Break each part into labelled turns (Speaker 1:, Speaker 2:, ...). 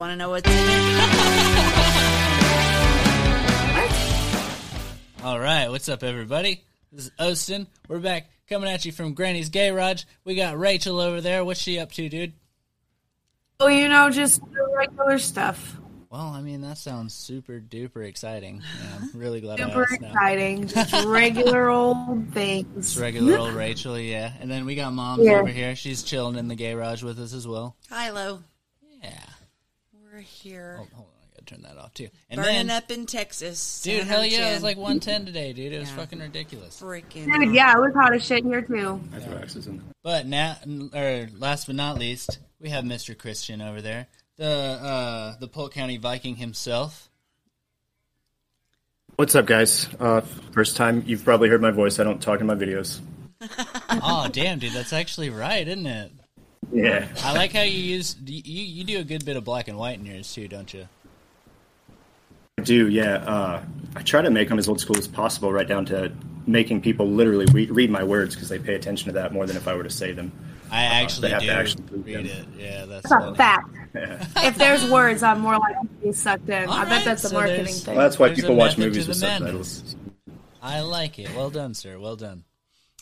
Speaker 1: Want to know what's
Speaker 2: All right, what's up, everybody? This is Austin. We're back coming at you from Granny's Garage. We got Rachel over there. What's she up to, dude?
Speaker 3: Oh, you know, just the regular stuff.
Speaker 2: Well, I mean, that sounds super duper exciting. Yeah, I'm really glad I
Speaker 3: Super
Speaker 2: asked that.
Speaker 3: exciting. Just regular old things.
Speaker 2: It's regular old Rachel, yeah. And then we got Mom
Speaker 3: Yeah.
Speaker 2: over here. She's chilling in the garage with us as well.
Speaker 1: Hi, Lo.
Speaker 2: Yeah.
Speaker 1: We're here.
Speaker 2: Hold, hold on, I gotta turn that off too. And
Speaker 1: Burning
Speaker 2: then,
Speaker 1: up in Texas.
Speaker 2: dude,
Speaker 1: San
Speaker 2: hell yeah, it
Speaker 1: Jose.
Speaker 2: was like 110 today, dude. It was
Speaker 1: Yeah.
Speaker 2: fucking ridiculous.
Speaker 1: freaking.
Speaker 3: Dude, yeah, it was hot as shit here too.
Speaker 2: But now, or last but not least, we have Mr. Christian over there, the uh, the Polk County Viking himself.
Speaker 4: What's up, guys? Uh, first time you've probably heard my voice. I don't talk in my videos.
Speaker 2: oh damn dude that's actually right isn't it
Speaker 4: Yeah.
Speaker 2: i like how you use you you do a good bit of black and white in yours too don't you
Speaker 4: I do, yeah. Uh, I try to make them as old school as possible, right down to making people literally re- read my words because they pay attention to that more than if I were to say them.
Speaker 2: i actually
Speaker 4: Uh-huh. they have
Speaker 2: do
Speaker 4: to actually prove
Speaker 2: read it
Speaker 4: them.
Speaker 2: yeah that's
Speaker 3: It's a
Speaker 2: funny.
Speaker 3: fact. If there's words, I'm more likely to be sucked in. I
Speaker 2: Alright,
Speaker 3: bet that's a
Speaker 2: so
Speaker 3: marketing
Speaker 2: there's-
Speaker 3: thing.
Speaker 4: Well, that's why
Speaker 2: There's a
Speaker 4: people watch
Speaker 2: method
Speaker 4: movies
Speaker 2: to
Speaker 4: with
Speaker 2: the
Speaker 4: subtitles.
Speaker 2: i like it well done sir well done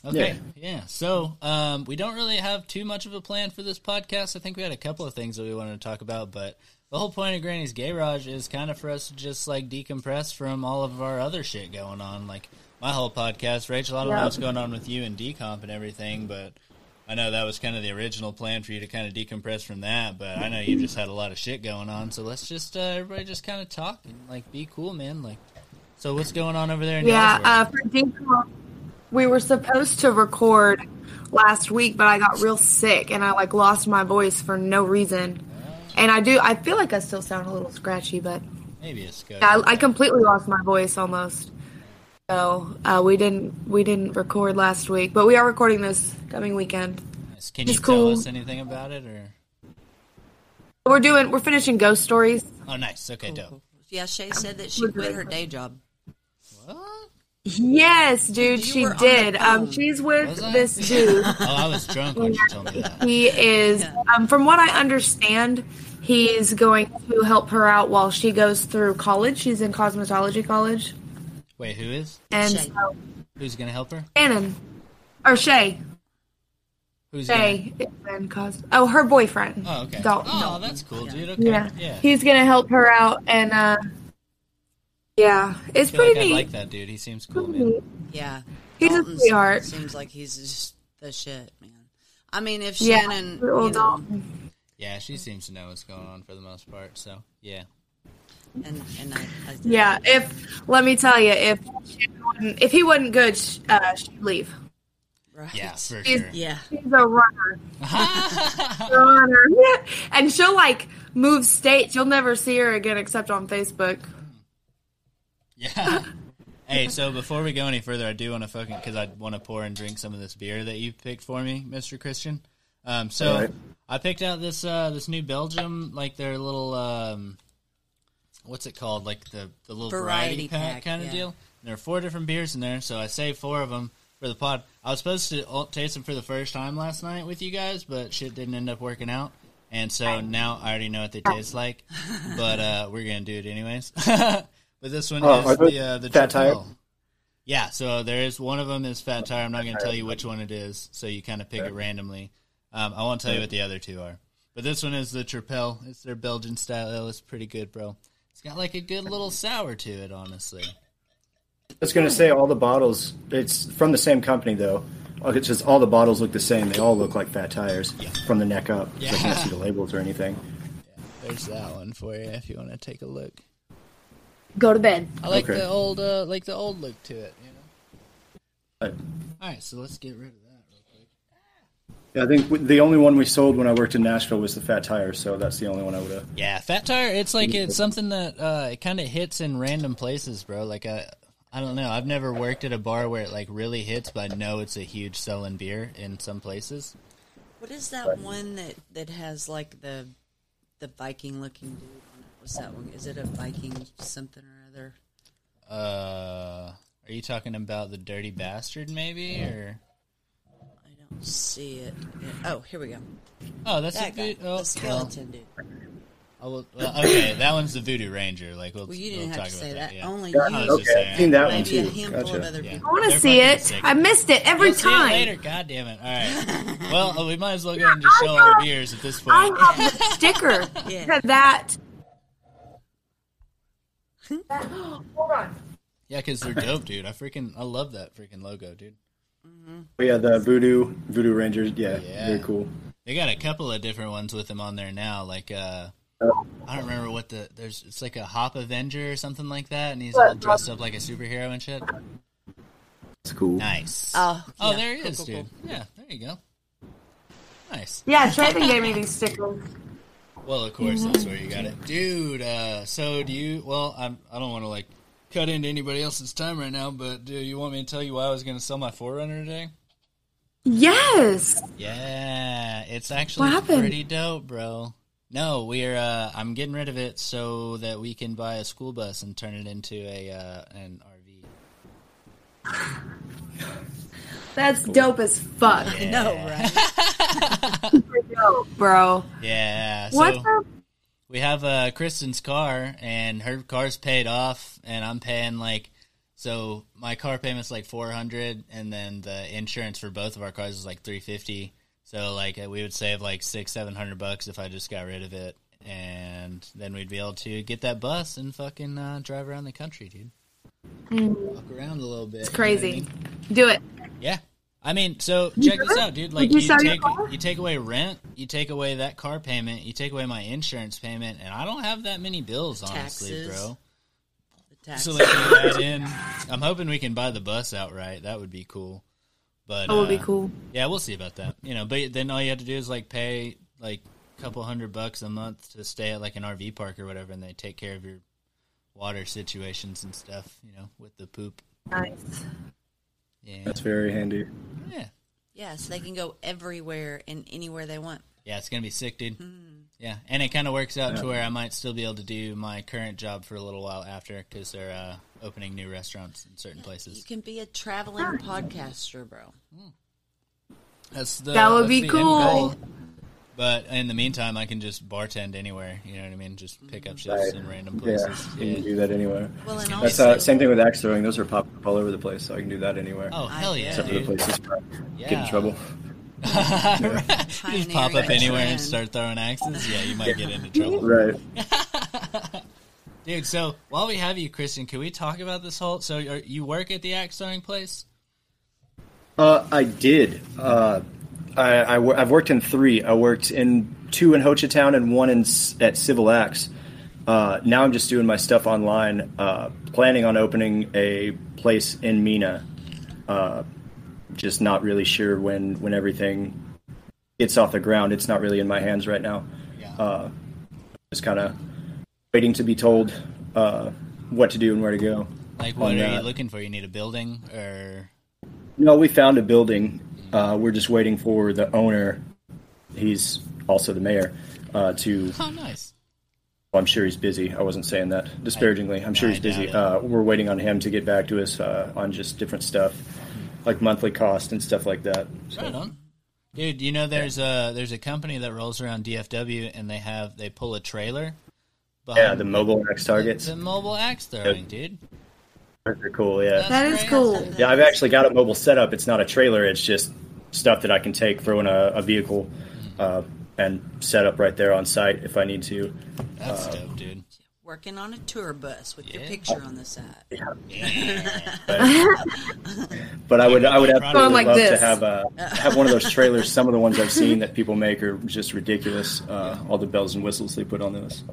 Speaker 2: okay yeah, so um, we don't really have too much of a plan for this podcast i think we had a couple of things that we wanted to talk about but the whole point of granny's garage is kind of for us to just like decompress from all of our other shit going on like my whole podcast rachel i don't know
Speaker 3: Yeah.
Speaker 2: what's going on with you and decomp and everything but I know that was kind of the original plan for you to kind of decompress from that, but I know you just had a lot of shit going on. So let's just uh, everybody just kind of talk and like be cool, man. Like, so what's going on over there? In
Speaker 3: Yeah,
Speaker 2: y'all's
Speaker 3: uh,
Speaker 2: world?
Speaker 3: for Decom, we were supposed to record last week, but I got real sick and I like lost my voice for no reason. And I do, I feel like I still sound a little scratchy, but
Speaker 2: maybe it's good.
Speaker 3: I, I completely lost my voice almost. So uh, we didn't we didn't record last week, but we are recording this coming weekend.
Speaker 2: Nice. Can you
Speaker 3: It's
Speaker 2: tell
Speaker 3: cool.
Speaker 2: us anything about it? Or
Speaker 3: We're doing we're finishing ghost stories.
Speaker 2: oh, nice. Okay, dope.
Speaker 1: Yeah, Shay said that she quit her day job.
Speaker 2: What?
Speaker 3: Yes, dude,
Speaker 1: You
Speaker 3: she
Speaker 1: were on
Speaker 3: did.
Speaker 1: the phone.
Speaker 3: Um, she's with
Speaker 2: Was I?
Speaker 3: this dude.
Speaker 2: Oh, I was drunk when you told me that.
Speaker 3: He is,
Speaker 1: Yeah.
Speaker 3: um, from what I understand, he's going to help her out while she goes through college. She's in cosmetology college,
Speaker 2: Wait, who is?
Speaker 3: and
Speaker 1: Shay.
Speaker 3: so
Speaker 2: Who's gonna help her?
Speaker 3: Shannon or Shay,
Speaker 2: Who's gonna?
Speaker 3: Shay is in cos. Oh, her boyfriend.
Speaker 2: Oh, okay.
Speaker 3: Dalton.
Speaker 2: Oh, that's cool, dude. Okay.
Speaker 3: Yeah.
Speaker 2: Yeah. yeah.
Speaker 3: He's gonna help her out and uh Yeah. It's
Speaker 2: I feel like
Speaker 3: pretty
Speaker 2: I
Speaker 3: neat.
Speaker 2: like that dude. He seems cool, man.
Speaker 1: Yeah.
Speaker 3: He's a
Speaker 1: Dalton
Speaker 3: sweetheart.
Speaker 1: Seems like he's just the shit, man. I mean, if
Speaker 3: Yeah.
Speaker 1: Shannon,
Speaker 3: good old
Speaker 1: you know,
Speaker 3: Dalton.
Speaker 2: Yeah, she seems to know what's going on for the most part. So yeah.
Speaker 1: and and I, I
Speaker 3: Yeah, if let me tell you, if she wouldn't- if he wasn't good, sh- uh, she'd leave.
Speaker 1: right.
Speaker 2: Yeah, for
Speaker 3: He's-
Speaker 2: sure.
Speaker 1: yeah.
Speaker 3: She's a runner, runner, and she'll like move states. You'll never see her again except on Facebook.
Speaker 2: Yeah. hey, so before we go any further, I do want to fucking because I want to pour and drink some of this beer that you picked for me, Mister Christian. Um, so
Speaker 4: All right.
Speaker 2: I picked out this uh, this new Belgium, like their little um, what's it called, like the the little
Speaker 1: Variety
Speaker 2: variety, pack,
Speaker 1: pack,
Speaker 2: kind of
Speaker 1: yeah.
Speaker 2: deal. And there are four different beers in there, so I saved four of them for the pod. I was supposed to all- taste them for the first time last night with you guys, but shit didn't end up working out. And so now I already know what they taste like, but uh, we're gonna do it anyways. but this one
Speaker 4: Oh,
Speaker 2: is
Speaker 4: are
Speaker 2: the
Speaker 4: those
Speaker 2: uh, the
Speaker 4: Fat
Speaker 2: triple
Speaker 4: Tire?
Speaker 2: L. Yeah, so there is one of them is Fat Tire. I'm not going to tell you which one it is, so you kind of pick it randomly. Um, I won't tell you what the other two are, but this one is the Tripel. It's their Belgian style ale. It's pretty good, bro. It's got like a good little sour to it, honestly.
Speaker 4: I was going to say all the bottles, it's from the same company, though. Like, It's just all the bottles look the same. They all look like fat tires from the neck up. 'cause I can't see the labels or anything.
Speaker 2: There's that one for you if you want to take a look.
Speaker 3: Go to bed.
Speaker 2: I like
Speaker 4: Okay.
Speaker 2: the old, uh, like the old look to it. You know.
Speaker 4: But,
Speaker 2: All right, so let's get rid of that. real quick.
Speaker 4: yeah, I think w- the only one we sold when I worked in Nashville was the fat tire, so that's the only one I would have.
Speaker 2: Yeah, fat tire. It's like it's something that uh, it kind of hits in random places, bro. Like I, I don't know. I've never worked at a bar where it like really hits, but I know it's a huge selling beer in some places.
Speaker 1: What is that one that that has like the the Viking looking dude? on it? What's that one? Is it a Viking something or other?
Speaker 2: Uh, are you talking about the Dirty Bastard, maybe? Or
Speaker 1: I don't see it. Yeah. Oh, here we go.
Speaker 2: oh, that's
Speaker 1: That
Speaker 2: a
Speaker 1: guy,
Speaker 2: good. Oh,
Speaker 1: the skeleton dude.
Speaker 2: I will, well, okay, that one's the Voodoo Ranger. Like we'll,
Speaker 1: Well, you
Speaker 2: we'll
Speaker 1: didn't
Speaker 2: talk
Speaker 1: have to
Speaker 2: about
Speaker 1: say
Speaker 2: that.
Speaker 1: that.
Speaker 2: Yeah.
Speaker 1: Only
Speaker 4: Yeah,
Speaker 1: you.
Speaker 2: I was just
Speaker 4: okay,
Speaker 2: saying.
Speaker 4: I've seen that one
Speaker 1: Maybe a
Speaker 4: too.
Speaker 1: handful of
Speaker 4: Gotcha.
Speaker 1: other
Speaker 2: Yeah.
Speaker 1: people.
Speaker 3: I want
Speaker 2: They're
Speaker 3: to see
Speaker 2: fucking
Speaker 3: it.
Speaker 2: sick.
Speaker 3: I missed it every
Speaker 2: We'll see you
Speaker 3: time.
Speaker 2: later. God damn it! All right. Well, we might as well go ahead and just show our beers at this point.
Speaker 3: I have the sticker
Speaker 1: Yeah.
Speaker 3: to that. that- Hold on.
Speaker 2: Yeah, because they're dope, dude. I freaking I love that freaking logo, dude.
Speaker 4: But yeah, the voodoo voodoo rangers. Yeah,
Speaker 2: Yeah.
Speaker 4: very cool.
Speaker 2: They got a couple of different ones with them on there now. Like uh I don't remember what the there's it's like a Hop Avenger or something like that, and he's all dressed up like a superhero and shit.
Speaker 4: It's cool.
Speaker 2: Nice.
Speaker 1: Oh,
Speaker 2: oh,
Speaker 1: yeah.
Speaker 2: there he
Speaker 1: Cool,
Speaker 2: is,
Speaker 1: cool,
Speaker 2: dude.
Speaker 1: cool.
Speaker 2: Yeah, there you go. Nice.
Speaker 3: Yeah, Trayvon gave me these stickers.
Speaker 2: Well, of course, that's where you got it, dude. Uh, so, do you? Well, I'm, I don't want to like cut into anybody else's time right now, but do you want me to tell you why I was going to sell my Forerunner today?
Speaker 3: Yes.
Speaker 2: Yeah, it's actually
Speaker 3: What happened?
Speaker 2: pretty dope, bro. No, we're uh, I'm getting rid of it so that we can buy a school bus and turn it into a uh, an RV.
Speaker 3: That's dope as fuck.
Speaker 1: I know, right?
Speaker 3: Dope, bro.
Speaker 2: Yeah. So
Speaker 3: What the?
Speaker 2: we have uh, Kristen's car, and her car's paid off, and I'm paying like so my car payment's like 400, and then the insurance for both of our cars is like 350. So like uh, we would save like six, seven hundred bucks if I just got rid of it, and then we'd be able to get that bus and fucking uh, drive around the country, dude. Walk around a little bit. It's
Speaker 3: Crazy. Do it.
Speaker 2: yeah. I mean, so check this out, dude. Like
Speaker 3: Did you
Speaker 2: you,
Speaker 3: sell your
Speaker 2: take
Speaker 3: car?
Speaker 2: you take away rent, you take away that car payment, you take away my insurance payment, and I don't have that many bills, honestly,
Speaker 1: Taxes.
Speaker 2: bro.
Speaker 1: The tax.
Speaker 2: So like you add in, I'm hoping we can buy the bus outright. That would be cool. But
Speaker 3: That would be
Speaker 2: uh,
Speaker 3: cool.
Speaker 2: Yeah, we'll see about that. You know, but then all you have to do is like pay like a couple hundred bucks a month to stay at like an RV park or whatever, and they take care of your water situations and stuff. You know, with the poop.
Speaker 3: Nice.
Speaker 2: Yeah,
Speaker 4: That's very handy.
Speaker 2: yeah.
Speaker 1: yeah, so they can go everywhere and anywhere they want.
Speaker 2: Yeah, it's gonna be sick, dude.
Speaker 3: Hmm.
Speaker 2: Yeah, and it kind of works out to where I might still be able to do my current job for a little while after because they're uh, opening new restaurants in certain
Speaker 1: You
Speaker 2: places.
Speaker 1: can be a traveling podcaster, bro.
Speaker 2: That's the,
Speaker 3: That would
Speaker 2: that's
Speaker 3: be
Speaker 2: the end
Speaker 3: cool.
Speaker 2: goal. But in the meantime, I can just bartend anywhere. You know what I mean? Just pick
Speaker 3: Mm.
Speaker 2: up shifts
Speaker 4: Right.
Speaker 2: in random
Speaker 4: Yeah,
Speaker 2: places.
Speaker 4: you
Speaker 2: Yeah.
Speaker 4: can do that anywhere.
Speaker 1: Well, and
Speaker 4: That's
Speaker 1: also,
Speaker 4: uh, same thing with axe throwing. Those are popping up all over the place, so I can do that anywhere.
Speaker 2: Oh hell yeah,
Speaker 4: Except for the
Speaker 2: dude!
Speaker 4: places where I get in
Speaker 2: Yeah.
Speaker 4: trouble.
Speaker 2: just pop up
Speaker 1: Pioneering
Speaker 2: anywhere and
Speaker 1: trend.
Speaker 2: start throwing axes. Yeah, you might get into trouble.
Speaker 4: Right.
Speaker 2: Dude, so while we have you, Christian, can we talk about this whole? So are, you work at the axe throwing place?
Speaker 4: Uh, I did. Uh, I, I, wo- I've worked in three. I worked in two in Ho Chi Town and one in S- at Civil Acts. Uh, now I'm just doing my stuff online. Uh, planning on opening a place in Mina. Uh, just not really sure when when everything gets off the ground. It's not really in my hands right now.
Speaker 2: Yeah.
Speaker 4: Uh, just kind of waiting to be told uh, what to do and where to go.
Speaker 2: Like, what
Speaker 4: on
Speaker 2: are you
Speaker 4: that.
Speaker 2: looking for? You need a building, or
Speaker 4: No, we found a building. Uh, we're just waiting for the owner. He's also the mayor. Uh, to
Speaker 2: oh, nice.
Speaker 4: well, I'm sure he's busy. I wasn't saying that disparagingly. I'm sure
Speaker 2: I
Speaker 4: he's busy. Uh,
Speaker 2: doubt
Speaker 4: we're waiting on him to get back to us uh, on just different stuff, like monthly cost and stuff like that. So,
Speaker 2: Right on, dude. You know, there's a there's a company that rolls around DFW, and they have they pull a trailer. Behind
Speaker 4: yeah, the mobile axe targets.
Speaker 2: the mobile axe throwing, dude.
Speaker 4: They're cool. Yeah,
Speaker 3: That is
Speaker 2: Right.
Speaker 3: cool.
Speaker 4: yeah. I've actually got a mobile setup. It's not a trailer. It's just stuff that I can take, throw in a, a vehicle, uh, and set up right there on site if I need to.
Speaker 2: That's
Speaker 4: Uh,
Speaker 2: dope, dude.
Speaker 1: working on a tour bus with your
Speaker 2: Yeah.
Speaker 1: picture on the side.
Speaker 4: But I would, I would
Speaker 2: Product.
Speaker 4: absolutely
Speaker 3: Going like
Speaker 4: love to
Speaker 3: this.
Speaker 4: have uh, have one of those trailers. Some of the ones I've seen that people make are just ridiculous. Uh, all the bells and whistles they put on those.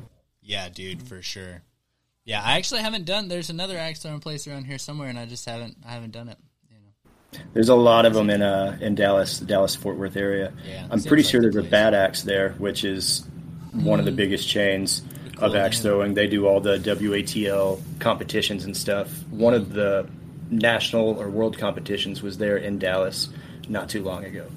Speaker 2: Yeah, dude, for sure. Yeah, I actually haven't done. There's another axe throwing place around here somewhere, and I just haven't I haven't done it. You know,
Speaker 4: There's a lot of them in uh, in Dallas, the Dallas Fort Worth area.
Speaker 2: Yeah,
Speaker 4: I'm
Speaker 2: seems
Speaker 4: pretty
Speaker 2: like
Speaker 4: sure
Speaker 2: the
Speaker 4: there's a
Speaker 2: place.
Speaker 4: Bad Axe there, which is one of the biggest chains of
Speaker 2: Cool,
Speaker 4: axe
Speaker 2: man.
Speaker 4: throwing. They do all the WATL competitions and stuff. One of the national or world competitions was there in Dallas not too long ago.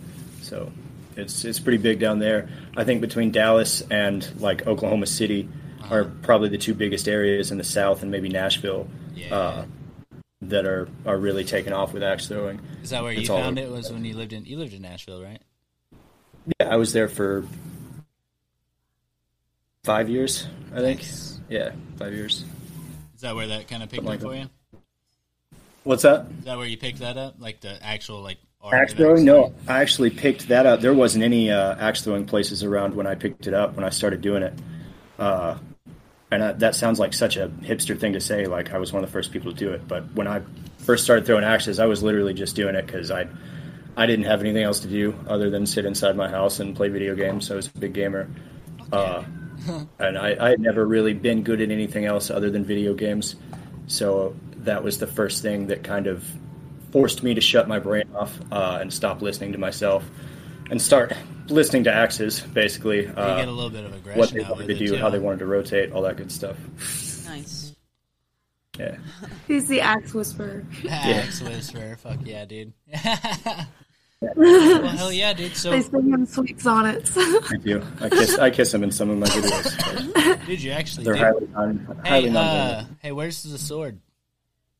Speaker 4: So it's it's pretty big down there. I think between Dallas and like Oklahoma City
Speaker 2: Uh-huh.
Speaker 4: are probably the two biggest areas in the South and maybe Nashville
Speaker 2: Yeah.
Speaker 4: uh, that are, are really taking off with axe throwing.
Speaker 2: is that where you
Speaker 4: It's all
Speaker 2: found
Speaker 4: over.
Speaker 2: it? Was when you lived in you lived in Nashville, right?
Speaker 4: Yeah, I was there for five years, I think.
Speaker 2: Nice.
Speaker 4: Yeah, five years.
Speaker 2: Is that where that kind of picked
Speaker 4: Something
Speaker 2: up
Speaker 4: like
Speaker 2: for you?
Speaker 4: What's that?
Speaker 2: Is that where you picked that up? Like the actual like art
Speaker 4: Axe
Speaker 2: of
Speaker 4: throwing?
Speaker 2: axe
Speaker 4: No, I actually picked that up. There wasn't any uh, axe throwing places around when I picked it up when I started doing it. Uh, and I, that sounds like such a hipster thing to say. Like I was one of the first people to do it, but when I first started throwing axes, I was literally just doing it because I I didn't have anything else to do other than sit inside my house and play video games. So I was a big gamer. Uh, and I, I had never really been good at anything else other than video games. So that was the first thing that kind of forced me to shut my brain off uh, and stop listening to myself and start listening to axes, basically.
Speaker 2: You get a
Speaker 4: Uh,
Speaker 2: little bit of aggression.
Speaker 4: what they
Speaker 2: out
Speaker 4: wanted
Speaker 2: with
Speaker 4: to
Speaker 2: it,
Speaker 4: do,
Speaker 2: too.
Speaker 4: how they wanted to rotate, all that good stuff.
Speaker 1: Nice.
Speaker 4: Yeah.
Speaker 3: He's the axe whisperer.
Speaker 2: Oh. Axe whisperer. Fuck yeah, dude. well, hell yeah, dude. So,
Speaker 3: They sing him sweet sonnets.
Speaker 4: I do. I kiss, I kiss them in some of my videos. but
Speaker 2: dude, you actually
Speaker 4: They're
Speaker 2: do.
Speaker 4: highly non, highly
Speaker 2: hey,
Speaker 4: non-
Speaker 2: uh, hey, where's the sword?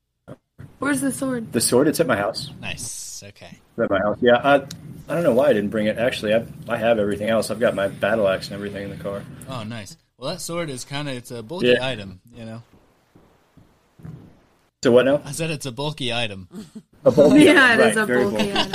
Speaker 3: Where's the sword?
Speaker 4: The sword, it's at my house.
Speaker 2: Nice. Okay.
Speaker 4: It's at my house. Yeah, I, I don't know why I didn't bring it. Actually, I, I have everything else. I've got my battle axe and everything in the car.
Speaker 2: Oh, nice. Well, that sword is kind of it's a bulky
Speaker 4: Yeah.
Speaker 2: item. You know,
Speaker 4: So what now?
Speaker 2: I said it's a bulky item.
Speaker 4: A bulky
Speaker 3: Yeah, it
Speaker 4: item,
Speaker 3: is
Speaker 4: right,
Speaker 3: a
Speaker 4: very
Speaker 3: bulky item.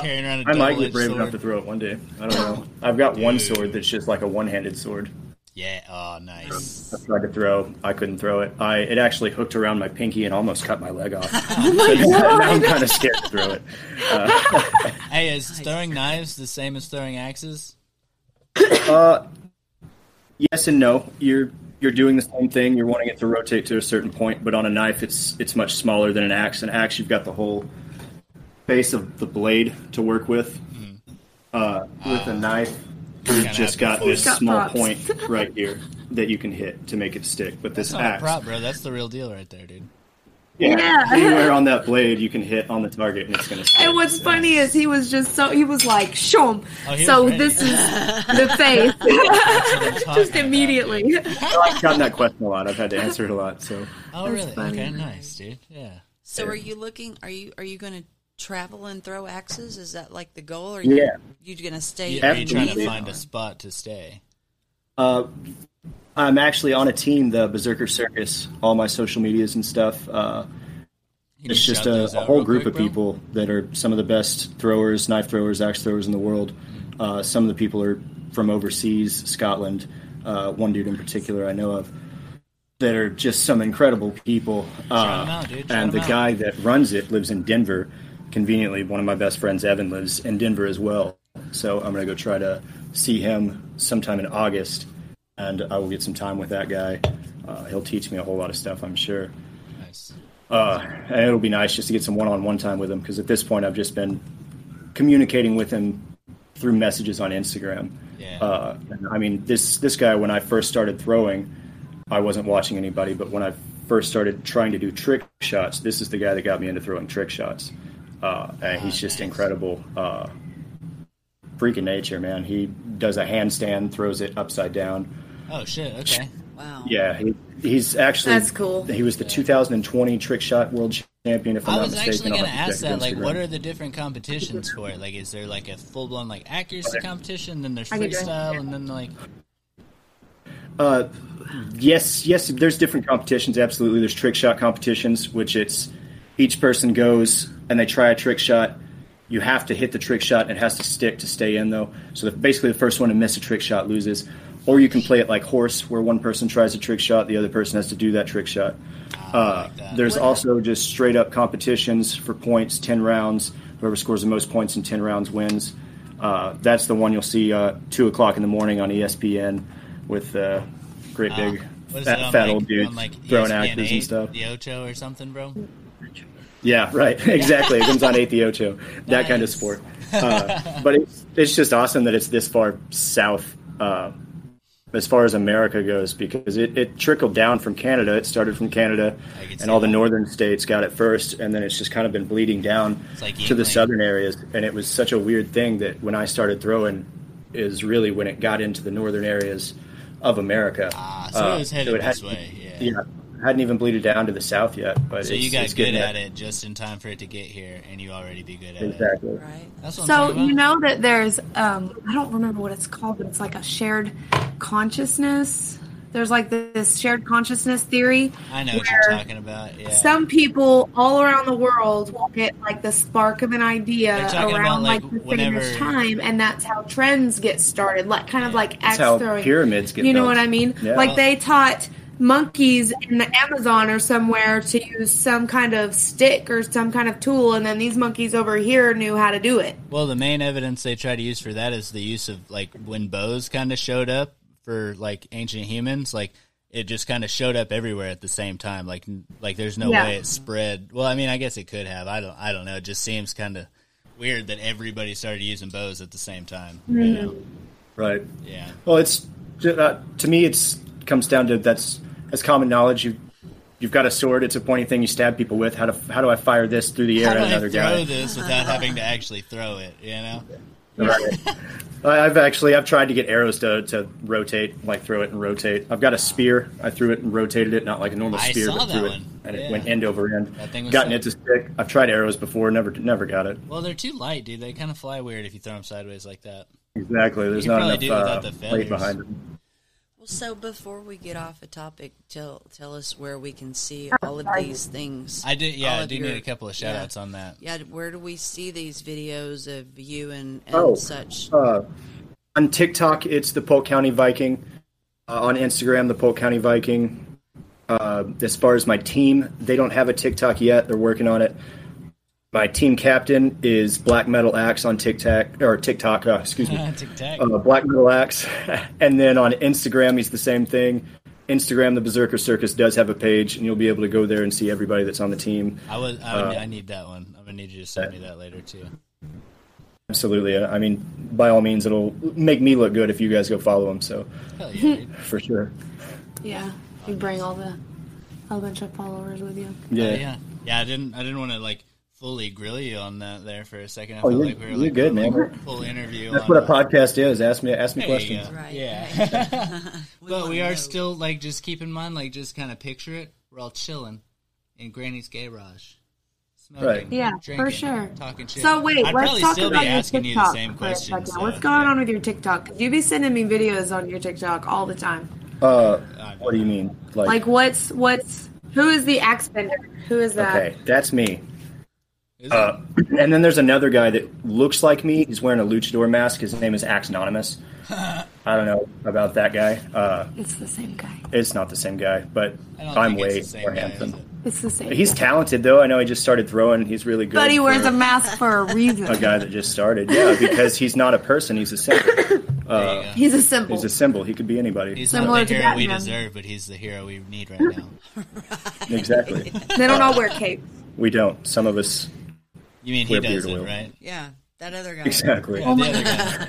Speaker 2: Carrying around a
Speaker 4: I might
Speaker 2: double-edged
Speaker 4: get brave
Speaker 2: sword.
Speaker 4: enough to throw it one day. I don't know. I've got one sword that's just like a one-handed sword.
Speaker 2: Yeah. Oh, nice.
Speaker 4: I tried to throw. I couldn't throw it. I it actually hooked around my pinky and almost cut my leg off.
Speaker 3: Oh
Speaker 4: now I'm kind of scared to throw it. Um,
Speaker 2: Hey, is throwing knives the same as throwing axes?
Speaker 4: Yes and no. You're you're doing the same thing. You're wanting it to rotate to a certain point, but on a knife, it's it's much smaller than an axe. An axe, you've got the whole face of the blade to work with. Uh, with a knife, you've
Speaker 2: Mm-hmm. Ah. Kinda
Speaker 4: just
Speaker 2: have the
Speaker 4: got
Speaker 2: full-
Speaker 4: this
Speaker 3: Got
Speaker 4: small
Speaker 3: props.
Speaker 4: point right here that you can hit to make it stick. But this
Speaker 2: It's not
Speaker 4: axe,
Speaker 2: a prop, bro. That's the real deal, right there, dude.
Speaker 4: yeah,
Speaker 3: Yeah.
Speaker 4: anywhere on that blade, you can hit on the target, and it's going to stick.
Speaker 3: And what's funny is he was just so he was like, show him.
Speaker 2: Oh, he
Speaker 3: so
Speaker 2: was ready.
Speaker 3: this is the face.
Speaker 2: That's what I'm talking
Speaker 3: just
Speaker 2: about,
Speaker 3: immediately.
Speaker 2: dude.
Speaker 4: I've gotten that question a lot. I've had to answer it a lot. So
Speaker 2: Oh, really?
Speaker 3: funny.
Speaker 2: Okay, nice, dude. Yeah.
Speaker 1: So are you looking? Are you are you going to travel and throw axes? Is that like the goal? Or are
Speaker 4: Yeah.
Speaker 1: You, you going to stay?
Speaker 2: Yeah, Are you
Speaker 1: in
Speaker 2: trying to
Speaker 1: Eden,
Speaker 2: find
Speaker 1: or-
Speaker 2: a spot to stay?
Speaker 4: Uh, I'm actually on a team, the Berserker Circus. All my social medias and stuff. Uh,
Speaker 2: Can
Speaker 4: it's
Speaker 2: you
Speaker 4: just
Speaker 2: shout
Speaker 4: a,
Speaker 2: those
Speaker 4: a
Speaker 2: out
Speaker 4: whole
Speaker 2: real
Speaker 4: group
Speaker 2: quick,
Speaker 4: of
Speaker 2: bro?
Speaker 4: people that are some of the best throwers, knife throwers, axe throwers in the world. Uh, some of the people are from overseas, Scotland. Uh, one dude in particular I know of that are just some incredible people. Uh,
Speaker 2: 'em out, dude. Shout
Speaker 4: and the
Speaker 2: 'em out.
Speaker 4: guy that runs it lives in Denver. Conveniently, one of my best friends, Evan, lives in Denver as well. So I'm going to go try to see him sometime in August, and I will get some time with that guy. Uh, he'll teach me a whole lot of stuff, I'm sure.
Speaker 2: Nice.
Speaker 4: Uh, and it'll be nice just to get some one-on-one time with him because at this point I've just been communicating with him through messages on Instagram.
Speaker 2: Yeah.
Speaker 4: Uh, and, I mean, this this guy when I first started throwing, I wasn't watching anybody, but when I first started trying to do trick shots, this is the guy that got me into throwing trick shots. Uh, and he's just incredible. Uh, freak of nature, man. He does a handstand, throws it upside down.
Speaker 2: Oh shit. Okay.
Speaker 1: Wow.
Speaker 4: Yeah, he, he's actually
Speaker 3: That's cool.
Speaker 4: He was the 2020 trick shot world champion. If I'm
Speaker 2: I
Speaker 4: not
Speaker 2: was
Speaker 4: mistaken,
Speaker 2: actually
Speaker 4: I'll
Speaker 2: gonna
Speaker 4: have to
Speaker 2: ask
Speaker 4: check
Speaker 2: that. Like,
Speaker 4: Instagram.
Speaker 2: what are the different competitions for it? Like, is there like a full blown like accuracy competition? Then there's
Speaker 3: I can do it.
Speaker 2: freestyle, and then like
Speaker 4: Uh, yes, yes. There's different competitions. Absolutely, there's trick shot competitions, which it's each person goes and they try a trick shot. You have to hit the trick shot, and it has to stick to stay in, though. So the, basically, the first one to miss a trick shot loses. Or you can play it like horse, where one person tries a trick shot, the other person has to do that trick shot. Uh, there's also just straight up competitions for points, 10 rounds. Whoever scores the most points in 10 rounds wins. Uh, that's the one you'll see uh, 2 o'clock in the morning on E ESPN with uh, great big
Speaker 2: what is
Speaker 4: fat,
Speaker 2: it on,
Speaker 4: fat
Speaker 2: like,
Speaker 4: old dudes
Speaker 2: on, like, E
Speaker 4: throwing
Speaker 2: ESPN
Speaker 4: axes
Speaker 2: 8,
Speaker 4: and stuff.
Speaker 2: the Ocho or something, bro.
Speaker 4: Yeah, right. Exactly. It comes on eight the Ocho. That kind of
Speaker 2: Nice.
Speaker 4: sport. Uh, but it's, it's just awesome that it's this far south uh, as far as America goes because it, it trickled down from Canada. It started from Canada
Speaker 2: I can see
Speaker 4: and all the
Speaker 2: that.
Speaker 4: northern states got it first. And then it's just kind of been bleeding down
Speaker 2: It's like
Speaker 4: to the
Speaker 2: Yingling.
Speaker 4: southern areas. And it was such a weird thing that when I started throwing is really when it got into the northern areas of America. Uh,
Speaker 2: Ah, so it was headed
Speaker 4: had
Speaker 2: this way, yeah.
Speaker 4: yeah, hadn't even bleeded down to the south yet. But
Speaker 2: So
Speaker 4: it's,
Speaker 2: you got
Speaker 4: it's
Speaker 2: good
Speaker 4: getting
Speaker 2: at
Speaker 4: there.
Speaker 2: it just in time for it to get here, and you already be good at it.
Speaker 4: Exactly.
Speaker 1: right?
Speaker 2: That's what I'm
Speaker 3: So
Speaker 2: talking
Speaker 3: you
Speaker 2: about.
Speaker 3: know that there's um I don't remember what it's called, but it's like a shared consciousness. There's like this shared consciousness theory.
Speaker 2: I know what
Speaker 3: where
Speaker 2: you're talking about. Yeah.
Speaker 3: Some people all around the world will get like the spark of an idea
Speaker 2: They're
Speaker 3: around
Speaker 2: talking about,
Speaker 3: like,
Speaker 2: like,
Speaker 3: the
Speaker 2: whenever-
Speaker 3: famous time, and that's how trends get started. Like kind of like axe
Speaker 4: That's how
Speaker 3: throwing.
Speaker 4: pyramids get
Speaker 3: you know
Speaker 4: built.
Speaker 3: what I mean?
Speaker 4: Yeah.
Speaker 3: Like they taught monkeys in the Amazon or somewhere to use some kind of stick or some kind of tool, and then these monkeys over here knew how to do it.
Speaker 2: Well, the main evidence they try to use for that is the use of like when bows kind of showed up for like ancient humans, like it just kind of showed up everywhere at the same time. Like n- like there's no
Speaker 3: Yeah.
Speaker 2: way it spread. Well, I mean, I guess it could have. I don't I don't know. It just seems kind of weird that everybody started using bows at the same time. You
Speaker 1: Mm-hmm.
Speaker 2: know?
Speaker 4: Right.
Speaker 2: Yeah.
Speaker 4: Well, it's uh, to me, it's comes down to that's that's common knowledge. You you've got a sword. It's a pointy thing you stab people with. How to how do I fire this through the air
Speaker 2: How do
Speaker 4: at
Speaker 2: I
Speaker 4: another
Speaker 2: throw
Speaker 4: guy?
Speaker 2: this without having to actually throw it? You know.
Speaker 4: Right. I- I've actually I've tried to get arrows to, to rotate, like throw it and rotate. I've got a spear. I threw it and rotated it, not like a normal
Speaker 2: I
Speaker 4: spear,
Speaker 2: saw
Speaker 4: but
Speaker 2: that
Speaker 4: threw it
Speaker 2: one.
Speaker 4: and
Speaker 2: Yeah.
Speaker 4: it went end over end.
Speaker 2: That thing was
Speaker 4: Gotten
Speaker 2: so-
Speaker 4: it to stick. I've tried arrows before, never never got it.
Speaker 2: Well, they're too light, dude. They kind of fly weird if you throw them sideways like that.
Speaker 4: Exactly. There's
Speaker 2: could
Speaker 4: not
Speaker 2: probably do
Speaker 4: enough
Speaker 2: without
Speaker 4: uh,
Speaker 2: the feathers.
Speaker 4: weight behind it.
Speaker 1: Well, so before we get off a topic, tell tell us where we can see all of
Speaker 3: sorry.
Speaker 1: these things.
Speaker 2: I do. Yeah,
Speaker 1: All
Speaker 2: I
Speaker 1: of
Speaker 2: do
Speaker 1: your-
Speaker 2: need a couple of shout outs on that.
Speaker 1: Yeah, where do we see these videos of you and, and
Speaker 4: Oh.
Speaker 1: such?
Speaker 4: uh, on TikTok, it's the Polk County Viking. Uh, on Instagram, the Polk County Viking. Uh, as far as my team, they don't have a TikTok yet. They're working on it. My team captain is Black Metal Axe on TikTok or TikTok. Uh, excuse me,
Speaker 2: Tic Tac.
Speaker 4: uh, Black Metal Axe. and then on Instagram, he's the same thing. Instagram, the Berserker Circus does have a page, and you'll be able to go there and see everybody that's on the team.
Speaker 2: I was. I,
Speaker 4: Uh,
Speaker 2: would, I need that one. I'm gonna need you to send me that later too.
Speaker 4: Absolutely. Uh, I mean, by all means, it'll make me look good if you guys go follow him. So,
Speaker 2: Hell yeah, dude.
Speaker 4: for sure.
Speaker 3: Yeah, you bring all the a bunch of followers with you.
Speaker 2: yeah. yeah, yeah. I didn't. I didn't want to like fully grill you on that there for a second. I
Speaker 4: Oh,
Speaker 2: felt
Speaker 4: you're-
Speaker 2: like we were
Speaker 4: you're
Speaker 2: like
Speaker 4: good,
Speaker 2: on, like,
Speaker 4: man.
Speaker 2: Full interview.
Speaker 4: That's
Speaker 2: on
Speaker 4: what a
Speaker 2: the-
Speaker 4: podcast is. Ask me, ask me
Speaker 2: There you
Speaker 4: questions.
Speaker 2: go.
Speaker 1: Right.
Speaker 2: Yeah. but we
Speaker 1: wanna
Speaker 2: are
Speaker 1: know.
Speaker 2: still like just keep in mind, like just kind of picture it. We're all chilling in Granny's garage. Smoking,
Speaker 4: Right.
Speaker 3: Yeah, for
Speaker 2: drinking,
Speaker 3: sure.
Speaker 2: Talking shit.
Speaker 3: So wait,
Speaker 2: I'd
Speaker 3: let's
Speaker 2: probably
Speaker 3: talk
Speaker 2: still
Speaker 3: about
Speaker 2: be
Speaker 3: your
Speaker 2: asking
Speaker 3: TikTok.
Speaker 2: you the same
Speaker 3: for a second.
Speaker 2: questions.
Speaker 3: What's
Speaker 2: so,
Speaker 3: going
Speaker 2: yeah.
Speaker 3: on with your TikTok? 'Cause You be sending me videos on your TikTok all the time.
Speaker 4: Uh, what do you mean? Like,
Speaker 3: Like what's what's who is the axe bender? Who is that?
Speaker 4: okay, that's me.
Speaker 2: Is it-
Speaker 4: Uh, and then there's another guy that looks like me. He's wearing a luchador mask. His name is Axe Anonymous. I don't know about that guy. Uh,
Speaker 3: It's the same guy.
Speaker 4: it's not the same guy, but
Speaker 2: I don't
Speaker 4: I'm
Speaker 2: think it's
Speaker 4: way
Speaker 2: the same
Speaker 4: more
Speaker 2: guy, is
Speaker 4: handsome.
Speaker 2: it?
Speaker 3: It's the same.
Speaker 4: He's
Speaker 3: guy.
Speaker 4: talented, though. I know he just started throwing. He's really good.
Speaker 3: but he wears
Speaker 4: for
Speaker 3: a mask for a reason.
Speaker 4: a guy that just started. Yeah, because he's not a person. He's a symbol.
Speaker 2: There you go.
Speaker 3: He's a symbol.
Speaker 4: He's a symbol. He could be anybody.
Speaker 2: He's
Speaker 3: Similar
Speaker 2: not
Speaker 3: to
Speaker 2: the hero we
Speaker 3: Batman.
Speaker 2: deserve, but he's the hero we need right now.
Speaker 4: exactly.
Speaker 3: they don't all wear capes.
Speaker 4: We don't. Some of us.
Speaker 2: You mean he
Speaker 4: Wear beard
Speaker 2: does it,
Speaker 4: oil.
Speaker 2: right?
Speaker 1: Yeah, that other guy.
Speaker 4: Exactly.
Speaker 2: Yeah, the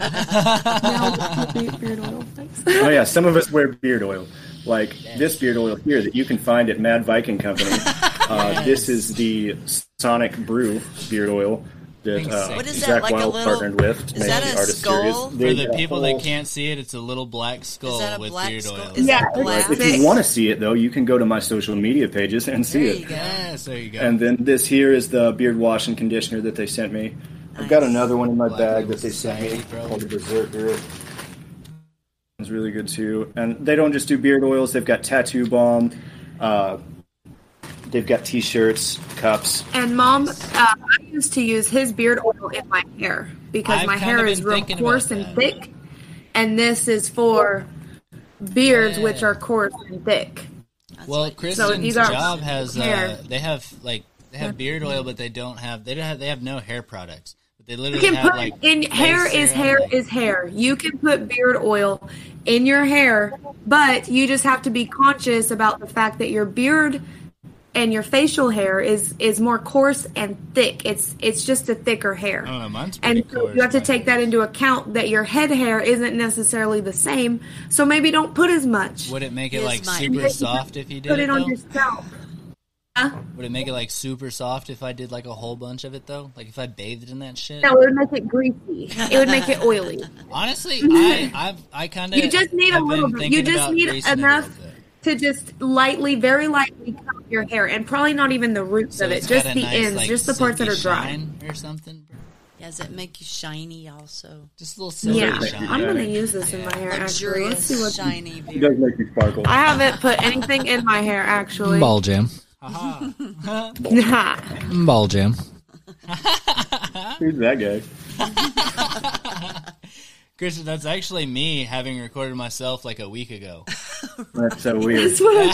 Speaker 2: other guy.
Speaker 3: No, beard- beard oil, thanks.
Speaker 4: Oh yeah, some of us wear beard oil, like this beard oil here that you can find at Mad Viking Company. Uh, This is the Sonic Brew beard oil that uh,
Speaker 1: What is that,
Speaker 4: Zach
Speaker 1: like a
Speaker 4: Wild
Speaker 1: little-
Speaker 4: partnered with. to
Speaker 1: is
Speaker 4: make
Speaker 1: that
Speaker 4: the
Speaker 1: a
Speaker 4: artist
Speaker 1: skull?
Speaker 4: series.
Speaker 1: For
Speaker 4: They
Speaker 2: For
Speaker 4: did
Speaker 2: the
Speaker 4: a
Speaker 2: people
Speaker 4: whole-
Speaker 2: that can't see it, it's a little black skull
Speaker 1: that a
Speaker 2: with
Speaker 1: black
Speaker 2: beard
Speaker 1: skull?
Speaker 2: oil.
Speaker 1: Is
Speaker 3: Yeah,
Speaker 1: that black?
Speaker 4: If you
Speaker 3: Six.
Speaker 4: want to see it though, you can go to my social media pages and see
Speaker 1: There
Speaker 4: it.
Speaker 1: you go.
Speaker 2: Yes, there you go.
Speaker 4: And then this here is the beard wash and conditioner that they sent me. I've got
Speaker 1: Nice.
Speaker 4: another one in my
Speaker 2: Black
Speaker 4: bag
Speaker 2: Label
Speaker 4: that they sent me
Speaker 2: Society, bro.
Speaker 4: called the Berserker. It's really good too. And they don't just do beard oils; they've got tattoo balm. Uh, they've got T-shirts, cups.
Speaker 3: And mom, uh, I used to use his beard oil in my hair because
Speaker 2: I've
Speaker 3: my
Speaker 2: kinda
Speaker 3: hair
Speaker 2: been
Speaker 3: is real
Speaker 2: thinking about
Speaker 3: coarse and
Speaker 2: that.
Speaker 3: thick, and this is for beards which
Speaker 2: Yeah.
Speaker 3: are coarse and thick.
Speaker 2: well, Kristen's
Speaker 3: these are
Speaker 2: job has uh,
Speaker 3: hair.
Speaker 2: they have like they have beard oil, but they don't have they don't have, they have no hair products. But they
Speaker 3: You
Speaker 2: literally
Speaker 3: can
Speaker 2: have
Speaker 3: put
Speaker 2: like
Speaker 3: in
Speaker 2: face
Speaker 3: hair is
Speaker 2: serum,
Speaker 3: hair
Speaker 2: like-
Speaker 3: is hair. You can put beard oil in your hair, but you just have to be conscious about the fact that your beard and your facial hair is is more coarse and thick. It's it's just a thicker hair.
Speaker 2: I don't know, Oh, mine's pretty
Speaker 3: and so
Speaker 2: coarse,
Speaker 3: you have to
Speaker 2: mine.
Speaker 3: take that into account that your head hair isn't necessarily the same. So maybe don't put as much.
Speaker 2: Would it make it
Speaker 1: Yes,
Speaker 2: like
Speaker 1: mine.
Speaker 2: super soft if you did
Speaker 3: put
Speaker 2: it?
Speaker 3: it
Speaker 2: Though?
Speaker 3: on your scalp.
Speaker 2: Would it make it like super soft if I did like a whole bunch of it though? Like if I bathed in that shit?
Speaker 3: No, it would make it greasy. It would make it oily. Mm-hmm.
Speaker 2: Honestly, I I've, I kind of
Speaker 3: You just need a little bit. You just need enough to just lightly, very lightly cut your hair, and probably not even the roots
Speaker 2: So
Speaker 3: of it,
Speaker 2: it's
Speaker 3: just
Speaker 2: got
Speaker 3: the
Speaker 2: a nice,
Speaker 3: ends,
Speaker 2: like,
Speaker 3: just the parts that
Speaker 2: silky
Speaker 3: are dry.
Speaker 2: shine or something.
Speaker 1: Does it make you shiny also?
Speaker 2: Just a little silky
Speaker 3: Yeah,
Speaker 2: shine.
Speaker 3: I'm gonna use this in my hair. Actually, let's see
Speaker 1: Luxurious,
Speaker 3: what.
Speaker 1: shiny
Speaker 4: It does
Speaker 1: beard.
Speaker 4: make you sparkle.
Speaker 3: I haven't put anything in my hair actually.
Speaker 5: Ball jam.
Speaker 2: Aha.
Speaker 3: Nah.
Speaker 5: Ball jam.
Speaker 4: Who's that guy?
Speaker 2: Kristen, that's actually me having recorded myself like a week ago.
Speaker 4: That's so weird.
Speaker 3: That's what I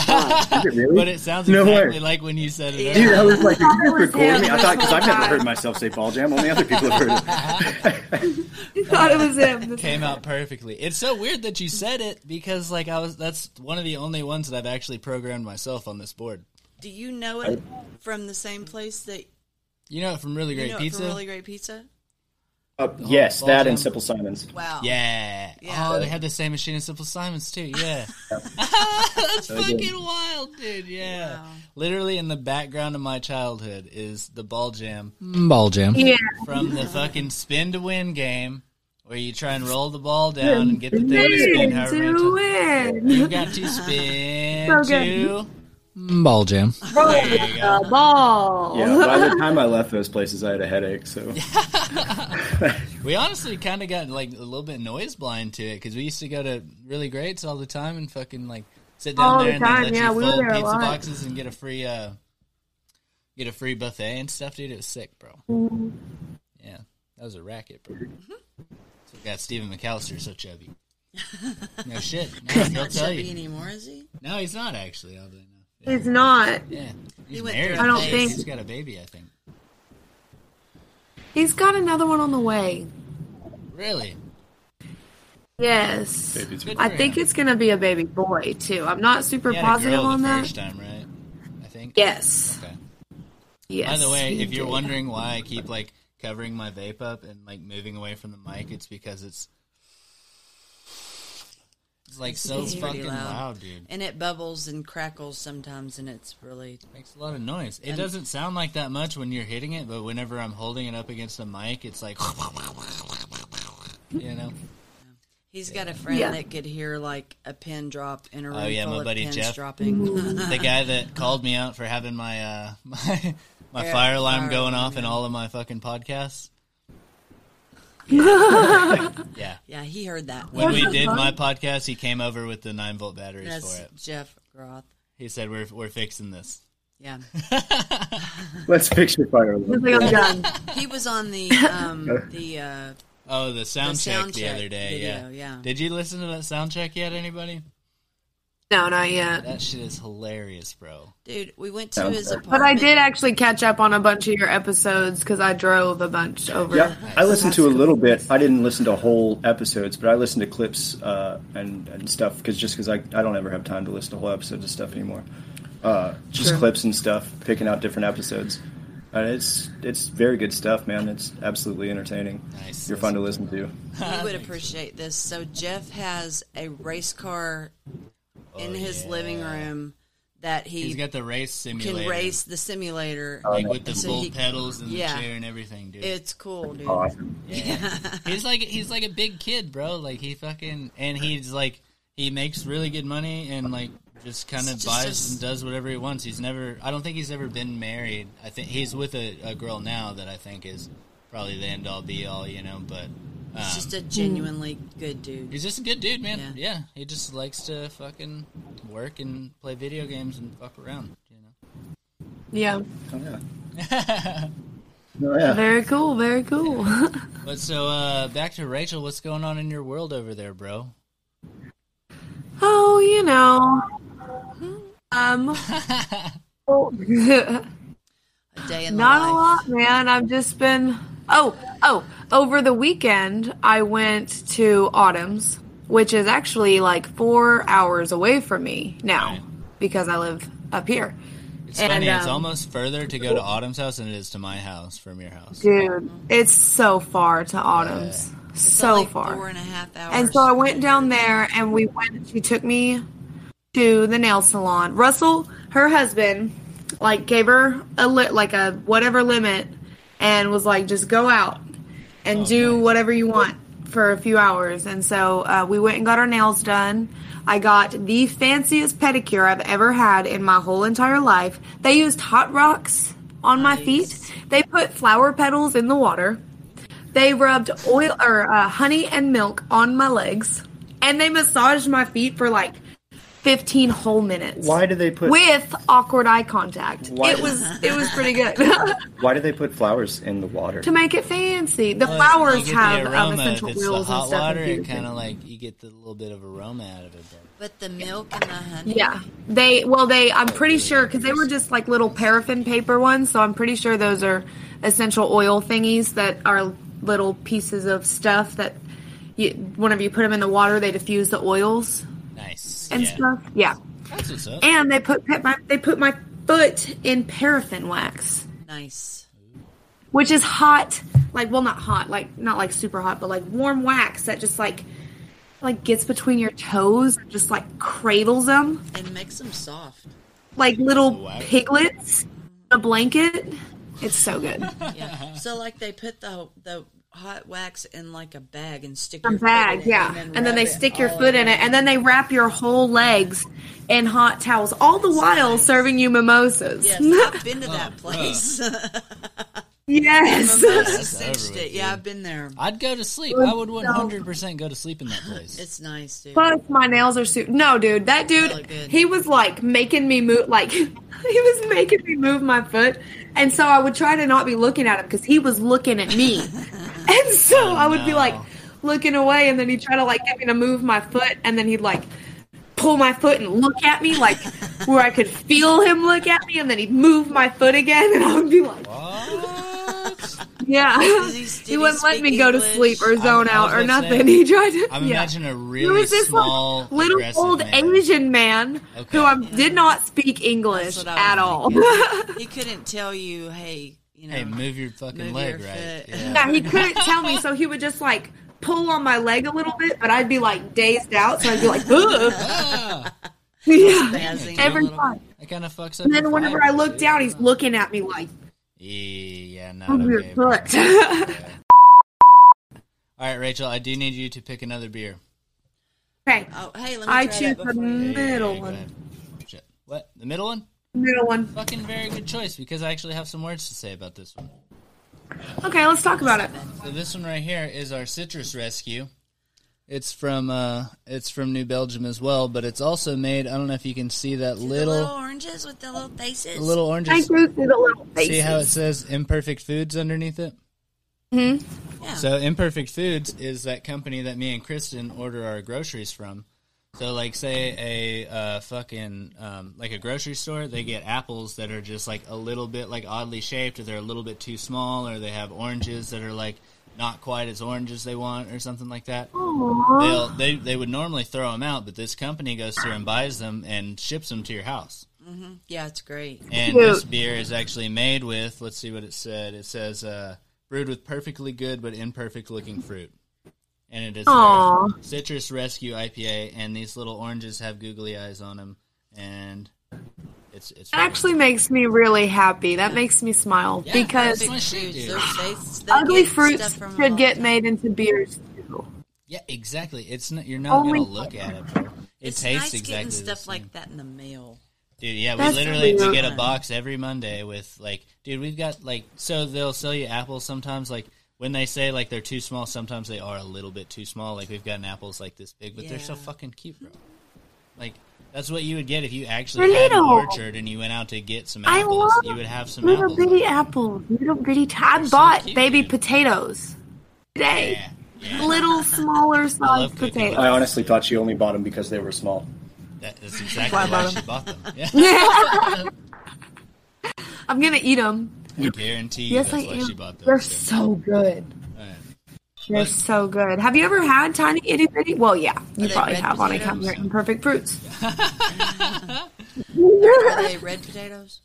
Speaker 3: thought.
Speaker 4: Is it really?
Speaker 2: But it sounds
Speaker 4: No way.
Speaker 2: exactly like when you said it.
Speaker 4: Dude, I was like, did you
Speaker 3: it was
Speaker 4: record
Speaker 3: him
Speaker 4: me? I
Speaker 3: this
Speaker 4: thought, because
Speaker 3: whole
Speaker 4: I've never
Speaker 3: time.
Speaker 4: heard myself say ball jam. Only other people have heard
Speaker 3: I thought it was him.
Speaker 2: came out perfectly. It's so weird that you said it because like I was that's one of the only ones that I've actually programmed myself on this board.
Speaker 1: Do you know it from the same place that
Speaker 2: You know it from really
Speaker 1: you
Speaker 2: great
Speaker 1: know it
Speaker 2: pizza.
Speaker 1: from Really Great Pizza?
Speaker 4: it. Uh, yes,
Speaker 2: Ball
Speaker 4: that
Speaker 2: Jam?
Speaker 4: and Simple Simons.
Speaker 1: Wow.
Speaker 2: yeah.
Speaker 1: Yeah.
Speaker 2: Oh, they had the same machine as Simple Simons too. Yeah. that's fucking wild, dude. Yeah.
Speaker 1: Wow.
Speaker 2: Literally in the background of my childhood is the ball jam
Speaker 5: Ball jam.
Speaker 3: Yeah,
Speaker 2: from the fucking spin to win game where you try and roll the ball down and get the thing to spin
Speaker 3: Dude,
Speaker 2: however many times.
Speaker 3: do
Speaker 2: You
Speaker 3: it.
Speaker 2: got to spin
Speaker 3: So good.
Speaker 2: to
Speaker 5: Ball jam.
Speaker 3: Roll
Speaker 2: There you go.
Speaker 3: the ball.
Speaker 4: Yeah, by the time I left those places, I had a headache. So
Speaker 2: We honestly kind of got like a little bit noise blind to it because we used to go to really greats all the time and fucking like sit down
Speaker 3: All
Speaker 2: there
Speaker 3: the
Speaker 2: and they
Speaker 3: time,
Speaker 2: let
Speaker 3: yeah,
Speaker 2: you
Speaker 3: we were
Speaker 2: fold
Speaker 3: there a
Speaker 2: pizza
Speaker 3: lot.
Speaker 2: boxes and get a free uh get a free buffet and stuff, dude. It was sick, bro.
Speaker 3: Mm-hmm.
Speaker 2: Yeah, that was a racket, bro. So we got Stephen McAllister so chubby. No shit. No, he'll
Speaker 1: Not
Speaker 2: tell
Speaker 1: chubby
Speaker 2: you.
Speaker 1: anymore, is he?
Speaker 2: No, he's not actually. Oddly enough. Yeah.
Speaker 3: It's not.
Speaker 2: Yeah. He's
Speaker 1: went
Speaker 2: married.
Speaker 1: through
Speaker 3: I don't
Speaker 2: He's-
Speaker 3: think-
Speaker 2: he's got a baby. I think.
Speaker 3: He's got another one on the way.
Speaker 2: Really.
Speaker 3: Yes.
Speaker 2: Good
Speaker 3: I
Speaker 2: for
Speaker 3: think
Speaker 2: him.
Speaker 3: it's going to be a baby boy, too. I'm not super
Speaker 2: He had a
Speaker 3: positive
Speaker 2: girl
Speaker 3: on
Speaker 2: the
Speaker 3: that.
Speaker 2: first time, right? I think.
Speaker 3: Yes.
Speaker 2: Okay.
Speaker 3: Yes.
Speaker 2: By the way,
Speaker 3: he
Speaker 2: if you're
Speaker 3: did.
Speaker 2: wondering why I keep like covering my vape up and like moving away from the mic, it's because it's it's like so
Speaker 1: It's pretty
Speaker 2: fucking loud.
Speaker 1: loud.
Speaker 2: dude.
Speaker 1: And it bubbles and crackles sometimes, and it's really
Speaker 2: makes a lot of noise. It doesn't sound like that much when you're hitting it, but whenever I'm holding it up against the mic, it's like you know.
Speaker 1: He's got a friend
Speaker 3: Yeah.
Speaker 1: that could hear like a pin drop in a room
Speaker 2: Oh, yeah,
Speaker 1: full
Speaker 2: my
Speaker 1: of
Speaker 2: buddy
Speaker 1: pins
Speaker 2: Jeff.
Speaker 1: dropping.
Speaker 2: The guy that called me out for having my uh my my
Speaker 1: Yeah,
Speaker 2: fire alarm
Speaker 1: fire
Speaker 2: going
Speaker 1: alarm,
Speaker 2: off in all of my fucking podcasts. yeah.
Speaker 1: yeah, he heard that.
Speaker 2: When we
Speaker 3: That's
Speaker 2: did
Speaker 3: fun.
Speaker 2: my podcast, he came over with the nine volt batteries
Speaker 1: That's
Speaker 2: for it.
Speaker 1: Jeff Groth.
Speaker 2: He said, "We're we're fixing this."
Speaker 1: Yeah,
Speaker 4: let's picture fire.
Speaker 3: I
Speaker 4: Alarm.
Speaker 3: think I'm done.
Speaker 1: he was on the um, the uh,
Speaker 2: Oh, the sound
Speaker 1: The
Speaker 2: check
Speaker 1: sound
Speaker 2: the
Speaker 1: check
Speaker 2: other day. yeah,
Speaker 1: video, yeah.
Speaker 2: Did you listen to that sound check yet? Anybody?
Speaker 3: No, not yet.
Speaker 2: That shit is hilarious, bro.
Speaker 1: dude. We went to
Speaker 4: Sounds
Speaker 1: his
Speaker 4: good.
Speaker 1: apartment.
Speaker 3: But I did actually catch up on a bunch of your episodes because I drove a bunch over.
Speaker 4: Yeah, I listened to a little bit. I didn't listen to whole episodes, but I listened to clips uh, and and stuff because just because I, I don't ever have time to listen to whole episodes of stuff anymore. Uh, just
Speaker 3: Sure.
Speaker 4: clips and stuff, picking out different episodes. And it's it's very good stuff, man. It's absolutely entertaining.
Speaker 2: Nice.
Speaker 4: You're fun to listen to.
Speaker 1: You would appreciate this. So Jeff has a race car in his living room that
Speaker 2: Oh, He's
Speaker 1: he
Speaker 2: got the race simulator.
Speaker 1: can race the simulator.
Speaker 2: like with the
Speaker 1: So
Speaker 2: full
Speaker 1: he-
Speaker 2: pedals and
Speaker 1: yeah.
Speaker 2: the chair and everything, dude.
Speaker 1: It's cool, dude.
Speaker 4: Awesome.
Speaker 2: he's like he's like a big kid, bro. Like he fucking and he's like he makes really good money and like just kind of
Speaker 1: Just-
Speaker 2: buys
Speaker 1: just-
Speaker 2: and does whatever he wants. He's never I don't think he's ever been married. I think he's with a, a girl now that I think is probably the end all be all, you know, but
Speaker 1: He's just a
Speaker 2: Mm.
Speaker 1: genuinely good dude.
Speaker 2: he's just a good dude, man. Yeah. He just likes to fucking work and play video games and fuck around, you know.
Speaker 3: Yeah.
Speaker 4: Oh, yeah. Oh, yeah.
Speaker 3: Very cool. Very cool.
Speaker 2: But so uh back to Rachel, what's going on in your world over there, bro?
Speaker 3: Oh, you know. Um.
Speaker 1: A day in
Speaker 3: Not
Speaker 1: the life.
Speaker 3: a lot, man. I've just been. Oh, oh. Over the weekend, I went to Autumn's, which is actually like four hours away from me now
Speaker 2: Right.
Speaker 3: because I live up here.
Speaker 2: It's
Speaker 3: And,
Speaker 2: funny, it's
Speaker 3: um,
Speaker 2: almost further to go to Autumn's house than it is to my house from your house.
Speaker 3: Dude, it's so far to Autumn's.
Speaker 1: It's
Speaker 3: So
Speaker 1: like
Speaker 3: far.
Speaker 1: Four and a half hours.
Speaker 3: And so I went down there and we went, she took me to the nail salon. Russell, her husband, like gave her a li- like a whatever limit and was like, just go out and do whatever you want for a few hours, and so uh, we went and got our nails done. I got the fanciest pedicure I've ever had in my whole entire life. They used hot rocks on my feet. They put flower petals in the water. They rubbed oil or uh, honey and milk on my legs, and they massaged my feet for like fifteen whole minutes.
Speaker 4: Why do they put
Speaker 3: With awkward eye contact.
Speaker 4: Why
Speaker 3: it
Speaker 4: do-
Speaker 3: was it was pretty good.
Speaker 4: Why do they put flowers in the water?
Speaker 3: to make it fancy. The
Speaker 2: Well,
Speaker 3: flowers
Speaker 2: you get
Speaker 3: have
Speaker 2: the
Speaker 3: um,
Speaker 2: aroma.
Speaker 3: essential
Speaker 2: if it's the
Speaker 3: oils and
Speaker 2: hot
Speaker 3: stuff.
Speaker 2: water, it
Speaker 3: infused in
Speaker 2: kind
Speaker 3: it.
Speaker 2: of like you get the little bit of aroma out of it. But
Speaker 1: But the milk and the honey.
Speaker 3: yeah, they well they I'm pretty sure because they were just like little paraffin paper ones, so I'm pretty sure those are essential oil thingies that are little pieces of stuff that you, whenever you put them in the water, they diffuse the oils
Speaker 2: nice
Speaker 3: and
Speaker 2: yeah.
Speaker 3: stuff. Yeah,
Speaker 2: That's what's up.
Speaker 3: and they put put my they put my foot in paraffin wax,
Speaker 1: Nice.
Speaker 3: which is hot like well not hot like not like super hot but like warm wax that just like like gets between your toes and just like cradles them
Speaker 1: And makes them soft.
Speaker 3: like little
Speaker 2: Wax.
Speaker 3: piglets in a blanket it's so good
Speaker 1: Yeah. so like they put the the hot wax in like a bag and stick
Speaker 3: a
Speaker 1: your foot
Speaker 3: bag
Speaker 1: in it
Speaker 3: yeah and then
Speaker 1: wrap
Speaker 3: they
Speaker 1: it
Speaker 3: stick your
Speaker 1: all
Speaker 3: foot in it and then they wrap your whole legs in hot towels all the while serving you mimosas
Speaker 1: Yes, I've been to that place.
Speaker 3: yes
Speaker 1: Mimosa
Speaker 2: That's over
Speaker 1: cinched
Speaker 2: with,
Speaker 1: it. Yeah, I've been there.
Speaker 2: I'd go to sleep. I would 100% go to sleep in that place.
Speaker 1: It's nice, dude.
Speaker 3: Plus, my nails are super. No, dude, that
Speaker 1: Really
Speaker 3: dude,
Speaker 1: good.
Speaker 3: he was like making me move, like he was making me move my foot, and so I would try to not be looking at him because he was looking at me, and so
Speaker 1: Oh,
Speaker 3: I would be
Speaker 2: no.
Speaker 3: like looking away, and then he'd try to like get me to move my foot, and then he'd like pull my foot and look at me like where I could feel him look at me, and then he'd move my foot again, and I would be like,
Speaker 2: Oh. What?
Speaker 3: yeah,
Speaker 1: he-
Speaker 3: he,
Speaker 1: did he
Speaker 3: wouldn't let
Speaker 1: speak
Speaker 3: me go
Speaker 1: English?
Speaker 3: to sleep or zone
Speaker 2: I was
Speaker 3: out or
Speaker 2: gonna say,
Speaker 3: nothing. he tried to.
Speaker 2: I'm
Speaker 3: yeah.
Speaker 2: imagining a
Speaker 3: There
Speaker 2: really
Speaker 3: was this like,
Speaker 2: small,
Speaker 3: little
Speaker 2: aggressive
Speaker 3: old
Speaker 2: man.
Speaker 3: Asian man
Speaker 2: Okay.
Speaker 3: who I did not speak English
Speaker 1: That's what I
Speaker 3: at all.
Speaker 1: was He couldn't tell you, hey, you know.
Speaker 2: Hey, move your fucking
Speaker 1: Move
Speaker 2: leg
Speaker 1: your
Speaker 2: right.
Speaker 1: foot.
Speaker 2: Yeah.
Speaker 3: yeah, he couldn't tell me, so he would just like pull on my leg a little bit, but I'd be like dazed out, so I'd be like, Ugh.
Speaker 2: Ah,
Speaker 3: yeah.
Speaker 1: spazzing a
Speaker 3: Every
Speaker 1: little.
Speaker 3: time.
Speaker 2: that kind of fucks up.
Speaker 3: And then
Speaker 2: your
Speaker 3: whenever I
Speaker 2: fibers,
Speaker 3: look
Speaker 2: dude.
Speaker 3: down, he's looking at me like,
Speaker 2: Yeah, not
Speaker 3: move your
Speaker 2: okay, bro.
Speaker 3: foot.
Speaker 2: All right, Rachel, I do need you to pick another beer.
Speaker 3: okay,
Speaker 1: Oh, hey, let me
Speaker 3: I
Speaker 1: try
Speaker 3: choose
Speaker 1: that
Speaker 3: the
Speaker 1: before you.
Speaker 3: middle
Speaker 2: Hey, go
Speaker 3: one.
Speaker 2: ahead. Shit. What? The middle one?
Speaker 3: Middle one.
Speaker 2: Fucking very good choice because I actually have some words to say about this one.
Speaker 3: Okay, let's talk about it.
Speaker 2: So this one right here is our citrus rescue. It's from uh, it's from New Belgium as well, but it's also made. I don't know if you can see that
Speaker 1: The little,
Speaker 2: little
Speaker 1: oranges with the little faces.
Speaker 2: little
Speaker 3: I
Speaker 2: oranges.
Speaker 3: go through the little
Speaker 2: See how it
Speaker 3: faces.
Speaker 2: says imperfect foods underneath it.
Speaker 1: Yeah.
Speaker 2: So Imperfect Foods is that company that me and Kristen order our groceries from. So like say a uh, fucking um, like a grocery store, they get apples that are just like a little bit like oddly shaped, or they're a little bit too small, or they have oranges that are like not quite as orange as they want, or something like that.
Speaker 3: Aw.
Speaker 2: They'll, they they would normally throw them out, but this company goes through and buys them and ships them to your house.
Speaker 1: yeah, it's great.
Speaker 2: And
Speaker 3: Cute.
Speaker 2: this beer is actually made with, let's see what it said. It says, uh, brewed with perfectly good but imperfect looking fruit. And it is their
Speaker 3: Aw.
Speaker 2: Citrus Rescue IPA, and these little oranges have googly eyes on them. And it's, it's
Speaker 3: That actually makes me really happy. That makes me smile
Speaker 2: Yeah,
Speaker 3: because
Speaker 2: that's my
Speaker 1: Dude,
Speaker 2: shit, dude.
Speaker 1: they're- they, they
Speaker 3: ugly
Speaker 1: get stuff
Speaker 3: fruits
Speaker 1: from
Speaker 3: should
Speaker 1: all-
Speaker 3: get made into beers too.
Speaker 2: Yeah, exactly. It's not, you're not
Speaker 3: Only-
Speaker 2: going to look at it, bro. It
Speaker 1: It's
Speaker 2: tastes
Speaker 1: nice
Speaker 2: exactly
Speaker 1: getting
Speaker 2: the
Speaker 1: stuff
Speaker 2: same.
Speaker 1: like that in the mail.
Speaker 2: Dude, yeah, we
Speaker 3: That's
Speaker 2: literally
Speaker 3: really
Speaker 2: we get a
Speaker 1: fun.
Speaker 2: box every Monday with like, dude, we've got like, so they'll sell you apples sometimes. Like when they say like they're too small, sometimes they are a little bit too small. Like we've gotten apples like this big, but they're so
Speaker 1: Yeah.
Speaker 2: fucking cute, bro. Like that's what you would get if you actually
Speaker 3: They're
Speaker 2: had an
Speaker 3: little.
Speaker 2: orchard and you went out to get some
Speaker 3: I
Speaker 2: apples.
Speaker 3: love
Speaker 2: You would have some
Speaker 3: little
Speaker 2: apples.
Speaker 3: bitty apples, little bitty. T- I bought
Speaker 2: cute,
Speaker 3: baby
Speaker 2: dude.
Speaker 3: potatoes today.
Speaker 2: Yeah, yeah.
Speaker 3: Little smaller sized
Speaker 2: cooking
Speaker 4: I
Speaker 3: potatoes.
Speaker 4: honestly thought she only bought them because they were small.
Speaker 2: That, that's exactly
Speaker 3: why I
Speaker 2: why
Speaker 3: bought
Speaker 2: she bought them. Yeah.
Speaker 3: I'm gonna eat them.
Speaker 2: I guarantee you
Speaker 3: Yes,
Speaker 2: that's
Speaker 3: I
Speaker 2: why
Speaker 3: am.
Speaker 2: she bought
Speaker 3: They're
Speaker 2: those.
Speaker 3: so good.
Speaker 2: Alright.
Speaker 3: They're so good. Have you ever had tiny itty bitty? Well, yeah, you
Speaker 1: they
Speaker 3: probably
Speaker 1: red
Speaker 3: have on account of your
Speaker 1: potatoes?
Speaker 3: imperfect fruits.
Speaker 1: Are they red potatoes?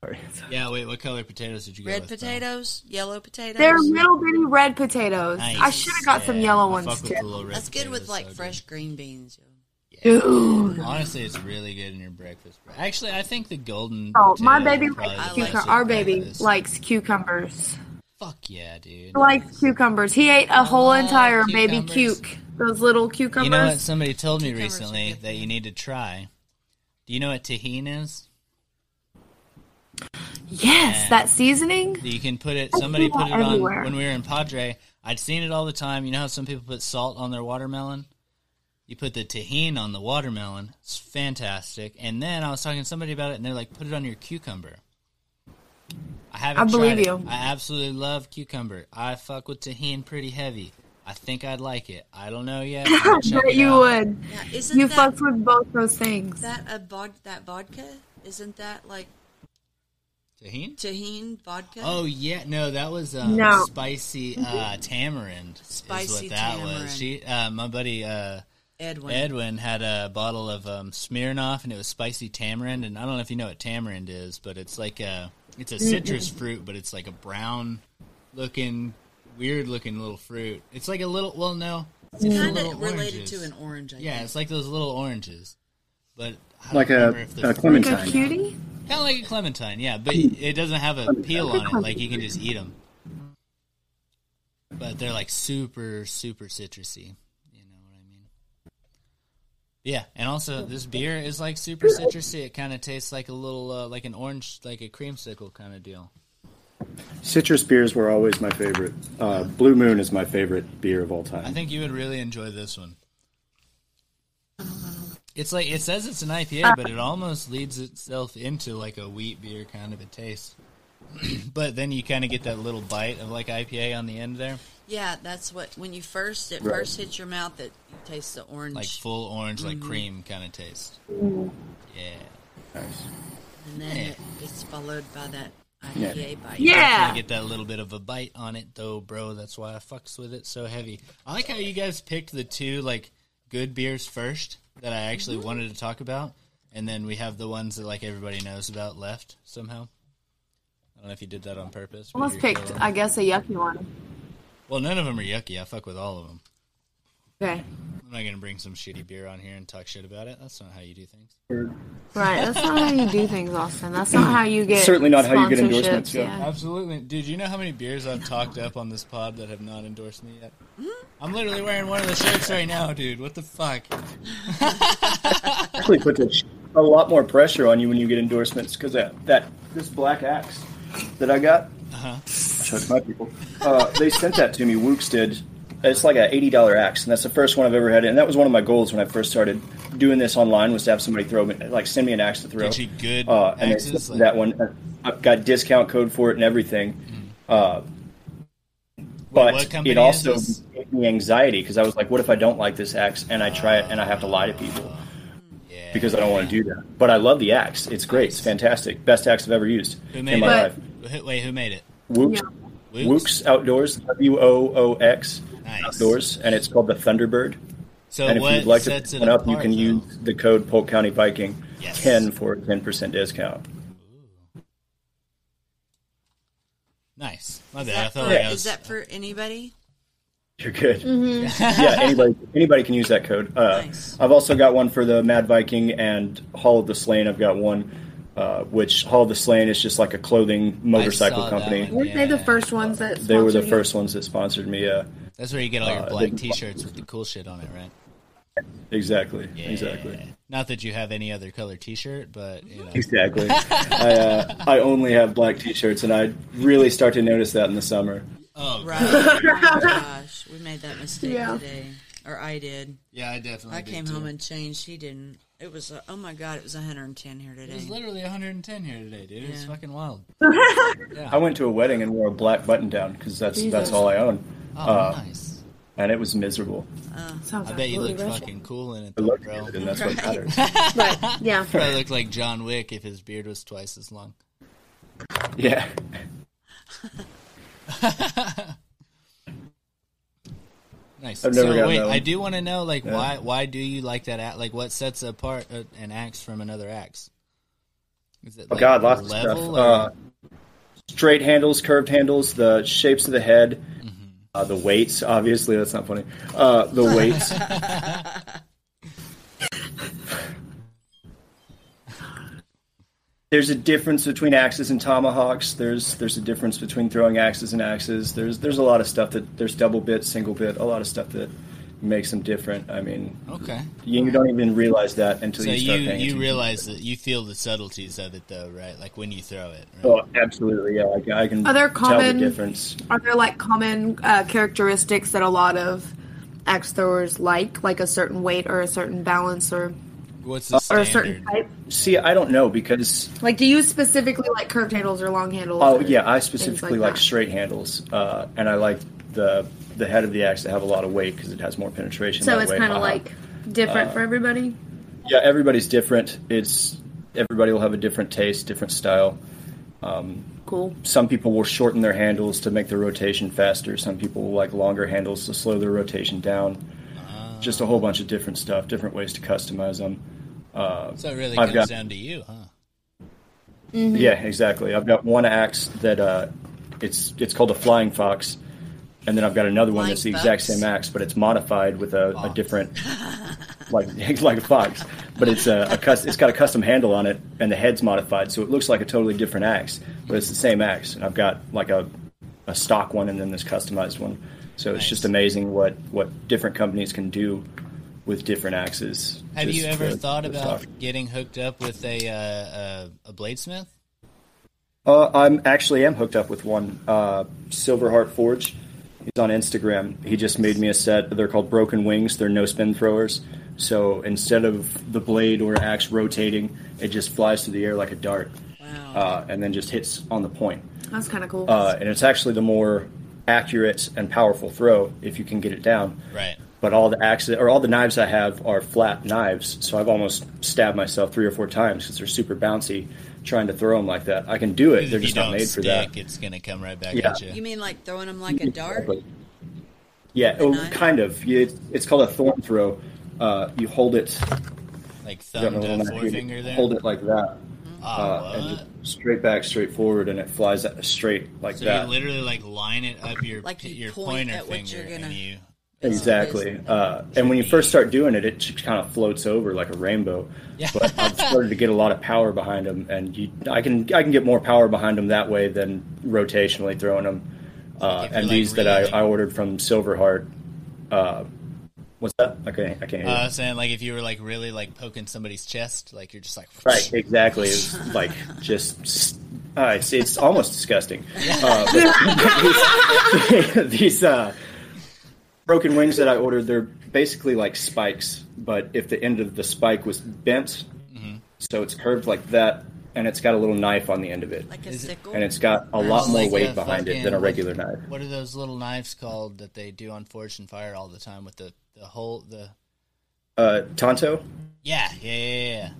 Speaker 4: Sorry.
Speaker 2: Yeah, wait, what color potatoes did you get?
Speaker 1: Red
Speaker 2: with, though?
Speaker 1: potatoes? Yellow potatoes?
Speaker 3: They're little bitty red potatoes.
Speaker 2: Nice.
Speaker 3: I should have got some
Speaker 2: Yeah,
Speaker 3: yellow
Speaker 2: I
Speaker 3: ones
Speaker 2: fuck with the
Speaker 3: too.
Speaker 2: little red
Speaker 1: That's good with
Speaker 2: potatoes,
Speaker 1: like
Speaker 2: so good.
Speaker 1: fresh green beans.
Speaker 3: Dude.
Speaker 2: Honestly, it's really good in your breakfast. bro. Actually, I think the golden.
Speaker 3: Oh, my
Speaker 2: potato
Speaker 3: baby
Speaker 2: is probably the best
Speaker 3: likes cucumber.
Speaker 2: in
Speaker 3: Our baby
Speaker 2: breakfast.
Speaker 3: likes cucumbers.
Speaker 2: Fuck yeah, dude.
Speaker 3: He likes cucumbers. He ate a whole
Speaker 2: Ah,
Speaker 3: entire baby
Speaker 2: cucumbers.
Speaker 3: cuke. Those little cucumbers.
Speaker 2: You know what somebody told me
Speaker 1: Cucumbers are
Speaker 2: recently
Speaker 1: good for
Speaker 2: that you need to try? Do you know what tahine is?
Speaker 3: Yes, that seasoning.
Speaker 2: That You can put it, somebody
Speaker 3: do
Speaker 2: put
Speaker 3: that
Speaker 2: it on
Speaker 3: everywhere.
Speaker 2: when we were in Padre. I'd seen it all the time. You know how some people put salt on their watermelon? You put the tahine on the watermelon. It's fantastic. And then I was talking to somebody about it, and they're like, put it on your cucumber. I haven't
Speaker 3: I believe
Speaker 2: tried it.
Speaker 3: you.
Speaker 2: I absolutely love cucumber. I fuck with tahine pretty heavy. I think I'd like it. I don't know yet. I'll check
Speaker 3: That
Speaker 2: it
Speaker 3: you
Speaker 2: out.
Speaker 3: would.
Speaker 1: Yeah, isn't
Speaker 3: You
Speaker 1: that
Speaker 3: fucked with both those things.
Speaker 1: that a vod- that vodka? Isn't that like
Speaker 2: Tahine?
Speaker 1: tahine vodka?
Speaker 2: Oh yeah, no, that was um,
Speaker 3: No.
Speaker 2: spicy uh, tamarind. is
Speaker 1: Spicy
Speaker 2: what that was.
Speaker 1: tamarind.
Speaker 2: She, uh, my buddy uh,
Speaker 1: Edwin.
Speaker 2: Edwin had a bottle of um, Smirnoff, and it was spicy tamarind. And I don't know if you know what tamarind is, but it's like a it's a citrus fruit, but it's like a brown looking, weird looking little fruit. It's like a little. Well, no, it's the
Speaker 1: kind
Speaker 2: little
Speaker 1: of related
Speaker 2: oranges.
Speaker 1: to an orange. I
Speaker 2: Yeah,
Speaker 1: think.
Speaker 2: it's like those little oranges, but I don't
Speaker 4: Like a-
Speaker 2: remember if the
Speaker 4: a
Speaker 2: fruit-
Speaker 4: clementine.
Speaker 3: Like a cutie?
Speaker 2: Kind of like a clementine, yeah, but it doesn't have a peel on it. Like you can just eat them. But they're like super, super citrusy. You know what I mean? Yeah, and also this beer is like super citrusy. It kind of tastes like a little, uh, like an orange, like a creamsicle kind of deal.
Speaker 4: Citrus beers were always my favorite. Uh, Blue Moon is my favorite beer of all time.
Speaker 2: I think you would really enjoy this one. It's like it says it's an IPA, but it almost leads itself into like a wheat beer kind of a taste. but then you kind of get that little bite of like IPA on the end there.
Speaker 1: Yeah, that's what when you first it
Speaker 4: Right.
Speaker 1: first hits your mouth, it you taste the orange.
Speaker 2: like full orange, like cream kind of taste. Yeah,
Speaker 4: Nice.
Speaker 1: and then it, it's followed by that IPA bite.
Speaker 2: I
Speaker 3: Yeah.
Speaker 2: get that little bit of a bite on it though, bro. That's why I fucks with it so heavy. I like how you guys picked the two like good beers first that I actually wanted to talk about, and then we have the ones that like everybody knows about left somehow. I don't know if you did that on purpose. but
Speaker 3: Almost
Speaker 2: you're
Speaker 3: picked,
Speaker 2: killing-
Speaker 3: I guess, a yucky one.
Speaker 2: well, none of them are yucky. I fuck with all of them.
Speaker 3: Okay.
Speaker 2: I'm not gonna bring some shitty beer on here and talk shit about it. That's not how you do things.
Speaker 3: Right. That's not how you do things, Austin. That's not how you get.
Speaker 4: Certainly not how you get endorsements,
Speaker 3: sponsorships,
Speaker 4: yeah.
Speaker 2: Absolutely, dude. You know how many beers I've talked up on this pod that have not endorsed me yet? I'm literally wearing one of the shirts right now, dude. What the fuck?
Speaker 4: Actually, puts a, sh- a lot more pressure on you when you get endorsements because that, that this black axe that I got.
Speaker 2: Uh-huh.
Speaker 4: I showed it to my people. Uh, they sent that to me. Wooks did. It's like an eighty dollar axe, and that's the first one I've ever had. And that was one of my goals when I first started doing this online was to have somebody throw me, like, send me an axe to throw.
Speaker 2: Did you good
Speaker 4: uh, and it's
Speaker 2: axes? Like,
Speaker 4: that one. I've got discount code for it and everything. Uh,
Speaker 2: Mm-hmm. Wait,
Speaker 4: but
Speaker 2: what company is
Speaker 4: it also
Speaker 2: this?
Speaker 4: gave me anxiety because I was like, "What if I don't like this axe and I try it and I have to lie to people
Speaker 2: yeah.
Speaker 4: because I don't want to do that?" But I love the axe; it's great, it's fantastic, best axe I've ever used
Speaker 2: who
Speaker 4: in
Speaker 2: made
Speaker 4: my
Speaker 2: it?
Speaker 4: life.
Speaker 2: Who- Wait, who made it?
Speaker 4: Wooks,
Speaker 3: Yeah.
Speaker 2: Wooks?
Speaker 4: Wooks Outdoors, W O O X
Speaker 2: Nice.
Speaker 4: Outdoors, and it's called the Thunderbird.
Speaker 2: So
Speaker 4: and if
Speaker 2: what
Speaker 4: you'd like to
Speaker 2: sets it
Speaker 4: pick one up, you
Speaker 2: apart,
Speaker 4: can
Speaker 2: though?
Speaker 4: use the code Polk County Viking
Speaker 2: Yes.
Speaker 4: ten for a ten percent discount.
Speaker 2: Nice. My
Speaker 1: Is
Speaker 2: bad. I
Speaker 1: that,
Speaker 2: felt
Speaker 1: for,
Speaker 2: like I
Speaker 1: is
Speaker 2: was.
Speaker 1: that for anybody?
Speaker 4: You're good. yeah, anybody anybody can use that code. Uh,
Speaker 1: Nice.
Speaker 4: I've also got one for the Mad Viking and Hall of the Slain. I've got one, uh, which Hall of the Slain is just like a clothing
Speaker 2: saw
Speaker 4: motorcycle
Speaker 2: that
Speaker 4: company.
Speaker 2: one.
Speaker 3: Weren't they the first ones that?
Speaker 4: They were the
Speaker 3: sponsored you?
Speaker 4: first ones that sponsored me. Uh,
Speaker 2: That's where you get all your
Speaker 4: Uh,
Speaker 2: black
Speaker 4: the-
Speaker 2: T-shirts with the cool shit on it, right?
Speaker 4: exactly,
Speaker 2: Yeah.
Speaker 4: exactly,
Speaker 2: Not that you have any other color T-shirt, but you know.
Speaker 4: exactly. I uh, I only have black T-shirts, and I really start to notice that in the summer.
Speaker 2: Oh,
Speaker 1: Right. oh my gosh, we made that mistake
Speaker 3: Yeah.
Speaker 1: today, or I did.
Speaker 2: yeah, I definitely.
Speaker 1: I
Speaker 2: did
Speaker 1: came
Speaker 2: too.
Speaker 1: home and changed. He didn't. It was uh, oh my god, it was 110 here
Speaker 2: It was
Speaker 1: today.
Speaker 2: literally 110 here today, dude. It was
Speaker 1: Yeah.
Speaker 2: fucking wild.
Speaker 4: I went to a wedding and wore a black button down because that's that's all I own,
Speaker 2: Oh,
Speaker 4: Uh,
Speaker 2: nice.
Speaker 4: and it was miserable.
Speaker 3: Sounds
Speaker 2: I bet you look
Speaker 3: absolutely right.
Speaker 2: fucking cool in it,
Speaker 4: I
Speaker 2: though,
Speaker 4: looked
Speaker 2: bro.
Speaker 4: at it, and that's what
Speaker 1: Right.
Speaker 4: matters.
Speaker 3: Yeah.
Speaker 2: Probably look like John Wick if his beard was twice as long.
Speaker 4: Yeah.
Speaker 2: Nice.
Speaker 4: I've never
Speaker 2: so
Speaker 4: gotten
Speaker 2: wait,
Speaker 4: that one.
Speaker 2: I do want to know, like, why why do you like that? Act? Like, what sets apart a, an axe from another axe? Is it
Speaker 4: Oh
Speaker 2: like,
Speaker 4: God, lots of
Speaker 2: level
Speaker 4: stuff.
Speaker 2: or-
Speaker 4: Uh, straight handles, curved handles, the shapes of the head,
Speaker 2: Mm-hmm.
Speaker 4: uh, the weights. Obviously, that's not funny. Uh, the weights. there's a difference between axes and tomahawks. There's there's a difference between throwing axes and axes. There's there's a lot of stuff that there's double bit, single bit, a lot of stuff that makes them different. I mean,
Speaker 2: Okay.
Speaker 4: you, you don't even realize that until
Speaker 2: So
Speaker 4: you start
Speaker 2: you
Speaker 4: paying
Speaker 2: you
Speaker 4: attention.
Speaker 2: realize that you feel the subtleties of it though, right? Like when you throw it. Right?
Speaker 4: Oh, absolutely. Yeah, I, can- I can
Speaker 3: Are there
Speaker 4: tell
Speaker 3: common-
Speaker 4: the difference.
Speaker 3: Are there like common uh, characteristics that a lot of axe throwers like, like a certain weight or a certain balance or
Speaker 2: What's the
Speaker 3: or a
Speaker 2: standard?
Speaker 3: certain type?
Speaker 4: See, I don't know because
Speaker 3: Like, do you specifically like curved handles or long handles?
Speaker 4: oh
Speaker 3: or
Speaker 4: yeah, I
Speaker 3: things
Speaker 4: specifically like,
Speaker 3: that?
Speaker 4: straight handles, uh, and I like the the head of the axe to have a lot of weight because it has more penetration.
Speaker 3: So
Speaker 4: that
Speaker 3: it's
Speaker 4: way.
Speaker 3: kind
Speaker 4: Uh,
Speaker 3: of like different for everybody.
Speaker 4: yeah, everybody's different. It's everybody will have a different taste, different style.
Speaker 3: Cool.
Speaker 4: Some people will shorten their handles to make their rotation faster. Some people will like longer handles to slow their rotation down. Just a whole bunch of different stuff, different ways to customize them.
Speaker 2: So it really
Speaker 4: I've
Speaker 2: comes
Speaker 4: got-
Speaker 2: down to you, huh?
Speaker 1: Mm-hmm.
Speaker 4: Yeah, exactly. I've got one axe that uh, it's it's called a flying fox, and then I've got another one
Speaker 1: Flying
Speaker 4: that's the
Speaker 1: fox?
Speaker 4: exact same axe, but it's modified with a, a different like like a fox, but it's uh, a, a cus- it's got a custom handle on it, and the head's modified, so it looks like a totally different axe, but it's the same axe. And I've got like a a stock one and then this customized one, so it's just amazing what what different companies can do with different axes.
Speaker 2: Have
Speaker 4: Just
Speaker 2: you ever
Speaker 4: the-
Speaker 2: thought
Speaker 4: the
Speaker 2: about
Speaker 4: stock.
Speaker 2: getting hooked up with a uh, a, a bladesmith?
Speaker 4: Uh, I'm actually am hooked up with one, uh, Silverheart Forge. He's on Instagram. He just made me a set. They're called Broken Wings. They're no spin throwers. So instead of the blade or axe rotating, it just flies through the air like a dart,
Speaker 1: Wow.
Speaker 4: uh, and then just hits on the point.
Speaker 3: That's kind of cool.
Speaker 4: Uh, and it's actually the more accurate and powerful throw if you can get it down.
Speaker 2: Right.
Speaker 4: But all the axes or all the knives I have are flat knives, so I've almost stabbed myself three or four times because they're super bouncy. Trying to throw them like that, I can do it.
Speaker 2: Because
Speaker 4: They're
Speaker 2: if you
Speaker 4: just not
Speaker 2: don't
Speaker 4: made
Speaker 2: stick,
Speaker 4: for that.
Speaker 2: it's gonna come right back
Speaker 4: Yeah.
Speaker 2: at you.
Speaker 1: You mean like throwing them like a dart?
Speaker 4: Exactly. Yeah,
Speaker 1: The
Speaker 4: oh,
Speaker 1: knife?
Speaker 4: kind of. Yeah, It's, it's called a thorn throw. Uh, you hold it.
Speaker 2: like
Speaker 4: you got
Speaker 2: thumb
Speaker 4: my little
Speaker 2: to
Speaker 4: knife here,
Speaker 2: forefinger there.
Speaker 4: Hold it like that, uh,
Speaker 2: Ah,
Speaker 4: and
Speaker 2: what?
Speaker 4: just straight back, straight forward, and it flies at- straight like
Speaker 2: So
Speaker 4: that.
Speaker 2: you literally like line it up your
Speaker 1: Like you
Speaker 2: your
Speaker 1: point
Speaker 2: pointer
Speaker 1: at what
Speaker 2: finger
Speaker 1: you're gonna-
Speaker 2: and you
Speaker 4: exactly. Uh, and when you first start doing it, it just kind of floats over like a rainbow.
Speaker 2: Yeah.
Speaker 4: But I've started to get a lot of power behind them, and you, I can I can get more power behind them that way than rotationally throwing them. Uh,
Speaker 2: If you're,
Speaker 4: and
Speaker 2: like,
Speaker 4: these
Speaker 2: really-
Speaker 4: that I, I ordered from Silverheart. Uh, what's that? Okay, I can't hear you.
Speaker 2: Uh, I was saying like if you were like really like poking somebody's chest, like you're just like
Speaker 4: Right, exactly. It's like just uh, it's it's almost disgusting. Uh, but these these, uh, broken wings that I ordered, they're basically like spikes, but if the end of the spike was bent,
Speaker 2: Mm-hmm.
Speaker 4: so it's curved like that, and it's got a little knife on the end of it,
Speaker 1: Like a
Speaker 2: Is it-
Speaker 1: sickle?
Speaker 4: and it's got a lot
Speaker 2: It's
Speaker 4: more
Speaker 2: like
Speaker 4: weight
Speaker 2: a
Speaker 4: behind it
Speaker 2: fucking-
Speaker 4: than a regular knife.
Speaker 2: What are those little knives called that they do on Fortune Fire all the time with the the whole the
Speaker 4: Uh, Tonto,
Speaker 2: yeah yeah yeah, yeah, yeah.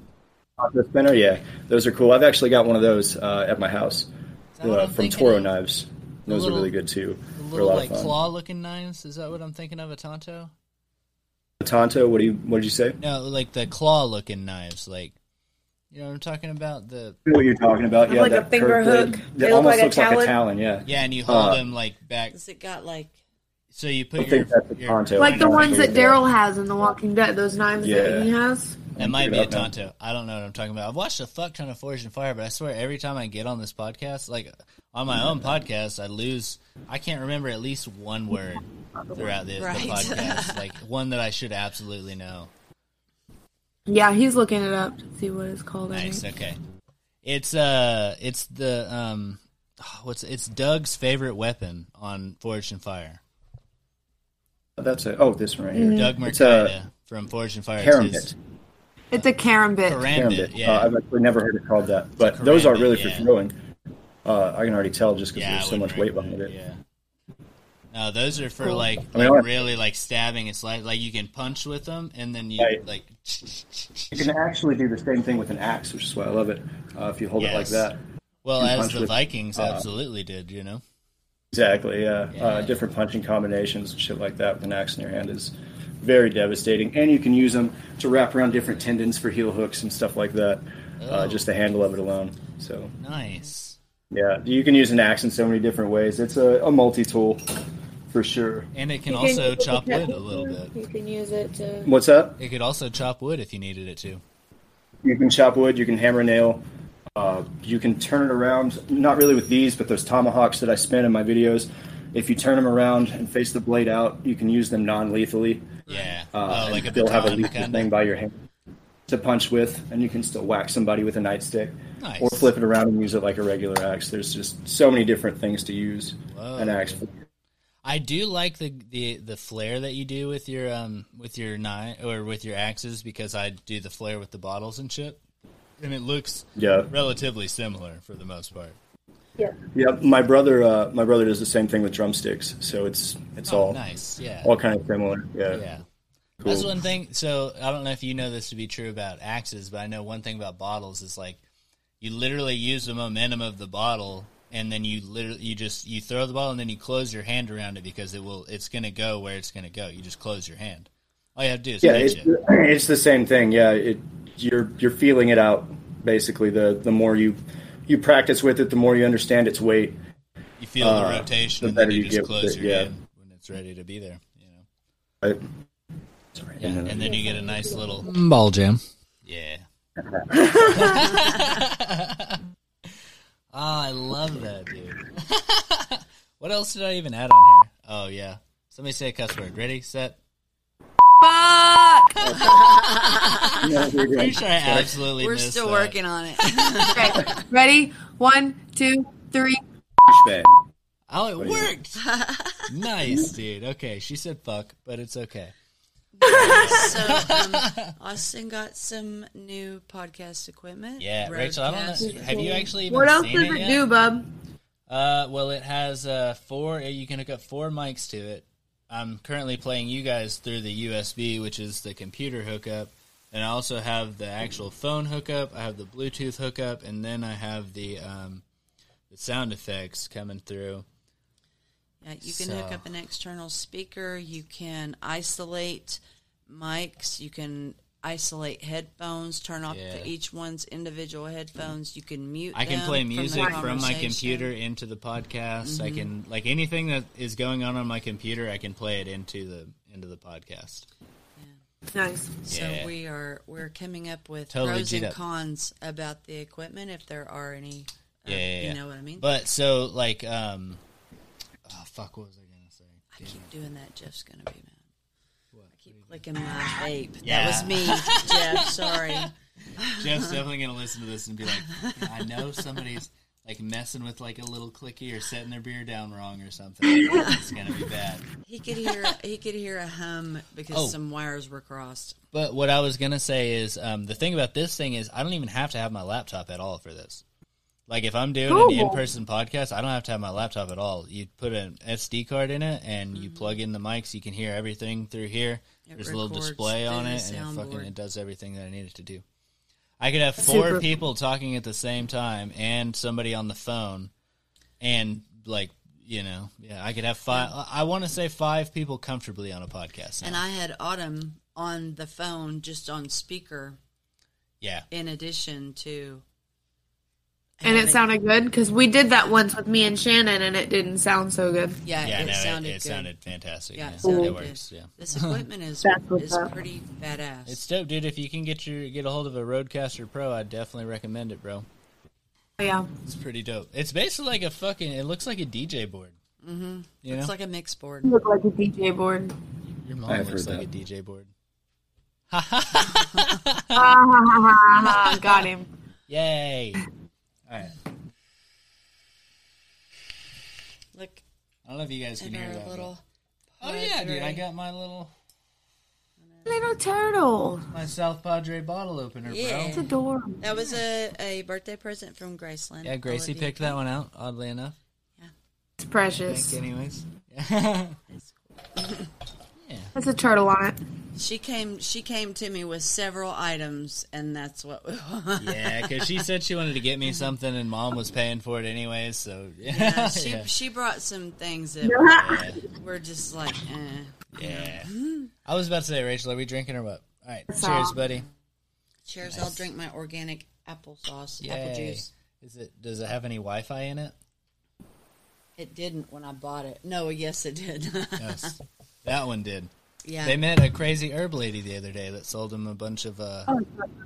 Speaker 4: Tonto spinner, yeah, those are cool. I've actually got one of those uh, at my house
Speaker 2: that what
Speaker 4: uh,
Speaker 2: I'm
Speaker 4: from
Speaker 2: thinking
Speaker 4: Toro
Speaker 2: of?
Speaker 4: knives.
Speaker 2: The
Speaker 4: Those are
Speaker 2: little-
Speaker 4: really good too.
Speaker 2: The
Speaker 4: They're a
Speaker 2: little
Speaker 4: lot
Speaker 2: like
Speaker 4: of fun.
Speaker 2: claw looking knives. Is that what I'm thinking of? A Tonto?
Speaker 4: Tonto, what do you what did you say?
Speaker 2: No, like the claw looking knives. Like you know what I'm talking about. The
Speaker 4: I know what you're talking about. Yeah,
Speaker 3: Like a
Speaker 4: that
Speaker 3: finger
Speaker 4: curved blade
Speaker 3: hook.
Speaker 4: That
Speaker 3: They look
Speaker 4: almost
Speaker 3: like a
Speaker 4: looks like a
Speaker 3: talon.
Speaker 4: talon. Yeah.
Speaker 2: yeah, and you hold
Speaker 4: Uh,
Speaker 2: them like back.
Speaker 1: Has it got like
Speaker 2: So you
Speaker 4: I
Speaker 2: put your,
Speaker 4: think that's a
Speaker 2: your
Speaker 4: Tonto.
Speaker 3: like the
Speaker 4: Yeah.
Speaker 3: ones that Daryl has in The Walking Dead, those knives
Speaker 4: Yeah.
Speaker 3: that he has.
Speaker 2: That might
Speaker 4: Pick
Speaker 2: be
Speaker 4: it
Speaker 2: a
Speaker 4: up now.
Speaker 2: Tonto. I don't know what I'm talking about. I've watched a fuck ton of Forge and Fire, but I swear every time I get on this podcast, like on my own podcast, I lose. I can't remember at least one word throughout this the
Speaker 1: Right.
Speaker 2: podcast, like one that I should absolutely know.
Speaker 3: Yeah, he's looking it up to see what it's called. I
Speaker 2: Nice.
Speaker 3: think.
Speaker 2: Okay. It's uh, it's the um, what's it's Doug's favorite weapon on Forge and Fire.
Speaker 4: That's it. Oh, this one right here.
Speaker 2: Doug
Speaker 4: It's a
Speaker 2: Mercada from Forge and Fire.
Speaker 4: harem
Speaker 2: It's his-
Speaker 4: bit.
Speaker 3: It's a karambit.
Speaker 4: Harem
Speaker 2: Karambit,
Speaker 4: bit.
Speaker 2: Yeah.
Speaker 4: Uh, I've actually never heard it called that, but those are
Speaker 2: karambit,
Speaker 4: really
Speaker 2: yeah.
Speaker 4: for throwing. Uh, I can already tell just because
Speaker 2: Yeah, I
Speaker 4: there's so
Speaker 2: wouldn't
Speaker 4: much weight
Speaker 2: recommend
Speaker 4: behind it.
Speaker 2: Yeah. No, those are for like,
Speaker 4: I mean,
Speaker 2: like
Speaker 4: I-
Speaker 2: really like stabbing. It's like like you can punch with them, and then you
Speaker 4: Right.
Speaker 2: like.
Speaker 4: You can actually do the same thing with an axe, which is why I love it. Uh, if you hold it
Speaker 2: Yes.
Speaker 4: like that.
Speaker 2: Well,
Speaker 4: can
Speaker 2: as
Speaker 4: punch
Speaker 2: the
Speaker 4: with-
Speaker 2: Vikings
Speaker 4: uh,
Speaker 2: absolutely did, you know.
Speaker 4: Exactly. Yeah.
Speaker 2: Yeah.
Speaker 4: Uh, different punching combinations and shit like that with an axe in your hand is very devastating. And you can use them to wrap around different tendons for heel hooks and stuff like that.
Speaker 2: Oh.
Speaker 4: Uh, just the handle of it alone. So
Speaker 2: Nice.
Speaker 4: yeah, you can use an axe in so many different ways. It's a, a multi tool for sure.
Speaker 2: And it can
Speaker 3: You
Speaker 2: also
Speaker 3: use it
Speaker 2: chop
Speaker 3: to cut
Speaker 2: wood a
Speaker 3: wood,
Speaker 2: little bit.
Speaker 3: You can use it to.
Speaker 4: What's up?
Speaker 2: It could also chop wood if you needed it to.
Speaker 4: You can chop wood. You can hammer nail. Uh, you can turn it around, not really with these, but those tomahawks that I spin in my videos. If you turn them around and face the blade out, you can use them non-lethally.
Speaker 2: Yeah.
Speaker 4: Uh,
Speaker 2: oh,
Speaker 4: and
Speaker 2: like a
Speaker 4: still have a
Speaker 2: baton
Speaker 4: lethal
Speaker 2: kinda?
Speaker 4: thing by your hand to punch with, and you can still whack somebody with a nightstick,
Speaker 2: Nice.
Speaker 4: or flip it around and use it like a regular axe. There's just so many different things to use an axe for.
Speaker 2: I do like the, the the flare that you do with your um with your knife or with your axes because I do the flare with the bottles and shit, and it looks
Speaker 4: Yeah.
Speaker 2: relatively similar for the most part.
Speaker 4: Yeah, my brother, uh, my brother does the same thing with drumsticks. So it's it's
Speaker 2: Oh,
Speaker 4: all
Speaker 2: nice, yeah,
Speaker 4: all kind of similar. Yeah,
Speaker 2: yeah.
Speaker 4: cool.
Speaker 2: That's one thing. So I don't know if you know this to be true about axes, but I know one thing about bottles is like you literally use the momentum of the bottle, and then you literally you just you throw the bottle, and then you close your hand around it because it will it's going to go where it's going to go. You just close your hand. All you have to do is
Speaker 4: yeah,
Speaker 2: reach
Speaker 4: it's,
Speaker 2: it.
Speaker 4: it's the same thing. Yeah, it you're you're feeling it out basically. The the more you you practice with it, the more you understand its weight.
Speaker 2: You feel
Speaker 4: Uh,
Speaker 2: the rotation,
Speaker 4: the
Speaker 2: and then
Speaker 4: better
Speaker 2: you
Speaker 4: you
Speaker 2: just
Speaker 4: get with
Speaker 2: close
Speaker 4: it,
Speaker 2: your
Speaker 4: yeah.
Speaker 2: hand when it's ready to be there. You know,
Speaker 4: Right?
Speaker 2: and then you get a nice little
Speaker 5: Ball jam.
Speaker 2: yeah. Oh, Ah, I love that, dude. what else did I even add on here? Oh yeah, somebody say a cuss word. Ready, set.
Speaker 3: Fuck.
Speaker 2: Pretty sure I absolutely
Speaker 1: We're
Speaker 2: missed
Speaker 1: still
Speaker 2: that.
Speaker 1: working on it.
Speaker 3: Okay. Ready? One, two, three.
Speaker 4: Douchebag.
Speaker 2: Oh, it worked. nice, dude. Okay, she said fuck, but it's okay.
Speaker 1: so um, Austin got some new podcast equipment.
Speaker 2: Yeah, Rachel. I don't know.
Speaker 1: Roadcast.
Speaker 2: Have you actually even
Speaker 3: What else
Speaker 2: seen
Speaker 3: does
Speaker 2: it
Speaker 3: it
Speaker 2: yet?
Speaker 3: do, bub?
Speaker 2: Uh, well, it has uh, four. You can hook up four mics to it. I'm currently playing you guys through the USB, which is the computer hookup, and I also have the actual phone hookup. I have the Bluetooth hookup, and then I have the um, the sound effects coming through.
Speaker 1: Yeah, Uh, you can hook
Speaker 2: So-
Speaker 1: up an external speaker. You can isolate mics. You can isolate headphones. Turn off
Speaker 2: Yeah.
Speaker 1: the, each one's individual headphones. You can mute.
Speaker 2: I can
Speaker 1: them
Speaker 2: play
Speaker 1: from the
Speaker 2: music from, my
Speaker 1: conversation. Mm-hmm.
Speaker 2: computer into the podcast. I can like anything that is going on on my computer. I can play it into the into the podcast.
Speaker 3: Nice.
Speaker 1: So
Speaker 2: Yeah.
Speaker 1: we are we're coming up with
Speaker 2: Totally
Speaker 1: pros
Speaker 2: G'd
Speaker 1: and
Speaker 2: up.
Speaker 1: cons about the equipment if there are any. uh,
Speaker 2: Yeah, yeah, yeah.
Speaker 1: you know what I mean.
Speaker 2: But so like, um, oh fuck, what was I gonna say?
Speaker 1: I keep doing that. Jeff's gonna be mad. I keep clicking my ape.
Speaker 2: Yeah.
Speaker 1: That was me, Jeff. Sorry.
Speaker 2: Jeff's definitely gonna listen to this and be like, I know somebody's like messing with like a little clicky or setting their beer down wrong or something. It's gonna be bad.
Speaker 1: He could hear he could hear a hum because
Speaker 2: Oh.
Speaker 1: some wires were crossed.
Speaker 2: But what I was gonna say is, um, the thing about this thing is, I don't even have to have my laptop at all for this. Like if I'm doing an
Speaker 3: Cool.
Speaker 2: in-person podcast, I don't have to have my laptop at all. You put an SD card in it, and you plug in the mics. You can hear everything through here.
Speaker 1: Mm-hmm. It
Speaker 2: There's a little
Speaker 1: records
Speaker 2: display
Speaker 1: through
Speaker 2: on
Speaker 1: the
Speaker 2: it, and it fucking
Speaker 1: soundboard.
Speaker 2: it does everything that I need it to do. I could have four
Speaker 3: Super.
Speaker 2: people talking at the same time, and somebody on the phone, and like you know, yeah, I could have five. I want to say five people comfortably on a podcast. now.
Speaker 1: And I had Autumn on the phone just on speaker
Speaker 2: yeah,
Speaker 1: in addition to
Speaker 3: And it
Speaker 1: having-
Speaker 3: sounded good because we did that once with me and Shannon, and it didn't sound so good.
Speaker 1: yeah,
Speaker 2: yeah,
Speaker 1: it
Speaker 2: no,
Speaker 1: sounded
Speaker 2: it, it
Speaker 1: good.
Speaker 2: sounded fantastic.
Speaker 1: yeah,
Speaker 2: Yeah,
Speaker 1: it sounded
Speaker 2: it
Speaker 1: good.
Speaker 2: works. Yeah,
Speaker 1: This equipment is
Speaker 3: That's what's
Speaker 1: is
Speaker 3: up.
Speaker 1: pretty badass.
Speaker 2: it's dope, dude. If you can get your get a hold of a Roadcaster Pro, I'd definitely recommend it, bro.
Speaker 3: Oh, yeah.
Speaker 2: It's pretty dope. It's basically like a fucking. It looks like a DJ board. Mm-hmm. You know,
Speaker 1: It's like a mix board.
Speaker 3: Looked like a DJ board.
Speaker 2: your mom
Speaker 4: I've
Speaker 2: looks
Speaker 4: heard
Speaker 2: like
Speaker 4: that.
Speaker 2: a DJ board.
Speaker 3: Ah, ha, ha,
Speaker 2: Uh-huh,
Speaker 3: ha, ha. Got him.
Speaker 2: Yay! All right.
Speaker 1: Look
Speaker 2: I don't know if you guys
Speaker 1: in
Speaker 2: can hear
Speaker 1: our
Speaker 2: that. but-
Speaker 1: little
Speaker 2: Oh yeah, dude! I
Speaker 1: Padre.
Speaker 2: got my little
Speaker 3: Little turtle.
Speaker 2: my South Padre bottle opener,
Speaker 1: Yeah.
Speaker 2: bro.
Speaker 3: It's adorable.
Speaker 1: That was a, a birthday present from Graceland.
Speaker 2: Yeah, Gracie
Speaker 1: Olivia
Speaker 2: picked that one out. Oddly enough,
Speaker 3: It's
Speaker 2: I think,
Speaker 3: precious.
Speaker 2: anyways.
Speaker 3: It's a turtle on it.
Speaker 1: She came. She came to me with several items, and that's what.
Speaker 2: Yeah, because she said she wanted to get me something, and mom was paying for it anyways. So
Speaker 1: Yeah,
Speaker 2: yeah,
Speaker 1: she
Speaker 2: yeah.
Speaker 1: she brought some things that were just like. Eh.
Speaker 2: Yeah. I was about to say, Rachel, are we drinking or what? All right,
Speaker 3: That's
Speaker 2: cheers,
Speaker 3: all.
Speaker 2: buddy.
Speaker 1: Cheers! I'll drink my organic applesauce, apple
Speaker 2: Yay.
Speaker 1: juice.
Speaker 2: Is it? Does it have any Wi-Fi in it?
Speaker 1: It didn't when I bought it. No, yes, it did.
Speaker 2: Yes, that one did.
Speaker 1: Yeah.
Speaker 2: They met a crazy herb lady the other day that sold them a bunch of uh,
Speaker 1: Oh,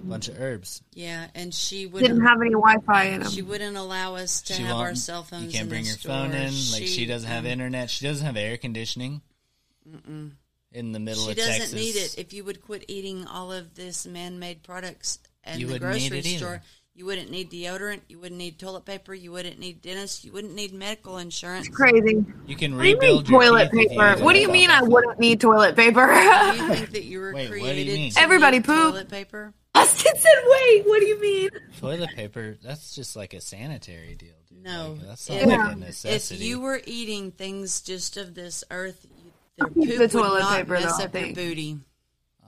Speaker 2: bunch of herbs.
Speaker 1: yeah, and she
Speaker 3: Didn't
Speaker 1: wouldn't.
Speaker 3: have any Wi-Fi in them.
Speaker 1: She wouldn't allow us to
Speaker 2: She
Speaker 1: have
Speaker 2: won't-
Speaker 1: our cell phones.
Speaker 2: You can't
Speaker 1: in
Speaker 2: bring
Speaker 1: the
Speaker 2: your phone
Speaker 1: store.
Speaker 2: in. like she doesn't have internet. She doesn't have air conditioning. In the middle
Speaker 1: She
Speaker 2: of
Speaker 1: doesn't
Speaker 2: Texas,
Speaker 1: need it. If you would quit eating all of this man-made products and
Speaker 2: You
Speaker 1: the
Speaker 2: wouldn't need
Speaker 1: grocery
Speaker 2: it either.
Speaker 1: store, you wouldn't need deodorant. You wouldn't need toilet paper. You wouldn't need dentist. You wouldn't need medical insurance.
Speaker 3: Crazy.
Speaker 2: you can
Speaker 3: What do you mean
Speaker 2: rebuild your
Speaker 3: toilet
Speaker 2: teeth if
Speaker 3: paper?
Speaker 2: use
Speaker 3: What do you
Speaker 2: alcohol.
Speaker 3: mean I wouldn't need toilet paper?
Speaker 1: Do you think that you were
Speaker 2: Wait, what do you
Speaker 1: created?
Speaker 2: mean?
Speaker 1: to
Speaker 3: Everybody
Speaker 1: need
Speaker 3: poop.
Speaker 1: Toilet paper.
Speaker 3: Austin said, "Wait, what do you mean?"
Speaker 2: Toilet paper, that's just like a sanitary deal, dude.
Speaker 1: No,
Speaker 2: Like, that's
Speaker 1: if-
Speaker 2: not like
Speaker 3: Yeah.
Speaker 2: a
Speaker 1: If
Speaker 3: If
Speaker 2: necessity.
Speaker 1: you were eating things just of this earth, you, their
Speaker 3: keep
Speaker 1: poop
Speaker 3: the
Speaker 1: would
Speaker 3: toilet
Speaker 1: not
Speaker 3: paper,
Speaker 1: mess
Speaker 3: though, I
Speaker 1: up your
Speaker 3: think.
Speaker 1: booty,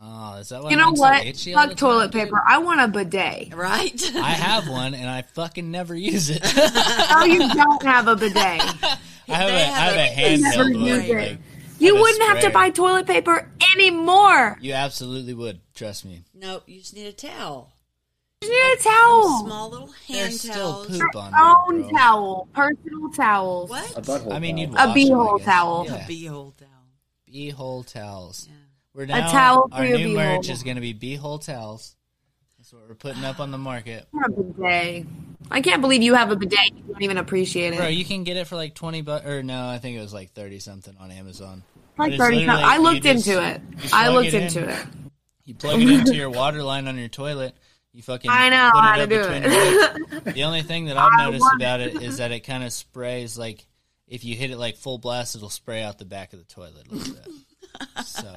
Speaker 2: oh, is that why
Speaker 3: You know
Speaker 2: mine's so
Speaker 3: what?
Speaker 2: itchy all the
Speaker 3: Fuck
Speaker 2: time,
Speaker 3: toilet
Speaker 2: dude?
Speaker 3: paper. I want a bidet.
Speaker 1: right?
Speaker 2: I have one and I fucking never use it.
Speaker 3: Oh, you don't have a bidet.
Speaker 2: I have a,
Speaker 1: They
Speaker 2: I
Speaker 1: have
Speaker 2: have a
Speaker 1: a-
Speaker 2: hand
Speaker 3: Never
Speaker 2: held one.
Speaker 3: use it.
Speaker 2: Like,
Speaker 3: You
Speaker 2: Have a
Speaker 3: wouldn't have to
Speaker 2: sprayer.
Speaker 3: buy toilet paper anymore.
Speaker 2: you absolutely would. Trust me.
Speaker 1: no, you just need a towel,
Speaker 3: You need a towel.
Speaker 1: small little hand
Speaker 2: There's still
Speaker 1: towels.
Speaker 2: poop
Speaker 3: Your
Speaker 2: on there,
Speaker 3: own
Speaker 2: bro.
Speaker 3: towel. Personal towels.
Speaker 1: What?
Speaker 4: A butthole.
Speaker 2: I mean,
Speaker 4: pal.
Speaker 2: you'd
Speaker 3: A beehole towel.
Speaker 1: A beehole towel.
Speaker 2: hole towels.
Speaker 1: Yeah.
Speaker 2: We're now,
Speaker 3: towel for
Speaker 2: our
Speaker 3: your
Speaker 2: new
Speaker 3: beehole.
Speaker 2: merch is going to be beehole towels. That's what we're putting up on the market.
Speaker 3: I want a bidet. I can't believe you have a bidet. You don't even appreciate it.
Speaker 2: Bro, you can get it for like 20 bucks, or no, I think it was like 30 something on Amazon. But
Speaker 3: like
Speaker 2: it's
Speaker 3: thirty.
Speaker 2: literally-
Speaker 3: I
Speaker 2: you
Speaker 3: looked
Speaker 2: just-
Speaker 3: into it.
Speaker 2: you
Speaker 3: I
Speaker 2: plug
Speaker 3: looked
Speaker 2: it in.
Speaker 3: into it.
Speaker 2: You plug it into your water line on your toilet. You fucking.
Speaker 3: I know
Speaker 2: put it
Speaker 3: how to
Speaker 2: up
Speaker 3: do
Speaker 2: between
Speaker 3: it.
Speaker 2: your legs. The only thing that I've
Speaker 3: I
Speaker 2: noticed
Speaker 3: want
Speaker 2: about it is that it kind of sprays like if you hit it like full blast, it'll spray out the back of the toilet like that. So,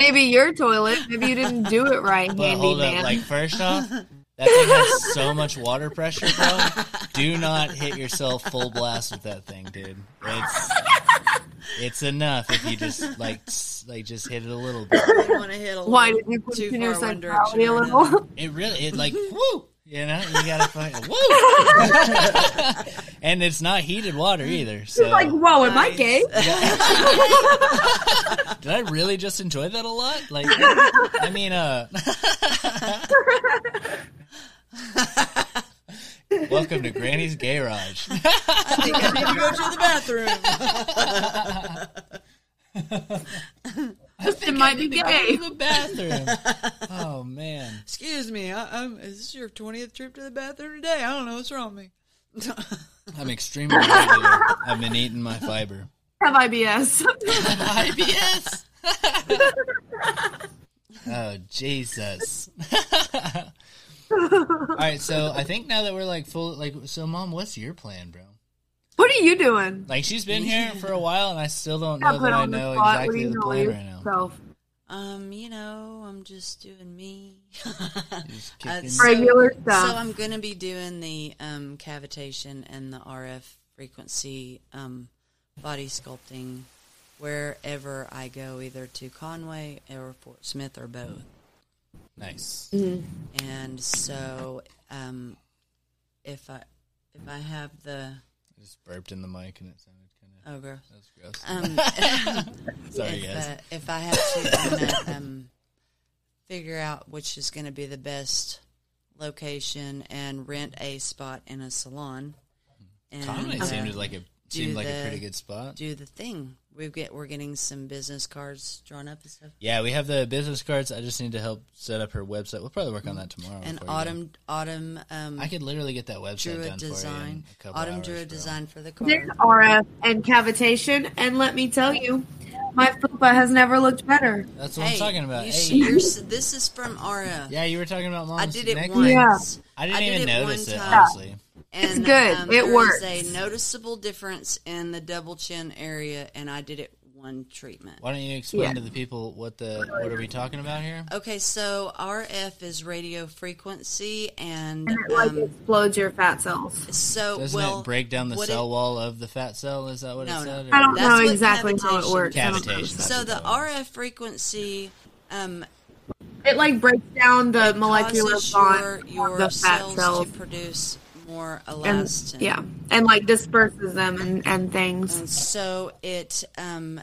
Speaker 3: maybe your toilet. Maybe you didn't do it right,
Speaker 2: but
Speaker 3: handy
Speaker 2: hold up,
Speaker 3: man.
Speaker 2: like first off, that thing has so much water pressure, bro. Do not hit yourself full blast with that thing, dude. It's it's enough if you just like s- like just hit it a little bit.
Speaker 1: You want to hit a
Speaker 3: Why
Speaker 1: little
Speaker 3: did you
Speaker 1: too
Speaker 3: question
Speaker 1: far
Speaker 3: your
Speaker 1: one
Speaker 3: sexuality
Speaker 1: direction
Speaker 3: a
Speaker 1: or
Speaker 3: little?
Speaker 2: It really, it like, woo, you know, you gotta fucking, woo. and it's not heated water either. So,
Speaker 3: like, whoa, am I gay?
Speaker 2: did I really just enjoy that a lot? Like, I mean, uh, welcome to Granny's Garage.
Speaker 1: I think I need to go to the bathroom.
Speaker 3: It might be gay.
Speaker 2: the bathroom. Oh man,
Speaker 1: Excuse me, I, I'm, is this your 20th trip to the bathroom today? I don't know what's wrong with me.
Speaker 2: I'm extremely. regular. I've been eating my fiber.
Speaker 3: Have IBS.
Speaker 2: IBS. oh Jesus! All right, so I think now that we're like full, like, so mom, what's your plan, bro?
Speaker 3: what are you doing?
Speaker 2: Like, she's been here for a while, and I still don't
Speaker 3: Got
Speaker 2: know
Speaker 3: put
Speaker 2: that I
Speaker 3: on the
Speaker 2: know
Speaker 3: spot. What do
Speaker 2: exactly
Speaker 3: you
Speaker 2: the
Speaker 3: know
Speaker 2: plan right now.
Speaker 3: yourself?
Speaker 1: Um, you know, I'm just doing me.
Speaker 2: Just
Speaker 1: Uh,
Speaker 2: kicking-
Speaker 1: so-
Speaker 3: Regular stuff.
Speaker 1: So I'm going to be doing the um, cavitation and the RF frequency um, body sculpting wherever I go, either to Conway or Fort Smith or both.
Speaker 2: nice.
Speaker 1: Mm-hmm. And so, um, if I if I have the
Speaker 2: I just burped in the mic, and it sounded kind of
Speaker 1: oh gross.
Speaker 2: that's gross.
Speaker 1: Um,
Speaker 2: Sorry,
Speaker 1: if,
Speaker 2: guys.
Speaker 1: uh, if I have to kinda, um, figure out which is going to be the best location and rent a spot in a salon, and
Speaker 2: Conway
Speaker 1: uh,
Speaker 2: seemed like a seemed like a
Speaker 1: the-
Speaker 2: pretty good spot.
Speaker 1: do the thing. We get we're getting some business cards drawn up and stuff.
Speaker 2: yeah, we have the business cards. I just need to help set up her website. We'll probably work on that tomorrow.
Speaker 1: And
Speaker 2: for you.
Speaker 1: Autumn Autumn um,
Speaker 2: I could literally get that website
Speaker 1: drew a
Speaker 2: done for you. In
Speaker 1: design.
Speaker 2: a couple
Speaker 1: Autumn
Speaker 2: hours,
Speaker 1: drew a
Speaker 2: bro.
Speaker 1: design for the
Speaker 3: There's
Speaker 1: card.
Speaker 3: RF and cavitation, and let me tell you, my fupa has never looked better.
Speaker 2: That's what I'm talking about.
Speaker 1: You,
Speaker 2: Hey.
Speaker 1: see, you're, s- this is from RF.
Speaker 2: yeah, you were talking about mom's
Speaker 1: I did it
Speaker 2: neck
Speaker 1: once.
Speaker 2: ring.
Speaker 3: Yeah.
Speaker 2: I didn't
Speaker 1: I did
Speaker 2: even
Speaker 1: it
Speaker 2: notice
Speaker 1: one
Speaker 2: it,
Speaker 1: time.
Speaker 2: honestly.
Speaker 3: It's
Speaker 1: And, um,
Speaker 3: good. It
Speaker 1: there is
Speaker 3: works.
Speaker 1: a noticeable difference in the double chin area, and I did it one treatment.
Speaker 2: Why don't you explain
Speaker 3: Yeah.
Speaker 2: to the people what the what are we talking about here?
Speaker 1: Okay, so RF is radio frequency, and,
Speaker 3: And it like
Speaker 1: um,
Speaker 3: explodes your fat cells.
Speaker 1: so
Speaker 2: Doesn't
Speaker 1: well
Speaker 2: it break down the
Speaker 1: what
Speaker 2: cell
Speaker 1: it-
Speaker 2: wall of the fat cell? Is that what
Speaker 1: No,
Speaker 2: it
Speaker 1: no.
Speaker 2: said?
Speaker 3: I don't
Speaker 1: That's
Speaker 3: know
Speaker 1: what
Speaker 3: exactly how it
Speaker 1: cavitation
Speaker 3: works. I don't know.
Speaker 2: Cavitation.
Speaker 1: So the RF frequency um,
Speaker 3: It like breaks down the molecular
Speaker 1: causes your,
Speaker 3: bond
Speaker 1: your
Speaker 3: of the fat
Speaker 1: cells,
Speaker 3: cells,
Speaker 1: to produce more
Speaker 3: and
Speaker 1: elastin.
Speaker 3: yeah, and like disperses them and, and things.
Speaker 1: And so it um,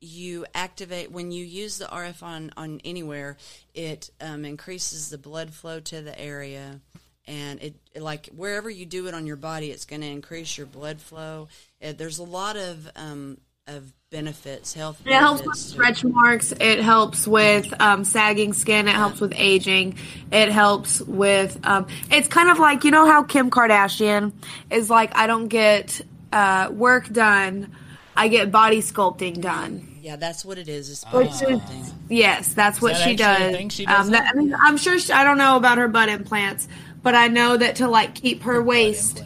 Speaker 1: you activate when you use the RF on on anywhere, it um, increases the blood flow to the area, and it like wherever you do it on your body, it's going to increase your blood flow. Uh, there's a lot of um, of benefits, health.
Speaker 3: It helps with
Speaker 1: benefits to-
Speaker 3: stretch marks. It helps with um, sagging skin. It helps with aging. It helps with. Um, it's kind of like you know how Kim Kardashian is like. I don't get uh, work done. I get body sculpting done.
Speaker 1: Yeah, that's what it is. It's
Speaker 3: Which
Speaker 1: body
Speaker 3: is
Speaker 1: sculpting.
Speaker 3: yes, that's what
Speaker 2: that
Speaker 3: she
Speaker 2: actually a
Speaker 3: does.
Speaker 2: thing she does
Speaker 3: um, that, I mean, I'm sure. She, I don't know about her butt implants, but I know that to like keep her waist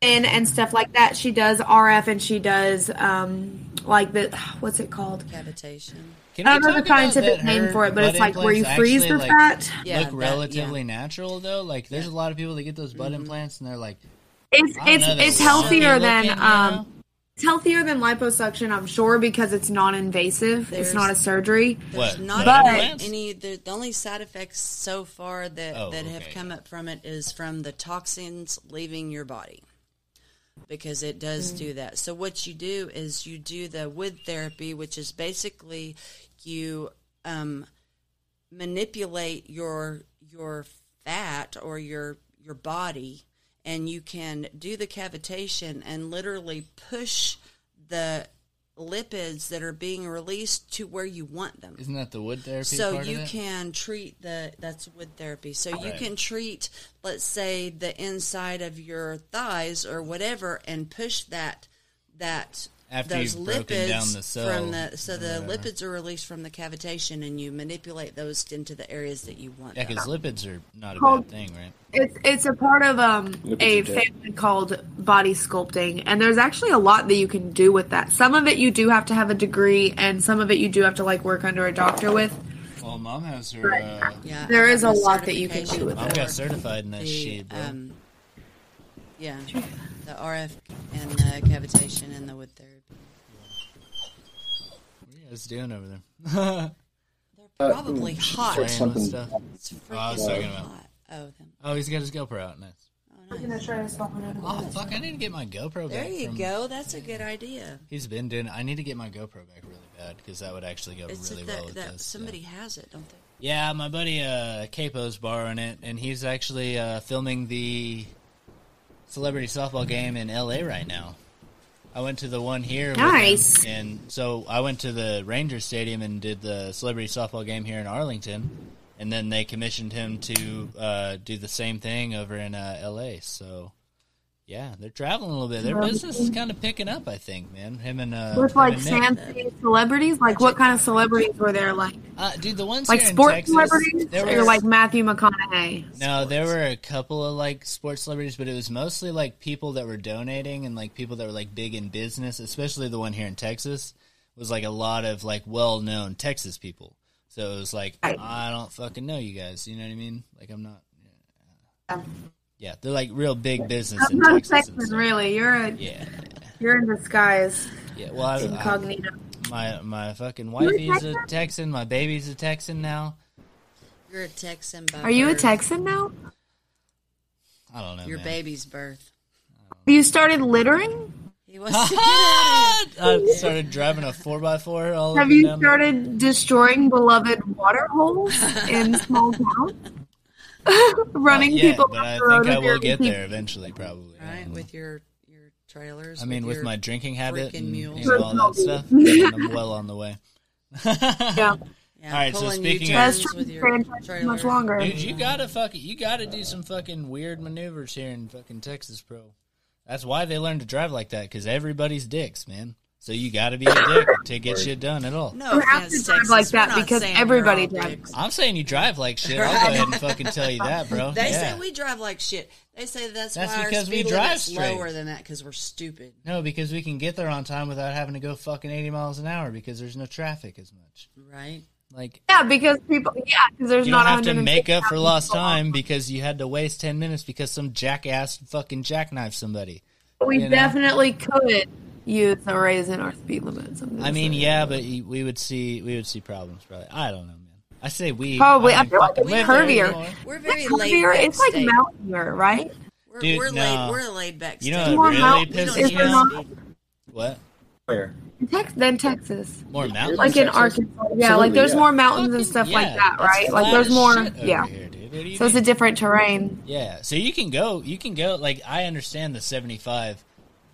Speaker 3: in and stuff like that, she does RF and she does um, like the what's it called?
Speaker 1: cavitation.
Speaker 2: Can
Speaker 3: I
Speaker 2: we
Speaker 3: don't know
Speaker 2: talk
Speaker 3: the
Speaker 2: about
Speaker 3: scientific
Speaker 2: that
Speaker 3: name
Speaker 2: her
Speaker 3: for it, but
Speaker 2: butt
Speaker 3: it's like where you
Speaker 2: implants
Speaker 3: freeze
Speaker 2: actually,
Speaker 3: the
Speaker 2: like,
Speaker 3: fat.
Speaker 1: Yeah, Mm-hmm.
Speaker 2: look
Speaker 1: that-
Speaker 2: relatively
Speaker 1: yeah.
Speaker 2: natural though. Like there's a lot of people that get those butt implants and they're like,
Speaker 3: It's
Speaker 2: I don't
Speaker 3: it's
Speaker 2: know, they're
Speaker 3: it's healthier
Speaker 2: sloppy
Speaker 3: than
Speaker 2: looking, you know?
Speaker 3: um it's healthier than liposuction, I'm sure, because it's non-invasive.
Speaker 1: There's-
Speaker 3: it's not a surgery.
Speaker 2: what?
Speaker 1: Not
Speaker 2: butt
Speaker 3: But-
Speaker 2: implants?
Speaker 1: any. The, the only side effects so far that
Speaker 2: Oh,
Speaker 1: that have
Speaker 2: okay.
Speaker 1: come up from it is from the toxins leaving your body, because it does do that. So what you do is you do the wood therapy, which is basically you um, manipulate your your fat or your your body, and you can do the cavitation and literally push the lipids that are being released to where you want them
Speaker 2: Isn't that the wood therapy?
Speaker 1: so
Speaker 2: part
Speaker 1: you
Speaker 2: of it?
Speaker 1: can treat the that's wood therapy so you
Speaker 2: Right.
Speaker 1: can treat let's say the inside of your thighs or whatever and push that that
Speaker 2: After
Speaker 1: those
Speaker 2: you've broken
Speaker 1: lipids
Speaker 2: down the
Speaker 1: from
Speaker 2: cell
Speaker 1: the so the lipids are released from the cavitation and you manipulate those into the areas that you want
Speaker 2: Yeah,
Speaker 1: them.
Speaker 2: because lipids are not a
Speaker 3: Called-
Speaker 2: bad thing, right?
Speaker 3: It's it's a part of um
Speaker 4: Look at
Speaker 3: a
Speaker 4: your dick.
Speaker 3: family called body sculpting, and there's actually a lot that you can do with that. Some of it you do have to have a degree, and some of it you do have to like work under a doctor with.
Speaker 2: Well, mom has her. Uh,
Speaker 1: yeah
Speaker 3: There
Speaker 1: I
Speaker 3: is
Speaker 1: have
Speaker 3: a lot that you can do
Speaker 1: certification
Speaker 3: with
Speaker 2: mom
Speaker 1: for
Speaker 2: got certified in that
Speaker 1: the,
Speaker 2: shit, bro.
Speaker 1: um, yeah the rf and the cavitation and the wood therapy
Speaker 2: what are you guys doing over there?
Speaker 1: they're probably hot
Speaker 2: Playing
Speaker 1: it's
Speaker 2: with
Speaker 4: Something-
Speaker 2: stuff.
Speaker 1: freaking
Speaker 2: Oh, I was talking about.
Speaker 1: hot oh them
Speaker 2: Oh, he's got his GoPro out. Nice. Oh fuck! I need to get my GoPro
Speaker 1: There
Speaker 2: back.
Speaker 1: you
Speaker 2: from-
Speaker 1: go. That's a good idea.
Speaker 2: He's been doing. I need to get my GoPro back really bad because that would actually go
Speaker 1: It's
Speaker 2: really
Speaker 1: that,
Speaker 2: well with
Speaker 1: that
Speaker 2: this.
Speaker 1: somebody has it, don't they?
Speaker 2: Yeah, my buddy uh, Capo's borrowing it, and he's actually uh, filming the celebrity softball game in LA right now. I went to the one here. with him,
Speaker 3: Nice.
Speaker 2: and so I went to the Ranger Stadium and did the celebrity softball game here in Arlington, and then they commissioned him to uh, do the same thing over in uh, LA. So. Yeah, they're traveling a little bit. Their business is kind of picking up, I think, man. Him and uh,
Speaker 3: With
Speaker 2: him
Speaker 3: like
Speaker 2: and Nick.
Speaker 3: fancy celebrities, like what kind of celebrities were there? Like
Speaker 2: uh, dude, the ones
Speaker 3: like
Speaker 2: here in
Speaker 3: sports
Speaker 2: Texas,
Speaker 3: celebrities,
Speaker 2: there
Speaker 3: or
Speaker 2: was-
Speaker 3: like Matthew McConaughey?
Speaker 2: No, there were a couple of like sports celebrities, but it was mostly like people that were donating and like people that were like big in business, especially the one here in Texas was like a lot of like well known Texas people. So it was like
Speaker 3: Right.
Speaker 2: I don't fucking know you guys, you know what I mean? Like I'm not
Speaker 3: Yeah.
Speaker 2: Yeah, they're like real big business
Speaker 3: Um, I'm
Speaker 2: in
Speaker 3: not a
Speaker 2: Texas. and
Speaker 3: Texan,
Speaker 2: stuff.
Speaker 3: really. You're a,
Speaker 2: Yeah.
Speaker 3: you're in disguise,
Speaker 2: Yeah. Well, I, I,
Speaker 3: incognito.
Speaker 2: my my fucking
Speaker 3: a
Speaker 2: wifey's a
Speaker 3: Texan?
Speaker 2: Texan, my baby's a Texan now.
Speaker 1: You're a Texan by
Speaker 3: Are you a
Speaker 1: birth.
Speaker 3: Texan now?
Speaker 2: I don't know.
Speaker 1: Your
Speaker 2: man.
Speaker 1: baby's birth.
Speaker 3: You started littering?
Speaker 1: He was.
Speaker 2: I started driving a four x four all
Speaker 3: Have
Speaker 2: over
Speaker 3: you
Speaker 2: down the-
Speaker 3: started destroying beloved water holes in small towns? Running
Speaker 2: Not yet,
Speaker 3: people
Speaker 2: but I
Speaker 3: off the road
Speaker 2: think I
Speaker 3: with your
Speaker 2: will get
Speaker 3: people-
Speaker 2: there eventually, probably.
Speaker 1: right with your your trailers.
Speaker 2: I mean, with
Speaker 1: your-
Speaker 2: my drinking habit
Speaker 1: freaking
Speaker 2: and,
Speaker 1: mules.
Speaker 2: and all that stuff, I'm well on the way.
Speaker 3: Yeah,
Speaker 1: yeah,
Speaker 2: all right, so
Speaker 1: pulling
Speaker 2: speaking of-
Speaker 1: U-turns
Speaker 3: that's true.
Speaker 1: with your
Speaker 3: Franchise much
Speaker 1: trailer.
Speaker 3: longer.
Speaker 2: Dude, you gotta fuck You gotta do some fucking weird maneuvers here in fucking Texas, bro. That's why they learn to drive like that because everybody's dicks, man. So you gotta be a dick to get shit done at all.
Speaker 1: No,
Speaker 3: You have
Speaker 1: offense,
Speaker 3: to drive
Speaker 1: Texas,
Speaker 3: like
Speaker 1: we're
Speaker 3: that
Speaker 1: not
Speaker 3: because
Speaker 1: saying you're
Speaker 3: everybody
Speaker 1: all
Speaker 3: drives.
Speaker 1: dicks.
Speaker 2: I'm saying you drive like shit. I'll go ahead and fucking tell you that, bro.
Speaker 1: They
Speaker 2: yeah.
Speaker 1: say we drive like shit. They say that's,
Speaker 2: That's
Speaker 1: why
Speaker 2: because
Speaker 1: our
Speaker 2: we
Speaker 1: speed
Speaker 2: drive
Speaker 1: limit's
Speaker 2: straight.
Speaker 1: lower than that because we're stupid.
Speaker 2: no, because we can get there on time without having to go fucking 80 miles an hour because there's no traffic as much.
Speaker 1: Right?
Speaker 2: Like,
Speaker 3: Yeah, because people. Yeah, because there's
Speaker 2: You
Speaker 3: not
Speaker 2: don't have to
Speaker 3: 150
Speaker 2: make up for lost
Speaker 3: people.
Speaker 2: time because you had to waste 10 minutes because some jackass fucking jackknifed somebody.
Speaker 3: We
Speaker 2: you know?
Speaker 3: definitely could use a raise in our speed limits. I'm gonna
Speaker 2: I mean,
Speaker 3: say.
Speaker 2: yeah, but you- we would see we would see problems probably. I don't know, man. I say we
Speaker 3: Probably. I
Speaker 2: don't
Speaker 3: feel like
Speaker 2: fucking
Speaker 3: it's
Speaker 2: live there
Speaker 3: curvier.
Speaker 2: anymore.
Speaker 1: We're
Speaker 3: It's
Speaker 1: very laid
Speaker 3: heavier,
Speaker 1: back.
Speaker 3: It's like
Speaker 1: state.
Speaker 3: mountain here, right?
Speaker 1: We're,
Speaker 2: Dude,
Speaker 1: we're
Speaker 2: no.
Speaker 1: laid. We're a laid back.
Speaker 2: You know
Speaker 1: state.
Speaker 2: what
Speaker 3: More
Speaker 2: really
Speaker 3: mountain
Speaker 2: pisses
Speaker 1: we don't
Speaker 3: is
Speaker 2: me
Speaker 1: need
Speaker 2: off?
Speaker 1: speed.
Speaker 2: What?
Speaker 4: Where?
Speaker 3: Tex- than Texas.
Speaker 2: More mountains?
Speaker 3: like in Arkansas. Yeah, like
Speaker 4: Absolutely,
Speaker 3: there's
Speaker 4: yeah.
Speaker 3: more mountains and stuff
Speaker 2: Yeah,
Speaker 3: like that,
Speaker 2: it's
Speaker 3: right? Like
Speaker 2: flat
Speaker 3: there's
Speaker 2: as
Speaker 3: more,
Speaker 2: shit over
Speaker 3: yeah.
Speaker 2: here, dude. What do you
Speaker 3: So it's a
Speaker 2: mean?
Speaker 3: different terrain.
Speaker 2: Yeah, so you can go, you can go. Like I understand the seventy-five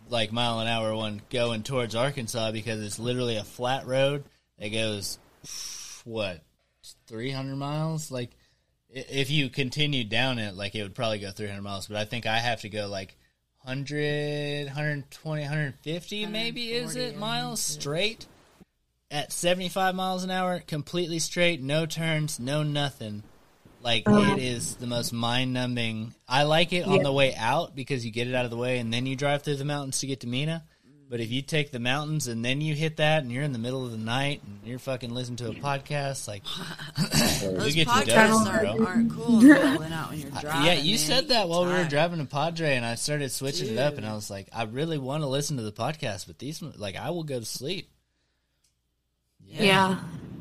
Speaker 2: like mile an hour one going towards Arkansas because it's literally a flat road that goes what 300 miles like i- if you continued down it like it would probably go 300 miles but i think i have to go like 100 120 150 maybe is it miles straight at 75 miles an hour completely straight no turns no nothing like
Speaker 1: Uh-huh.
Speaker 2: it is the most mind numbing i like it on the way out because you get it out of the way and then you drive through the mountains to get to mina but if you take the mountains and then you hit that and you're in the middle of the night and you're fucking listening to a podcast like
Speaker 1: Those
Speaker 2: get you
Speaker 1: podcasts
Speaker 2: done,
Speaker 1: aren't,
Speaker 2: bro.
Speaker 1: aren't cool until when out when you're driving.
Speaker 2: yeah, you
Speaker 1: man.
Speaker 2: said that while we were
Speaker 1: Tired.
Speaker 2: driving to Padre, and I started switching it up, and I was like, I really want to listen to the podcast, but these, like, I will go to sleep.
Speaker 3: Yeah.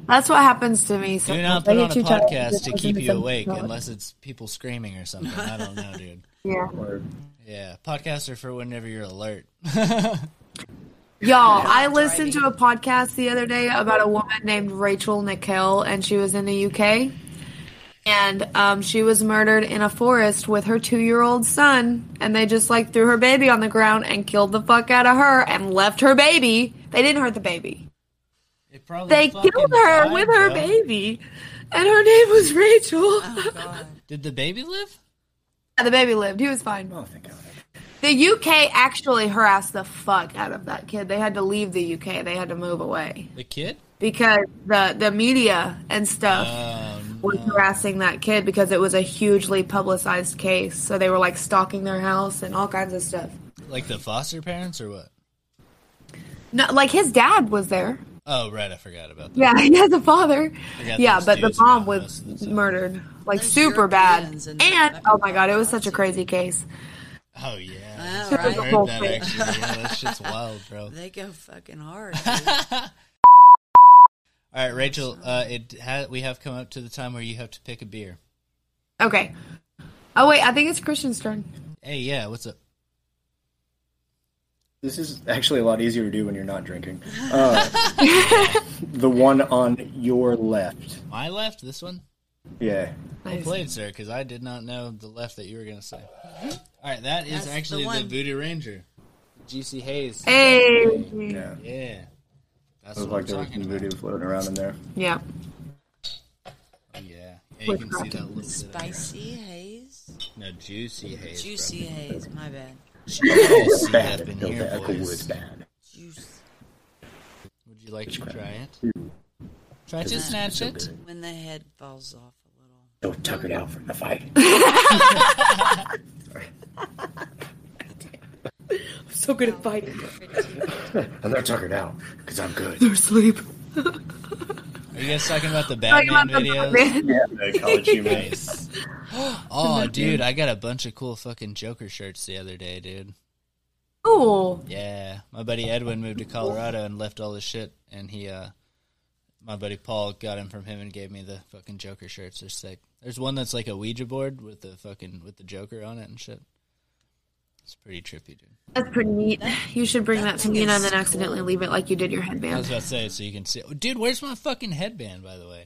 Speaker 3: That's what happens to me.
Speaker 2: Do
Speaker 3: sometimes.
Speaker 2: not put
Speaker 3: I get
Speaker 2: on a
Speaker 3: too tired
Speaker 2: podcast to
Speaker 3: listen
Speaker 2: keep you
Speaker 3: something
Speaker 2: awake
Speaker 3: else.
Speaker 2: unless it's people screaming or something. I don't know, dude.
Speaker 3: Yeah.
Speaker 4: Or-
Speaker 2: Yeah, podcasts are for whenever you're alert.
Speaker 3: Y'all, I listened to a podcast the other day about a woman named Rachel Nickel, and she was in the UK. And um, she was murdered in a forest with her two year old son. And they just like threw her baby on the ground and killed the fuck out of her and left her baby. They didn't hurt the baby,
Speaker 2: It probably
Speaker 3: they
Speaker 2: fucking
Speaker 3: killed her
Speaker 2: died,
Speaker 3: with her
Speaker 2: bro.
Speaker 3: baby. And her name was Rachel.
Speaker 2: Did the baby live?
Speaker 3: the baby lived. He was fine.
Speaker 4: oh, thank God.
Speaker 3: The UK actually harassed the fuck out of that kid. They had to leave the UK, they had to move away.
Speaker 2: The kid?
Speaker 3: because the the media and stuff
Speaker 2: Um,
Speaker 3: was harassing that kid because it was a hugely publicized case. So they were like stalking their house and all kinds of stuff.
Speaker 2: like the foster parents or what?
Speaker 3: No, like his dad was there.
Speaker 2: Oh, right, I forgot about that.
Speaker 3: Yeah, he has a father.
Speaker 2: Forgot
Speaker 3: Yeah,
Speaker 2: those
Speaker 3: but the
Speaker 2: dudes are
Speaker 3: mom
Speaker 2: not
Speaker 3: was
Speaker 2: most of the time.
Speaker 3: murdered, like
Speaker 1: Those
Speaker 3: super bad.
Speaker 1: Europeans and
Speaker 3: And,
Speaker 1: the-
Speaker 3: oh my god, it was such a crazy case.
Speaker 2: Oh, yeah.
Speaker 1: All
Speaker 2: I
Speaker 1: right.
Speaker 2: heard that, actually. Yeah, that shit's wild, bro.
Speaker 1: They go fucking hard. dude.
Speaker 2: All right, Rachel. Uh, it ha- we have come up to the time where you have to pick a beer.
Speaker 3: Okay. Oh wait, I think it's Christian's turn.
Speaker 2: Hey, yeah, what's up?
Speaker 4: This is actually a lot easier to do when you're not drinking. Uh, the one on your left.
Speaker 2: My left, this one.
Speaker 4: Yeah.
Speaker 2: Well
Speaker 3: Nice.
Speaker 2: played, sir, because I did not know the left that you were gonna say. All right, that is
Speaker 1: That's the
Speaker 2: actually the,
Speaker 1: one.
Speaker 2: Voodoo Ranger, GC Hayes.
Speaker 3: Hey.
Speaker 4: Yeah.
Speaker 2: Yeah, that's
Speaker 4: Looks
Speaker 2: what I'm
Speaker 4: like there was
Speaker 2: talking
Speaker 4: some
Speaker 2: about.
Speaker 4: voodoo floating around in there.
Speaker 3: Yeah.
Speaker 2: Oh, yeah, yeah, you can see that little bit. Of,
Speaker 1: Spicy haze,
Speaker 2: no, juicy Hayes.
Speaker 1: juicy haze. My bad.
Speaker 2: Juicy.
Speaker 4: Bad.
Speaker 2: I've been
Speaker 4: No,
Speaker 2: here,
Speaker 4: the echo
Speaker 2: boys.
Speaker 4: was bad.
Speaker 1: Juice.
Speaker 2: Would you like to try it? Try to snatch it.
Speaker 1: When the head falls off a little.
Speaker 4: Don't tuck it out from the fight.
Speaker 3: So good at fighting.
Speaker 4: I'm not tucking out because I'm good.
Speaker 3: Sleep.
Speaker 2: Are you guys talking about the
Speaker 3: Talking
Speaker 2: Batman
Speaker 3: about the
Speaker 2: videos?
Speaker 3: Batman.
Speaker 4: college humor.
Speaker 2: Nice. oh, dude, I got a bunch of cool fucking Joker shirts the other day, dude.
Speaker 3: Cool.
Speaker 2: Yeah, my buddy Edwin moved to Colorado and left all his shit, and he, uh, my buddy Paul got him from him and gave me the fucking Joker shirts. They're sick. There's one that's like a Ouija board with the fucking with the Joker on it and shit. It's pretty trippy, dude.
Speaker 3: That's pretty neat. You should bring that, to
Speaker 1: thing
Speaker 3: Mina and
Speaker 1: is
Speaker 3: then accidentally leave it like you did your
Speaker 2: I was
Speaker 3: headband.
Speaker 2: about to say so you can see. Dude, where's my fucking headband, by the way?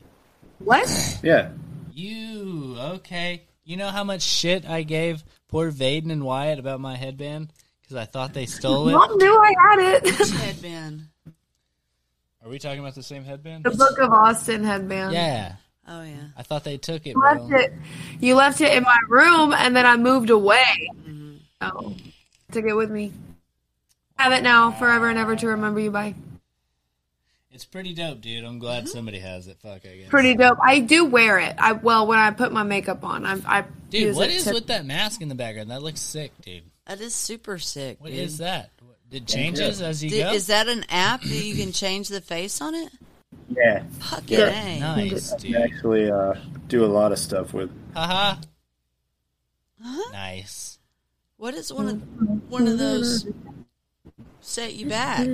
Speaker 3: What?
Speaker 4: Yeah.
Speaker 2: You okay? You know how much shit I gave poor Vaden and Wyatt about my headband because I thought they stole it.
Speaker 3: Mom knew I had it.
Speaker 1: Headband.
Speaker 2: Are we talking about the same headband?
Speaker 3: the Book of Austin headband.
Speaker 2: Yeah,
Speaker 1: Oh yeah.
Speaker 2: I thought they took it.
Speaker 3: You left
Speaker 2: bro.
Speaker 3: it. You left it in my room, and then I moved away.
Speaker 2: Mm-hmm.
Speaker 3: Oh, took it with me. Have it now, forever and ever to remember you by.
Speaker 2: It's pretty dope, dude. I'm
Speaker 1: Mm-hmm.
Speaker 2: glad somebody has it. Fuck, I guess.
Speaker 3: Pretty dope. I do wear it. I well, when I put my makeup on, I, I
Speaker 2: dude,
Speaker 3: use
Speaker 2: what
Speaker 3: it
Speaker 2: is
Speaker 3: to-
Speaker 2: with that mask in the background? That looks sick, dude.
Speaker 1: That is super sick.
Speaker 2: What is
Speaker 1: dude.
Speaker 2: that? It changes as you
Speaker 1: Did-
Speaker 2: go.
Speaker 1: Is that an app that you can change the face on it?
Speaker 4: Yeah.
Speaker 1: Fucking
Speaker 4: Yeah.
Speaker 1: A.
Speaker 2: nice,
Speaker 4: I can
Speaker 2: dude.
Speaker 4: actually uh, do a lot of stuff with.
Speaker 2: Haha.
Speaker 1: Huh?
Speaker 2: Nice.
Speaker 1: What is one of one of those set you back?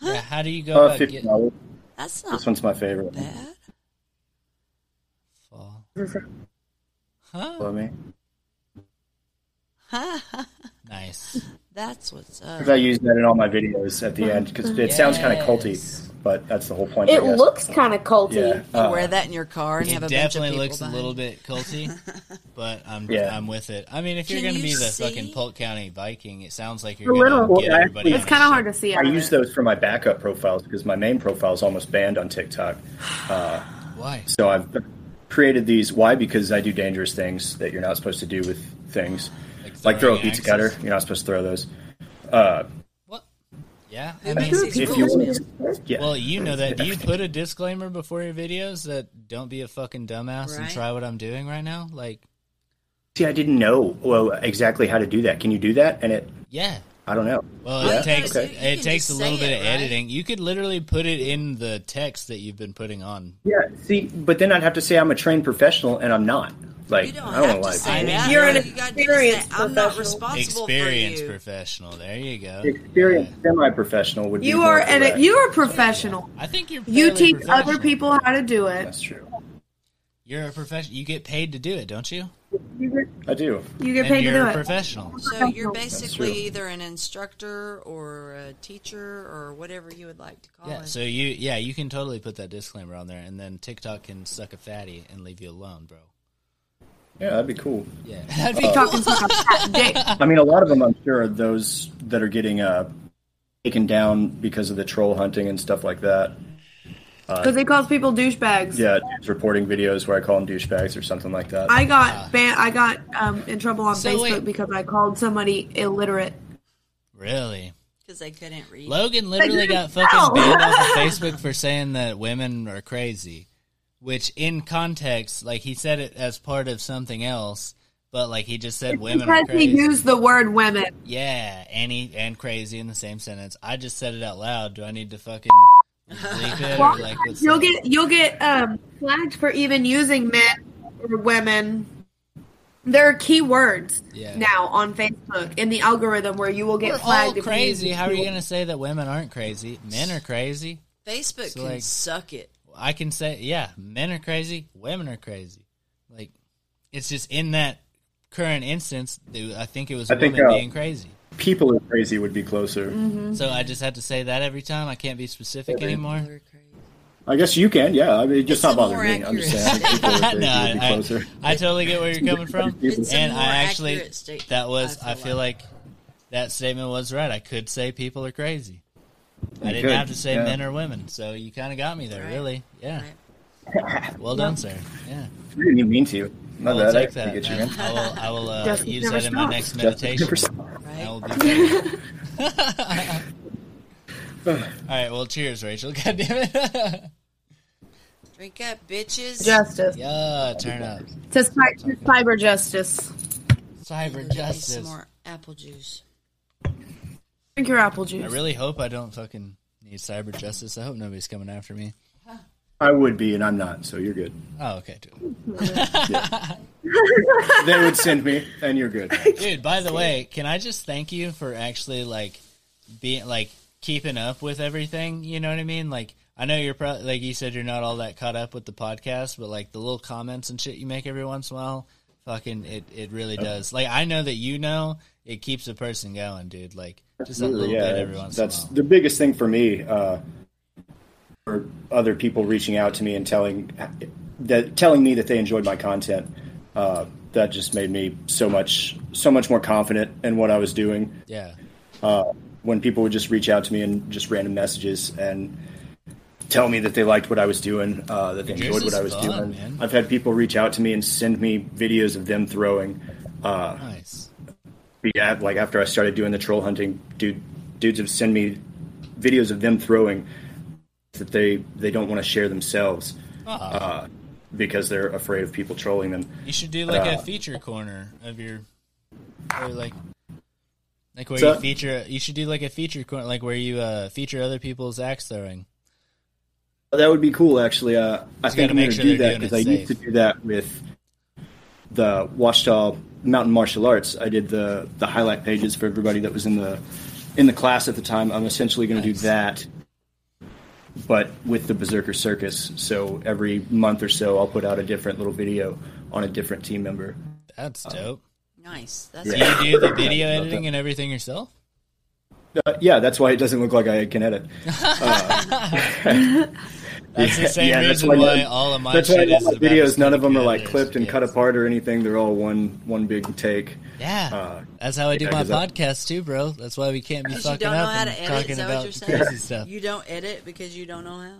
Speaker 2: Yeah, how do you go
Speaker 4: Uh,
Speaker 2: about
Speaker 4: fifty
Speaker 2: getting
Speaker 4: dollars.
Speaker 1: That's
Speaker 4: This
Speaker 1: not
Speaker 4: one's my favorite.
Speaker 1: bad.
Speaker 2: fall? Huh?
Speaker 4: Love me.
Speaker 1: Huh?
Speaker 2: Nice.
Speaker 1: That's what's up.
Speaker 4: 'Cause I use that in all my videos at the end because it sounds kind of
Speaker 2: Yes.
Speaker 4: culty, but that's the whole point.
Speaker 3: It
Speaker 4: I guess.
Speaker 3: looks kind of culty.
Speaker 4: yeah.
Speaker 1: You
Speaker 4: uh,
Speaker 1: wear that in your car and
Speaker 2: It
Speaker 1: have a bunch of
Speaker 2: definitely
Speaker 1: people
Speaker 2: looks a
Speaker 1: behind
Speaker 2: little bit culty, but I'm
Speaker 4: Yeah.
Speaker 2: I'm with it. I mean, if you're
Speaker 1: Can
Speaker 2: going to
Speaker 1: you
Speaker 2: be the
Speaker 1: see?
Speaker 2: fucking Polk County Viking, it sounds like you're
Speaker 3: A
Speaker 2: going
Speaker 3: little.
Speaker 2: to get
Speaker 4: Well, I
Speaker 2: everybody.
Speaker 4: actually-
Speaker 3: It's kind of hard to see.
Speaker 4: I
Speaker 3: out of
Speaker 4: use
Speaker 3: it.
Speaker 4: those for my backup profiles because my main profile is almost banned on TikTok.
Speaker 2: Why?
Speaker 4: So I've created these. Why? Because I do dangerous things that you're not supposed to do with things,
Speaker 2: Like
Speaker 4: like throw a
Speaker 2: throwing
Speaker 4: pizza cutter.
Speaker 2: axes?
Speaker 4: You're not supposed to throw those.
Speaker 2: What? Yeah, I
Speaker 1: Who
Speaker 2: mean,
Speaker 1: makes these
Speaker 4: If you
Speaker 1: rules,
Speaker 4: want,
Speaker 1: man?
Speaker 4: yeah.
Speaker 2: Well, you know that. Do you put a disclaimer before your videos that don't be a fucking dumbass and
Speaker 1: Right.
Speaker 2: try what I'm doing right now? Like,
Speaker 4: See, I didn't know well exactly how to do that. Can you do that? And it,
Speaker 2: yeah.
Speaker 4: I don't know.
Speaker 2: Well,
Speaker 1: Yeah.
Speaker 2: it takes
Speaker 1: Okay. You can
Speaker 2: it
Speaker 1: just
Speaker 2: takes a little
Speaker 1: say
Speaker 2: bit
Speaker 1: it,
Speaker 2: of
Speaker 1: right?
Speaker 2: editing. You could literally put it in the text that you've been putting on.
Speaker 4: Yeah. See, but then I'd have to say I'm a trained professional, and I'm not. Like,
Speaker 1: You don't
Speaker 4: I don't
Speaker 1: have
Speaker 4: know
Speaker 1: to
Speaker 4: why.
Speaker 1: say
Speaker 2: I mean,
Speaker 1: that.
Speaker 2: you're an
Speaker 1: You gotta just say,
Speaker 3: experienced
Speaker 1: I'm not
Speaker 3: professional.
Speaker 1: responsible
Speaker 2: Experience
Speaker 1: for you.
Speaker 2: professional. There you go.
Speaker 4: Experienced semi-professional would be.
Speaker 3: You
Speaker 4: more
Speaker 3: are an,
Speaker 4: correct.
Speaker 3: you are a professional.
Speaker 2: I think you're.
Speaker 3: You
Speaker 2: fairly
Speaker 3: teach other
Speaker 2: professional.
Speaker 3: people how to do it.
Speaker 4: That's true.
Speaker 2: You're a professional. You get paid to do it, don't you?
Speaker 3: You get,
Speaker 4: I do.
Speaker 3: you get
Speaker 2: and
Speaker 3: paid to
Speaker 2: you're
Speaker 3: do
Speaker 2: a
Speaker 3: it.
Speaker 2: professional.
Speaker 1: So you're
Speaker 3: That's
Speaker 1: basically
Speaker 4: true.
Speaker 1: either an instructor or a teacher or whatever you would like to call
Speaker 2: Yeah.
Speaker 1: it.
Speaker 2: So you, yeah, you can totally put that disclaimer on there, and then TikTok can suck a fatty and leave you alone, bro.
Speaker 4: Yeah, that'd be cool.
Speaker 2: Yeah, Oh, that'd be cool.
Speaker 3: Talking about that dick.
Speaker 4: I mean, a lot of them, I'm sure, are those that are getting uh, taken down because of the troll hunting and stuff like that.
Speaker 3: Because it calls people douchebags.
Speaker 4: Yeah, it's reporting videos where I call them douchebags or something like that.
Speaker 3: I got ban- I got um, in trouble on
Speaker 2: Uh, So
Speaker 3: Facebook
Speaker 2: wait.
Speaker 3: because I called somebody illiterate.
Speaker 2: Really.
Speaker 1: Because they couldn't read.
Speaker 2: Logan literally got
Speaker 3: didn't
Speaker 2: fucking
Speaker 3: know.
Speaker 2: banned off of Facebook for saying that women are crazy, which in context, like he said it as part of something else, but like he just said women are
Speaker 3: Because he
Speaker 2: crazy.
Speaker 3: used the word women.
Speaker 2: yeah, and he, and crazy in the same sentence. I just said it out loud. Do I need to fucking bleep it or like what's
Speaker 3: You'll get you'll get um, flagged for even using men or women. There are key words
Speaker 2: Yeah.
Speaker 3: now on Facebook in the algorithm where you will get
Speaker 2: We're all
Speaker 3: flagged. if you
Speaker 2: crazy.
Speaker 3: use
Speaker 2: How are you
Speaker 3: keywords.
Speaker 2: gonna say that women aren't crazy? Men are crazy.
Speaker 1: Facebook
Speaker 2: So,
Speaker 1: can
Speaker 2: like-
Speaker 1: suck it.
Speaker 2: I can say, yeah, men are crazy, women are crazy. Like, it's just in that current instance, th- I think it was
Speaker 4: I
Speaker 2: women
Speaker 4: think, uh,
Speaker 2: being crazy.
Speaker 4: People are crazy would be closer.
Speaker 3: Mm-hmm.
Speaker 2: So I just have to say that every time. I can't be specific anymore.
Speaker 1: They're crazy.
Speaker 4: I guess you can, yeah. I mean, it just
Speaker 1: It's
Speaker 4: not
Speaker 1: a
Speaker 4: bothering
Speaker 1: more
Speaker 4: me. I'm just
Speaker 1: accurate
Speaker 4: saying. People
Speaker 2: no,
Speaker 4: are crazy would be
Speaker 2: I,
Speaker 4: closer.
Speaker 2: I, I totally get where you're coming from,
Speaker 4: It's
Speaker 1: a
Speaker 2: and
Speaker 1: more
Speaker 2: I actually
Speaker 1: accurate statement,
Speaker 2: that was
Speaker 1: I
Speaker 2: I
Speaker 1: feel
Speaker 2: feel like that statement was right. I could say people are crazy. I
Speaker 4: You
Speaker 2: didn't
Speaker 4: could,
Speaker 2: have to say
Speaker 4: yeah.
Speaker 2: men or women, so you kind of got me there,
Speaker 1: Right.
Speaker 2: really. Yeah. Well done, sir. Yeah.
Speaker 4: I didn't even mean to. Not
Speaker 2: I'll
Speaker 4: that I
Speaker 2: take that.
Speaker 4: can get you,
Speaker 2: man.
Speaker 4: man.
Speaker 2: I will, I will uh,
Speaker 3: Justin
Speaker 2: use
Speaker 3: never
Speaker 2: that in my
Speaker 3: stops.
Speaker 2: next
Speaker 4: Just
Speaker 2: meditation.
Speaker 4: 100%.
Speaker 1: Right?
Speaker 2: I will be better. All right, well, cheers, Rachel. God damn it.
Speaker 1: Drink up, bitches.
Speaker 3: justice
Speaker 2: yeah, turn up.
Speaker 3: to cy- to cyber justice?
Speaker 1: Give
Speaker 2: Cyber
Speaker 1: me Some
Speaker 2: justice.
Speaker 1: more apple juice.
Speaker 3: Drink your apple juice.
Speaker 2: I really hope I don't fucking need cyber justice. I hope nobody's coming after me.
Speaker 4: I would be, and I'm not, so you're good.
Speaker 2: Oh, okay. Dude,
Speaker 4: They would send me, and you're good.
Speaker 2: dude by the way, can I just thank you for actually, like, being, like, keeping up with everything? You know what I mean? Like, I know you're probably, like you said, you're not all that caught up with the podcast, but, like, the little comments and shit you make every once in a while, fucking, it, it really does. Like, I know that you know it keeps a person going, dude. Like, just a little bit every once in a
Speaker 4: that's
Speaker 2: while.
Speaker 4: the biggest thing for me. Uh, or other people reaching out to me and telling that telling me that they enjoyed my content. Uh, that just made me so much so much more confident in what I was doing. Uh,
Speaker 2: Yeah.
Speaker 4: When people would just reach out to me and just random messages and tell me that they liked what I was doing, uh, that they
Speaker 2: Yours
Speaker 4: enjoyed what
Speaker 2: is
Speaker 4: I was
Speaker 2: fun,
Speaker 4: doing.
Speaker 2: man.
Speaker 4: I've had people reach out to me and send me videos of them throwing. Uh,
Speaker 2: Nice.
Speaker 4: yeah, like after I started doing the troll hunting, dude, dudes have sent me videos of them throwing that they they don't want to share themselves uh, because they're afraid of people trolling them.
Speaker 2: You should do like
Speaker 4: Uh,
Speaker 2: a feature corner of your, or like, like where
Speaker 4: So-
Speaker 2: you feature. You should do like a feature corner, like where you uh, feature other people's axe throwing.
Speaker 4: That would be cool, actually. Uh, I
Speaker 2: gotta
Speaker 4: think I'm
Speaker 2: make
Speaker 4: going to
Speaker 2: sure
Speaker 4: do
Speaker 2: they're
Speaker 4: that
Speaker 2: doing
Speaker 4: because
Speaker 2: it
Speaker 4: I used to
Speaker 2: safe.
Speaker 4: do that with the Washita Mountain Martial Arts. I did the the highlight pages for everybody that was in the in the class at the time. I'm essentially going to do that, but with the Berserker Circus. So every month or so, I'll put out a different little video on a different team member.
Speaker 2: That's dope.
Speaker 1: Nice. That's
Speaker 4: Yeah.
Speaker 2: You do the video editing and everything yourself?
Speaker 4: Uh, yeah, that's why it doesn't look like I can edit. Uh,
Speaker 2: That's the same
Speaker 4: that's
Speaker 2: reason
Speaker 4: why
Speaker 2: why,
Speaker 4: none-
Speaker 2: all of my
Speaker 4: That's
Speaker 2: shit
Speaker 4: why all
Speaker 2: is
Speaker 4: my
Speaker 2: about
Speaker 4: videos, none of them are
Speaker 2: sneaking
Speaker 4: like
Speaker 2: editors.
Speaker 4: clipped and
Speaker 2: Yeah.
Speaker 4: cut apart or anything. They're all one one big take.
Speaker 2: Yeah,
Speaker 4: Uh,
Speaker 2: that's how I do
Speaker 4: yeah,
Speaker 2: my
Speaker 4: 'cause I-
Speaker 2: podcast too, bro. That's why we can't be
Speaker 1: Because you
Speaker 2: fucking
Speaker 1: don't know
Speaker 2: up
Speaker 1: how
Speaker 2: and
Speaker 1: to edit.
Speaker 2: talking
Speaker 1: Is that what
Speaker 2: about
Speaker 1: you're saying?
Speaker 2: crazy stuff.
Speaker 1: You don't edit because you don't know how.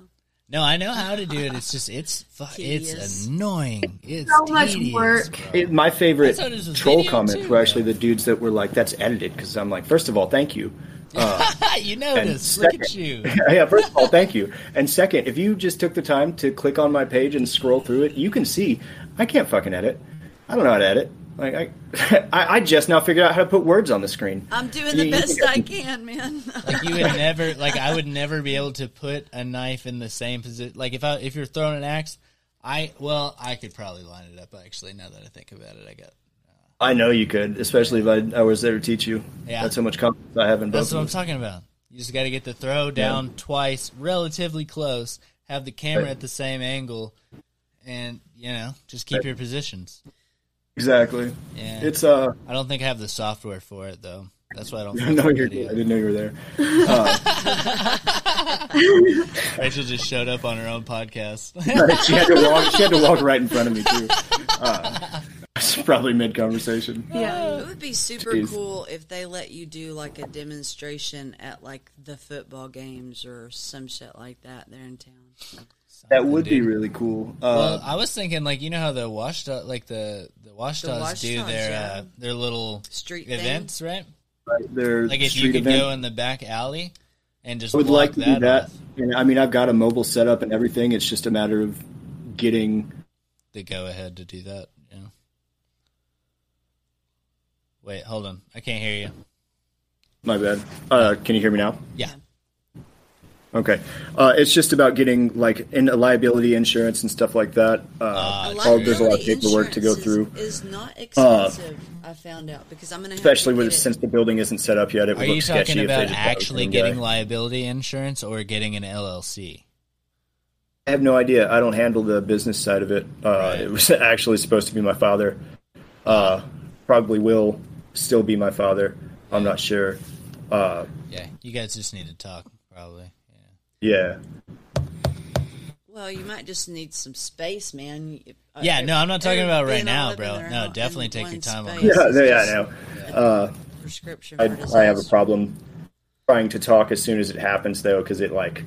Speaker 2: No, I know how to do it. It's just it's fu- it's
Speaker 1: Tedious.
Speaker 2: annoying. It's
Speaker 3: So much
Speaker 2: tedious,
Speaker 3: work.
Speaker 2: bro.
Speaker 4: It, my favorite
Speaker 2: That's how it is with
Speaker 4: troll
Speaker 2: video,
Speaker 4: comments
Speaker 2: too,
Speaker 4: were
Speaker 2: though.
Speaker 4: actually the dudes that were like, "That's edited," because I'm like, first of all, thank you.
Speaker 2: you notice.
Speaker 4: and
Speaker 2: Look at
Speaker 4: second-
Speaker 2: you.
Speaker 4: yeah, first of all, thank you. And second, if you just took the time to click on my page and scroll through it, you can see I can't fucking edit. I don't know how to edit. Like I, I, I just now figured out how to put words on the screen.
Speaker 1: I'm doing
Speaker 4: You-
Speaker 1: the
Speaker 4: you
Speaker 1: best
Speaker 4: think
Speaker 1: I can, man.
Speaker 2: Like you would never like I would never be able to put a knife in the same position. Like if I if you're throwing an axe, I well I could probably line it up actually. Now that I think about it, I got
Speaker 4: I know you could, especially if I, I was there to teach you.
Speaker 2: Yeah.
Speaker 4: That's how much confidence I have in both.
Speaker 2: That's what I'm
Speaker 4: of us.
Speaker 2: talking about. You just got to get the throw down twice, relatively close. Have the camera
Speaker 4: Right.
Speaker 2: at the same angle, and you know, just keep your positions.
Speaker 4: Exactly.
Speaker 2: Yeah.
Speaker 4: It's uh.
Speaker 2: I don't think I have the software for it though. That's why I don't.
Speaker 4: No,
Speaker 2: fucking
Speaker 4: you're. I
Speaker 2: video.
Speaker 4: didn't know you were there.
Speaker 2: Rachel just showed up on her own podcast.
Speaker 4: she had to walk. She had to walk right in front of me too. Uh, it's probably mid conversation.
Speaker 3: Yeah.
Speaker 1: It would be super
Speaker 4: Jeez.
Speaker 1: cool if they let you do like a demonstration at like the football games or some shit like that there in town.
Speaker 4: That would be really cool. Uh,
Speaker 2: well, I was thinking, like you know how the wash do- like the the wash
Speaker 1: The
Speaker 2: dogs
Speaker 1: wash
Speaker 2: do
Speaker 1: dogs,
Speaker 2: their
Speaker 1: yeah.
Speaker 2: uh, their little
Speaker 1: Street thing.
Speaker 2: events, right?
Speaker 4: right, their
Speaker 2: Like if
Speaker 4: street
Speaker 2: you could
Speaker 4: event.
Speaker 2: go in the back alley and just
Speaker 4: I would
Speaker 2: block
Speaker 4: like to
Speaker 2: that
Speaker 4: do that.
Speaker 2: off
Speaker 4: And, I mean, I've got a mobile setup and everything. It's just a matter of getting.
Speaker 2: the go ahead to do that. Yeah. Wait, hold on. I can't hear you.
Speaker 4: My bad. Uh, can you hear me now?
Speaker 2: Yeah.
Speaker 4: Okay. Uh, it's just about getting like in liability insurance and stuff like that. Uh,
Speaker 2: Ah,
Speaker 4: all- there's a lot of
Speaker 1: Liability
Speaker 4: paperwork to go
Speaker 1: insurance
Speaker 4: through, Uh,
Speaker 1: Is, is not expensive. I found out because I'm gonna have
Speaker 4: especially
Speaker 1: to
Speaker 4: with
Speaker 1: get it.
Speaker 4: since the building isn't set up yet. It
Speaker 2: Are
Speaker 4: would
Speaker 2: you
Speaker 4: look sketchy
Speaker 2: talking
Speaker 4: if they
Speaker 2: about
Speaker 4: just brought
Speaker 2: actually
Speaker 4: some
Speaker 2: getting
Speaker 4: guy.
Speaker 2: liability insurance or getting an LLC?
Speaker 4: I have no idea. I don't handle the business side of it. Uh, It was actually supposed to be my father. Uh, probably will still be my father. I'm not sure. Uh,
Speaker 2: Yeah, you guys just need to talk, probably.
Speaker 4: yeah.
Speaker 1: Well, you might just need some space, man. You-
Speaker 2: Yeah, no, I'm not talking
Speaker 1: every-
Speaker 2: about right
Speaker 1: being all
Speaker 2: now,
Speaker 1: up in
Speaker 2: bro.
Speaker 1: their
Speaker 2: No,
Speaker 1: house
Speaker 2: definitely
Speaker 1: in
Speaker 2: take your
Speaker 1: one
Speaker 2: time on
Speaker 1: space
Speaker 2: this.
Speaker 4: Yeah,
Speaker 1: is
Speaker 4: yeah, I
Speaker 1: just
Speaker 4: know.
Speaker 1: Prescription.
Speaker 4: I,
Speaker 1: for
Speaker 4: I have a
Speaker 1: disaster.
Speaker 4: problem trying to talk as soon as it happens, though, because it like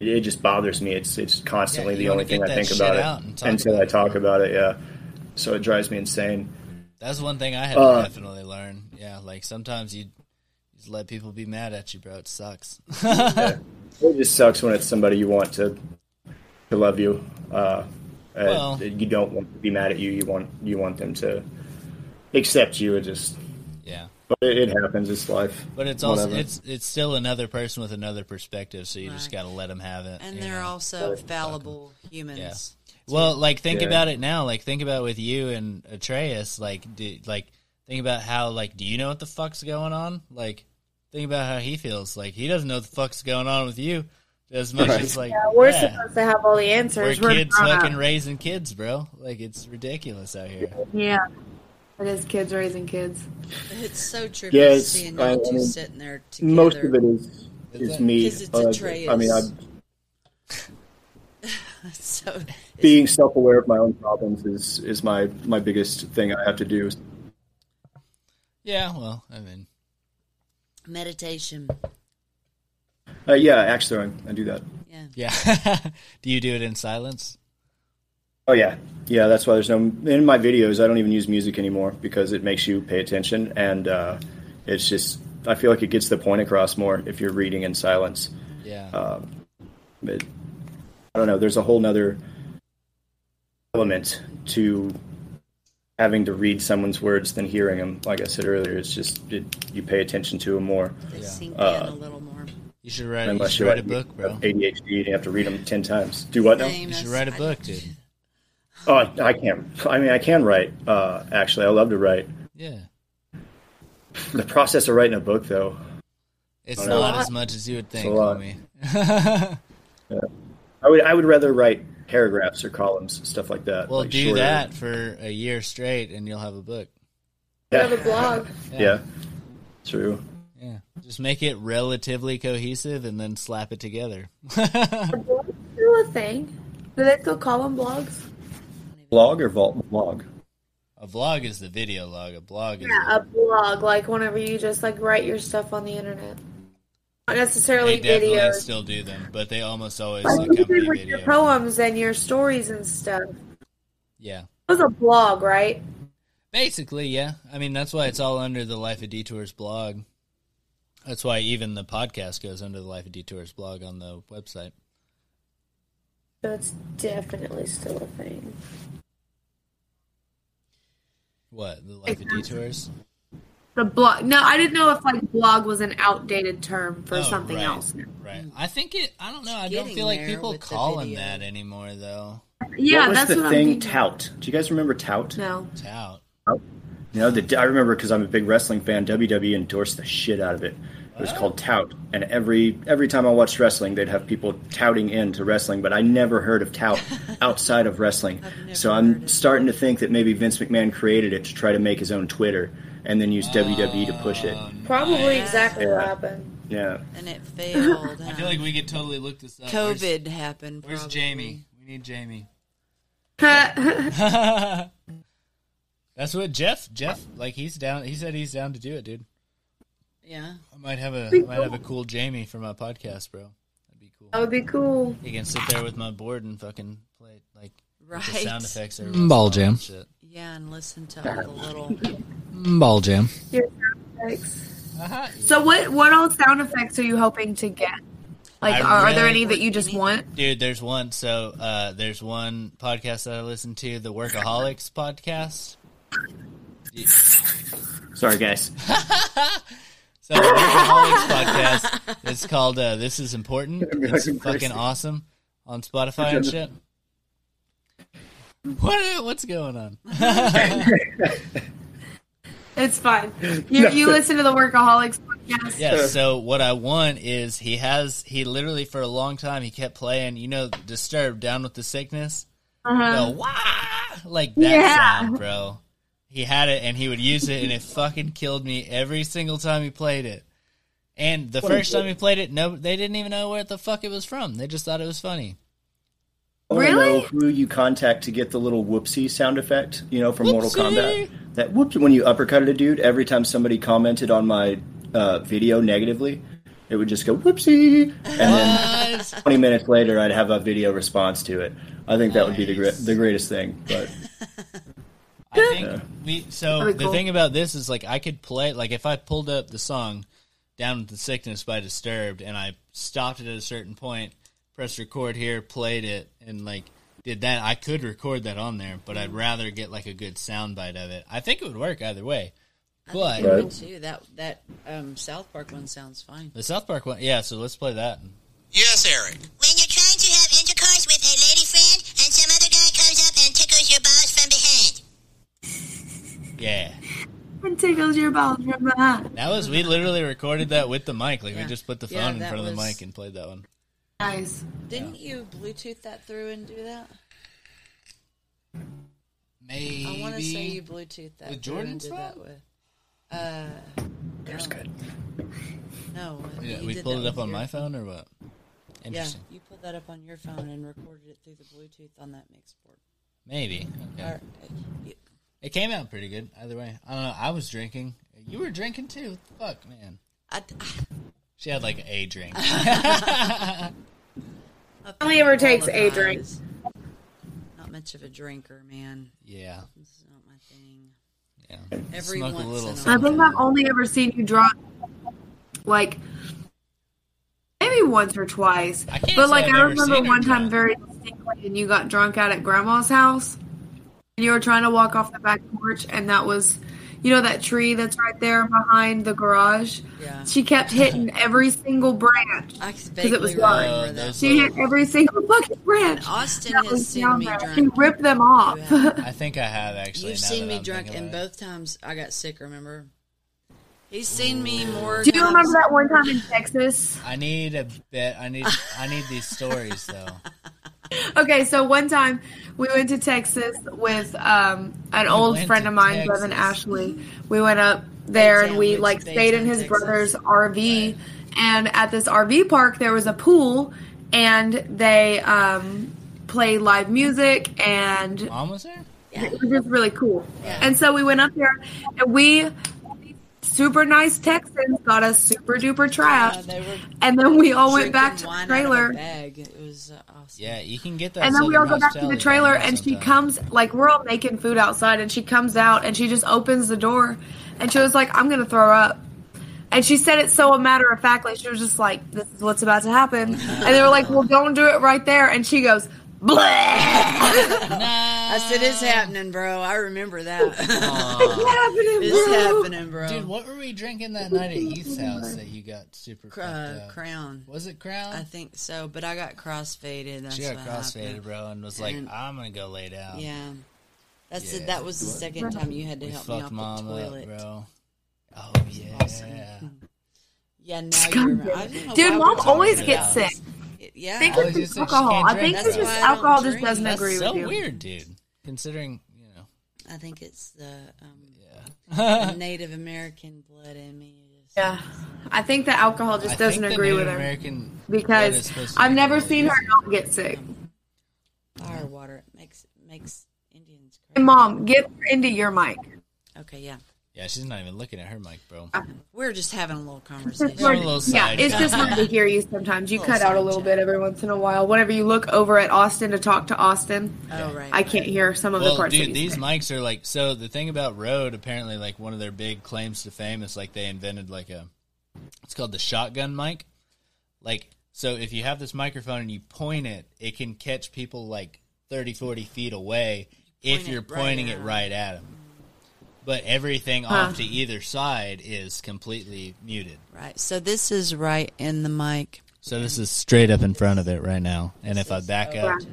Speaker 4: it, it just bothers me. It's it's constantly
Speaker 2: you
Speaker 4: the
Speaker 2: wanna
Speaker 4: only thing
Speaker 2: get
Speaker 4: I
Speaker 2: that
Speaker 4: think
Speaker 2: shit
Speaker 4: about
Speaker 2: out and
Speaker 4: it
Speaker 2: talk
Speaker 4: until
Speaker 2: about
Speaker 4: I
Speaker 2: it.
Speaker 4: talk about it. Yeah, so it drives me insane.
Speaker 2: That's one thing I had to
Speaker 4: Uh,
Speaker 2: definitely learn. Yeah, like sometimes you just let people be mad at you, bro. It sucks.
Speaker 4: It just sucks when it's somebody you want to to love you. Uh,
Speaker 2: Well-
Speaker 4: uh, you don't want to be mad at you. You want you want them to accept you. It just
Speaker 2: yeah.
Speaker 4: but it, it happens. It's life.
Speaker 2: But it's also
Speaker 4: Whatever.
Speaker 2: it's it's still another person with another perspective, so you just
Speaker 1: Right.
Speaker 2: got to let them have it.
Speaker 1: and
Speaker 2: you
Speaker 1: they're
Speaker 2: know?
Speaker 1: also fallible humans.
Speaker 2: Well, like think
Speaker 4: Yeah.
Speaker 2: about it now. Like think about with you and Atreus. Like do, like think about how like do you know what the fuck's going on? Like think about how he feels. Like he doesn't know what the fuck's going on with you as much as like
Speaker 3: Yeah, we're
Speaker 2: yeah,
Speaker 3: supposed to have all the
Speaker 2: we're
Speaker 3: answers.
Speaker 2: kids
Speaker 3: grown
Speaker 2: fucking
Speaker 3: up.
Speaker 2: raising kids, bro. Like it's ridiculous out here.
Speaker 3: Yeah. It is kids raising kids.
Speaker 1: It's so trippy
Speaker 4: Yeah, it's-
Speaker 1: seeing
Speaker 4: I-
Speaker 1: you
Speaker 4: I
Speaker 1: two
Speaker 4: mean,
Speaker 1: sitting there together.
Speaker 4: Most of it is is
Speaker 2: that-
Speaker 4: me.
Speaker 1: 'Cause it's
Speaker 4: Uh,
Speaker 1: Atreus.
Speaker 4: I mean, I,
Speaker 1: so
Speaker 4: being self aware of my own problems is is my my biggest thing I have to do.
Speaker 2: Yeah, well, I mean,
Speaker 1: meditation.
Speaker 4: Uh, yeah, axe throwing. I do that.
Speaker 1: Yeah.
Speaker 2: yeah. do you do it in silence?
Speaker 4: Oh yeah, yeah. That's why there's no in my videos. I don't even use music anymore because it makes you pay attention, and uh, it's just I feel like it gets the point across more if you're reading in silence.
Speaker 2: Yeah.
Speaker 4: Uh, But I don't know. There's a whole nother element to having to read someone's words than hearing them. Like I said earlier, it's just it, you pay attention to them more.
Speaker 1: They sink in a little more.
Speaker 2: you should write. You
Speaker 4: Unless
Speaker 2: should
Speaker 4: you're
Speaker 2: write a
Speaker 4: like
Speaker 2: book, bro.
Speaker 4: ADHD, and you have to read them ten times. Do what now?
Speaker 2: You
Speaker 1: Famous.
Speaker 2: should write a
Speaker 1: I-
Speaker 2: book, dude.
Speaker 4: Oh, I can. I mean, I can write. Uh, actually, I love to write.
Speaker 2: Yeah.
Speaker 4: The process of writing a book, though.
Speaker 2: It's not as much as you would think,
Speaker 4: lot.
Speaker 2: homie.
Speaker 4: I would I would rather write paragraphs or columns, stuff like that.
Speaker 2: Well,
Speaker 4: like
Speaker 2: do
Speaker 4: shorter-
Speaker 2: that for a year straight, and you'll have a book.
Speaker 3: have a blog.
Speaker 4: Yeah. True.
Speaker 2: Yeah. Just make it relatively cohesive and then slap it together.
Speaker 3: Blogs still a thing. Do they still call them blogs?
Speaker 4: Blog or vault blog?
Speaker 2: A vlog is the video log. A blog is
Speaker 3: Yeah, a blog, like whenever you just like write your stuff on the internet. Not
Speaker 2: they
Speaker 3: necessarily
Speaker 2: definitely
Speaker 3: videos.
Speaker 2: still do them, but they almost always
Speaker 3: I think you did
Speaker 2: accompany
Speaker 3: with your
Speaker 2: video.
Speaker 3: poems and your stories and stuff. It
Speaker 2: Yeah.
Speaker 3: was a blog, right?
Speaker 2: Basically, yeah. I mean, that's why it's all under the Life of Detours blog. That's why even the podcast goes under the Life of Detours blog on the website.
Speaker 3: So it's definitely still a thing.
Speaker 2: What? The Life of Detours?
Speaker 3: The blog. No, I didn't know if like blog was an outdated term for
Speaker 2: Oh,
Speaker 3: something
Speaker 2: right,
Speaker 3: else.
Speaker 2: Right. I think it, I don't know. I don't
Speaker 1: getting
Speaker 2: feel like
Speaker 1: there
Speaker 2: people
Speaker 1: with the
Speaker 2: call him
Speaker 1: video.
Speaker 2: that anymore, though.
Speaker 3: Yeah,
Speaker 4: what was
Speaker 3: that's
Speaker 4: the
Speaker 3: what
Speaker 4: thing?
Speaker 3: I'm thinking.
Speaker 4: tout. Do you guys remember tout?
Speaker 3: No.
Speaker 2: It's out.
Speaker 4: Oh. You know, the, I remember because I'm a big wrestling fan. WWE endorsed the shit out of it. It was called tout, and every every time I watched wrestling, they'd have people touting into wrestling, but I never heard of tout outside of wrestling. So I'm starting to think that maybe Vince McMahon created it to try to make his own Twitter, and then used WWE E to push it.
Speaker 3: Um, Probably exactly
Speaker 4: Yeah.
Speaker 3: happened.
Speaker 4: Yeah,
Speaker 1: and it failed.
Speaker 2: I feel like we could totally look this up. Where's-
Speaker 1: COVID happened.
Speaker 2: Where's,
Speaker 1: probably.
Speaker 2: Jamie? We need Jamie.
Speaker 3: I
Speaker 2: That's what Jeff. Jeff, like he's down. He said he's down to do it, dude.
Speaker 1: Yeah.
Speaker 2: I might have a might have a cool Jamie for my podcast, bro. That'd be cool.
Speaker 3: That would be cool.
Speaker 2: He can sit there with my board and fucking play like with the
Speaker 1: Right.
Speaker 2: sound effects. every
Speaker 5: Mm, Ball
Speaker 2: once in a while and
Speaker 5: jam.
Speaker 2: Shit.
Speaker 1: Yeah, and listen to all the little.
Speaker 5: Mm, Ball jam.
Speaker 3: Your sound effects. Uh-huh. So what what all sound effects are you hoping to get? Like,
Speaker 2: I
Speaker 3: are, are there
Speaker 2: really-
Speaker 3: any that you just want?
Speaker 2: Dude, there's one. So uh, there's one podcast that I listen to, the Workaholics podcast.
Speaker 4: sorry guys.
Speaker 2: So the Workaholics podcast. It's called uh, "This Is Important." It's
Speaker 4: American
Speaker 2: fucking
Speaker 4: Christy.
Speaker 2: awesome on Spotify and shit. What what's going on?
Speaker 3: It's fine. You, you listen to the Workaholics podcast.
Speaker 2: Yeah. So what I want is he has he literally for a long time he kept playing. You know, disturbed, down with the sickness.
Speaker 3: Uh-huh.
Speaker 2: The wah! like that
Speaker 3: Yeah.
Speaker 2: sound, bro. He had it and he would use it, and it fucking killed me every single time he played it. And the first time he played it, no, they didn't even know where the fuck it was from. They just thought it was funny.
Speaker 4: I want to
Speaker 3: Really?
Speaker 4: know who you contact to get the little whoopsie sound effect, you know, from Mortal
Speaker 2: Whoopsie!
Speaker 4: Kombat. That whoopsie when you uppercutted a dude, every time somebody commented on my uh, video negatively, it would just go whoopsie, and then
Speaker 2: What?
Speaker 4: 20 minutes later, I'd have a video response to it. I think that would be the gre- the greatest thing. But
Speaker 2: I think we. So
Speaker 3: That'd be
Speaker 2: the
Speaker 3: cool.
Speaker 2: thing about this is like I could play like if I pulled up the song "Down with the Sickness" by Disturbed and I stopped it at a certain point, pressed record here, played it, and like did that. I could record that on there, but I'd rather get like a good sound bite of it. I think it would work either way. But
Speaker 1: Me too. That that um, South Park one sounds fine.
Speaker 2: the South Park one, yeah. So let's play that.
Speaker 6: Yes, Eric.
Speaker 7: When you're trying to have intercourse with a lady friend and some other guy comes up and tickles your balls from behind.
Speaker 2: Yeah,
Speaker 3: And tickles your balls from behind.
Speaker 2: that was we literally recorded that with the mic. Like we
Speaker 1: Yeah.
Speaker 2: just put the phone
Speaker 1: Yeah,
Speaker 2: in
Speaker 1: that
Speaker 2: front of the
Speaker 1: was-
Speaker 2: mic and played that one.
Speaker 3: Nice.
Speaker 1: Didn't you Bluetooth that through and do that?
Speaker 2: Maybe
Speaker 1: I want to say you Bluetooth that
Speaker 2: With
Speaker 1: through and
Speaker 2: Jordan's
Speaker 1: did that with. uh,
Speaker 4: there's good.
Speaker 1: No, uh,
Speaker 2: Yeah,
Speaker 1: you
Speaker 2: we
Speaker 1: did
Speaker 2: pulled
Speaker 1: that
Speaker 2: it up
Speaker 1: with
Speaker 2: on
Speaker 1: your-
Speaker 2: my phone or what?
Speaker 1: Yeah,
Speaker 2: Interesting.
Speaker 1: you pulled that up on your phone and recorded it through the Bluetooth on that mix board.
Speaker 2: Maybe. Okay.
Speaker 1: Or, uh, you-
Speaker 2: It came out pretty good either way. I don't know. I was drinking. You were drinking too. Fuck, man.
Speaker 1: I,
Speaker 2: She had like a drink.
Speaker 1: I
Speaker 3: Only ever takes a
Speaker 1: apologize.
Speaker 3: drink.
Speaker 1: Not much of a drinker, man.
Speaker 2: yeah.
Speaker 1: This is not my thing.
Speaker 2: Yeah.
Speaker 1: Every
Speaker 2: Smoke
Speaker 1: once
Speaker 2: a little.
Speaker 1: in a
Speaker 3: I
Speaker 2: something.
Speaker 3: think I've only ever seen you draw, like, maybe once or twice.
Speaker 2: I can't
Speaker 3: But,
Speaker 2: say
Speaker 3: like,
Speaker 2: I've
Speaker 3: I
Speaker 2: ever
Speaker 3: remember
Speaker 2: seen her
Speaker 3: one time
Speaker 2: draw.
Speaker 3: very distinctly, and you got drunk out at grandma's house, and you were trying to walk off the back porch, and that was, you know, that tree that's right there behind the garage?
Speaker 1: Yeah.
Speaker 3: She kept hitting every single branch.
Speaker 1: I
Speaker 3: it was
Speaker 1: vaguely
Speaker 3: dark.
Speaker 1: remember
Speaker 2: Oh,
Speaker 1: that.
Speaker 2: those-
Speaker 3: She hit every single fucking branch.
Speaker 1: Austin
Speaker 3: that
Speaker 1: has
Speaker 3: was
Speaker 1: seen
Speaker 3: down
Speaker 1: me
Speaker 3: there. She
Speaker 1: drunk.
Speaker 3: ripped them off.
Speaker 1: You have.
Speaker 2: I think I have actually.
Speaker 1: You've
Speaker 2: now
Speaker 1: seen
Speaker 2: that
Speaker 1: me
Speaker 2: I'm
Speaker 1: drunk,
Speaker 2: thinking
Speaker 1: and
Speaker 2: about it.
Speaker 1: both times I got sick. Remember? He's seen me
Speaker 2: Mm.
Speaker 1: more.
Speaker 3: Do you
Speaker 1: times-
Speaker 3: remember that one time in Texas?
Speaker 2: I need a bit. I need. I need these stories though.
Speaker 3: Okay, so one time we went to Texas with um, an old
Speaker 2: went
Speaker 3: friend
Speaker 2: to
Speaker 3: of mine, Brevin
Speaker 2: Texas.
Speaker 3: Ashley. We went up there and
Speaker 1: Baytown,
Speaker 3: we
Speaker 1: which
Speaker 3: like
Speaker 1: is
Speaker 3: stayed in
Speaker 1: Baytown,
Speaker 3: his
Speaker 1: Texas.
Speaker 3: brother's RV. And at this RV park, there was a pool, and they um, played live music, and
Speaker 2: Mom was there?
Speaker 3: it was just really cool. And so we went up there, and we super nice Texans got us super duper
Speaker 1: Uh,
Speaker 3: trashed,
Speaker 1: they were
Speaker 3: and then we all
Speaker 1: drinking
Speaker 3: went back to the
Speaker 1: wine out of a
Speaker 3: trailer.
Speaker 1: Bag. It was uh, awesome.
Speaker 2: Yeah, you can get that.
Speaker 3: and then we all go
Speaker 2: Southern
Speaker 3: back to the
Speaker 2: hospitality
Speaker 3: trailer
Speaker 2: down
Speaker 3: and she
Speaker 2: sometime.
Speaker 3: comes like we're all making food outside and she comes out and she just opens the door and she was like i'm gonna throw up and she said it so a matter of fact like she was just like this is what's about to happen and they were like well don't do it right there and she goes Bleh!
Speaker 1: I said it's happening, bro. I remember that.
Speaker 3: It's happening,
Speaker 1: it's
Speaker 3: bro."
Speaker 1: happening, bro.
Speaker 2: Dude, what were we drinking that night at Heath's house that you got super
Speaker 1: Cr-
Speaker 2: fucked
Speaker 1: uh,
Speaker 2: up?
Speaker 1: crown.
Speaker 2: Was it Crown?
Speaker 1: I think so, but I got crossfaded. That's
Speaker 2: she got
Speaker 1: what
Speaker 2: crossfaded,
Speaker 1: happened.
Speaker 2: bro, and was like,
Speaker 1: And-
Speaker 2: "I'm gonna go lay down."
Speaker 1: Yeah, that's
Speaker 2: Um, Yeah.
Speaker 1: it. That was the second time you had to
Speaker 2: we
Speaker 1: help me
Speaker 2: fucked
Speaker 1: off
Speaker 2: mom
Speaker 1: the toilet.
Speaker 2: up, bro. Oh yeah,
Speaker 1: Yeah, now you remember. I don't know
Speaker 3: dude
Speaker 1: why
Speaker 3: mom
Speaker 1: we-
Speaker 3: always
Speaker 2: Yeah.
Speaker 3: gets sick
Speaker 1: Yeah,
Speaker 3: think
Speaker 2: Always
Speaker 3: it's
Speaker 2: gets
Speaker 3: just
Speaker 2: sick. She
Speaker 3: alcohol
Speaker 2: can't
Speaker 3: i think
Speaker 2: drink.
Speaker 3: it's
Speaker 1: That's
Speaker 3: just
Speaker 1: why I don't
Speaker 3: alcohol just
Speaker 1: drink.
Speaker 3: doesn't
Speaker 1: That's
Speaker 3: agree
Speaker 2: so
Speaker 3: with you
Speaker 2: weird, dude. Considering you know,
Speaker 1: I think it's the um,
Speaker 2: yeah,
Speaker 1: the Native American blood in me. Just-
Speaker 3: yeah i think the alcohol just doesn't agree with her
Speaker 2: American blood is supposed
Speaker 3: because
Speaker 2: to
Speaker 3: i've
Speaker 2: be
Speaker 3: never
Speaker 2: really
Speaker 3: seen her
Speaker 2: easy.
Speaker 3: not get sick
Speaker 1: Fire water it makes makes Indians
Speaker 3: Hey,
Speaker 1: crazy.
Speaker 3: mom get her into your mic
Speaker 1: Okay, yeah,
Speaker 2: Yeah, she's not even looking at her mic, bro.
Speaker 1: we're just having a little conversation.
Speaker 3: It's
Speaker 2: You're on
Speaker 3: hard-
Speaker 2: a little
Speaker 3: yeah,
Speaker 2: side
Speaker 3: it's
Speaker 2: chat.
Speaker 3: just hard to hear you sometimes. You
Speaker 1: Little
Speaker 3: cut out a
Speaker 1: side
Speaker 3: little
Speaker 1: chat.
Speaker 3: bit every once in a while. Whenever you look over at Austin to talk to Austin,
Speaker 1: oh right,
Speaker 3: I can't hear some of the
Speaker 2: Well,
Speaker 3: parts. that
Speaker 2: dude,
Speaker 3: you
Speaker 2: these
Speaker 3: say.
Speaker 2: mics are like so. The thing about Rode, apparently, like one of their big claims to fame is like they invented like a, it's called the shotgun mic. Like, so if you have this microphone and you point it, it can catch people like 30, 40 feet away if
Speaker 1: Point
Speaker 2: you're
Speaker 1: it right
Speaker 2: pointing
Speaker 1: at
Speaker 2: it
Speaker 1: 'em.
Speaker 2: right at them. But everything off to either side is completely muted.
Speaker 1: right. So this is right in the mic.
Speaker 2: So this is straight up in front of it right now. And if I back up,
Speaker 3: Yeah.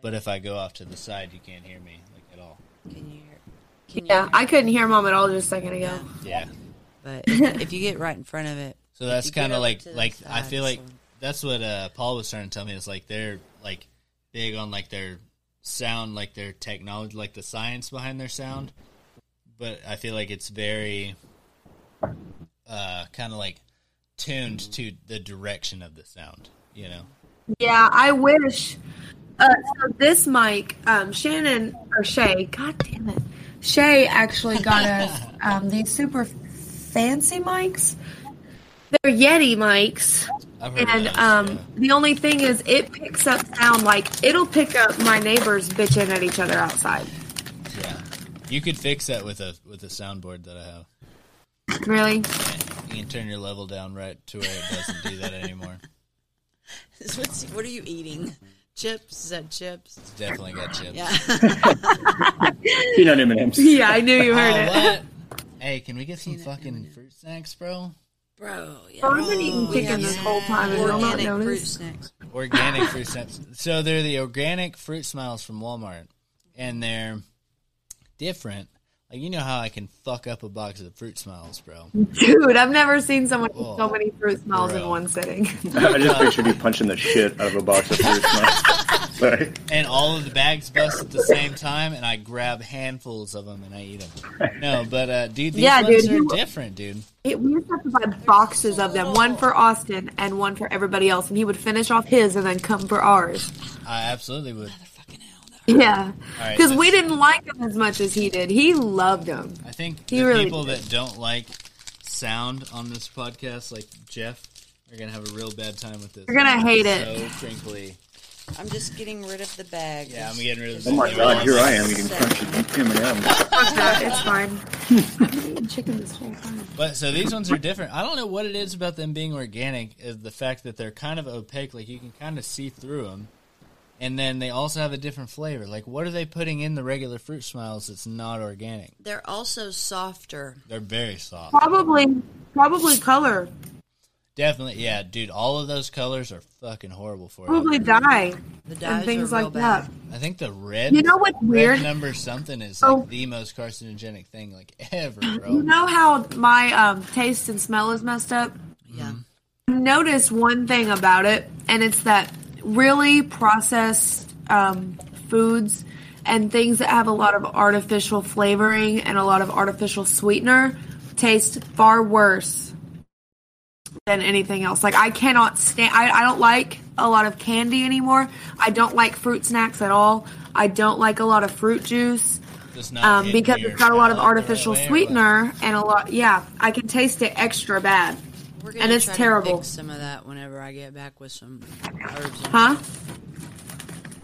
Speaker 2: but if I go off to the side, you can't hear me like at all.
Speaker 1: Can you hear? Can you
Speaker 3: yeah,
Speaker 1: hear?
Speaker 3: I couldn't hear mom at all just a second ago.
Speaker 2: Yeah.
Speaker 1: But if, if you get right in front of it,
Speaker 2: So that's
Speaker 1: you get
Speaker 2: kind of
Speaker 1: over
Speaker 2: like
Speaker 1: to the
Speaker 2: like I feel
Speaker 1: side,
Speaker 2: like
Speaker 1: so-
Speaker 2: that's what uh, Paul was trying to tell me is like they're like big on like their sound, like their technology, like the science behind their sound. But I feel like it's very uh, kind of like tuned to the direction of the sound, you know.
Speaker 3: Yeah, I wish. Uh, so this mic, um, Shannon or Shay, God damn it, Shay actually got us um, these super fancy mics. They're Yeti mics.
Speaker 2: I've heard
Speaker 3: And
Speaker 2: of those,
Speaker 3: um,
Speaker 2: yeah.
Speaker 3: the only thing is, it picks up sound like it'll pick up my neighbors bitching at each other outside.
Speaker 2: yeah, you could fix that with a with a soundboard that I have.
Speaker 3: Really?
Speaker 2: You can turn your level down right to where it doesn't do that anymore.
Speaker 1: What's, what are you eating? Chips? Is that chips?
Speaker 2: It's definitely got chips.
Speaker 1: Yeah.
Speaker 4: Peanut M&Ms.
Speaker 3: Yeah, I knew you heard
Speaker 2: Oh,
Speaker 3: it.
Speaker 2: what? Hey, can we get some fucking fruit snacks, bro?
Speaker 1: Bro, yeah.
Speaker 3: Oh, I've been eating chicken this whole time and I'm not
Speaker 1: Organic fruit
Speaker 3: noticed.
Speaker 1: snacks.
Speaker 2: Organic fruit snacks. So they're the organic fruit smiles from Walmart, and they're different. Like you know how I can fuck up a box of fruit smiles, bro.
Speaker 3: Dude, I've never seen someone eat
Speaker 2: Oh,
Speaker 3: so many fruit smells in
Speaker 2: bro.
Speaker 3: one sitting.
Speaker 4: I just pictured you punching the shit out of a box of fruit snacks. Sorry.
Speaker 2: And all of the bags bust at the same time, and I grab handfuls of them and I eat them. No, but uh, dude, these
Speaker 3: Yeah,
Speaker 2: ones
Speaker 3: dude,
Speaker 2: are
Speaker 3: you-
Speaker 2: different, dude.
Speaker 3: It, we used to have to buy boxes of them, one for Austin and one for everybody else, and he would finish off his and then come for ours.
Speaker 2: I absolutely would.
Speaker 1: Fucking hell. that-
Speaker 3: Yeah,
Speaker 2: right,
Speaker 3: because
Speaker 2: let's-
Speaker 3: we didn't like them as much as he did. He loved them.
Speaker 2: I think
Speaker 3: He
Speaker 2: the
Speaker 3: really
Speaker 2: people
Speaker 3: did.
Speaker 2: that don't like sound on this podcast, like Jeff, are gonna have a real bad time with this.
Speaker 3: You're gonna hate
Speaker 2: so
Speaker 3: it.
Speaker 2: crinkly.
Speaker 1: I'm just getting rid of the bag.
Speaker 2: Yeah, I'm getting rid of
Speaker 4: Oh my god, here I am eating crunchy M&Ms.
Speaker 3: Fuck that, it's fine. I've been eating chicken this whole time.
Speaker 2: But so these ones are different. I don't know what it is about them being organic. Is the fact that they're kind of opaque, like you can kind of see through them, and then they also have a different flavor. Like, what are they putting in the regular fruit smiles that's not organic?
Speaker 1: They're also softer.
Speaker 2: They're very soft.
Speaker 3: Probably, probably color.
Speaker 2: Definitely, yeah, dude. All of those colors are fucking horrible for you.
Speaker 3: Probably dye
Speaker 1: The dyes
Speaker 3: and things
Speaker 1: are real
Speaker 3: like
Speaker 1: bad.
Speaker 3: that.
Speaker 2: I think the red.
Speaker 3: You know what's
Speaker 2: Red
Speaker 3: weird?
Speaker 2: number something is like
Speaker 3: Oh.
Speaker 2: the most carcinogenic thing like ever,
Speaker 3: You
Speaker 2: bro.
Speaker 3: know how my um, taste and smell is messed up?
Speaker 1: Yeah.
Speaker 2: Mm-hmm.
Speaker 3: Notice one thing about it, and it's that really processed um, foods and things that have a lot of artificial flavoring and a lot of artificial sweetener taste far worse than anything else. Like I cannot stand. I, I don't like a lot of candy anymore. I don't like fruit snacks at all. I don't like a lot of fruit juice
Speaker 2: Just not
Speaker 3: um,
Speaker 2: hitting
Speaker 3: because
Speaker 2: your
Speaker 3: it's got a lot of
Speaker 2: palate the right
Speaker 3: artificial
Speaker 2: way or what?
Speaker 3: sweetener and a lot. Yeah, I can taste it extra bad.
Speaker 1: We're
Speaker 3: And it's
Speaker 1: try
Speaker 3: terrible.
Speaker 1: To fix some of that whenever I get back with some herbs. And
Speaker 3: Huh?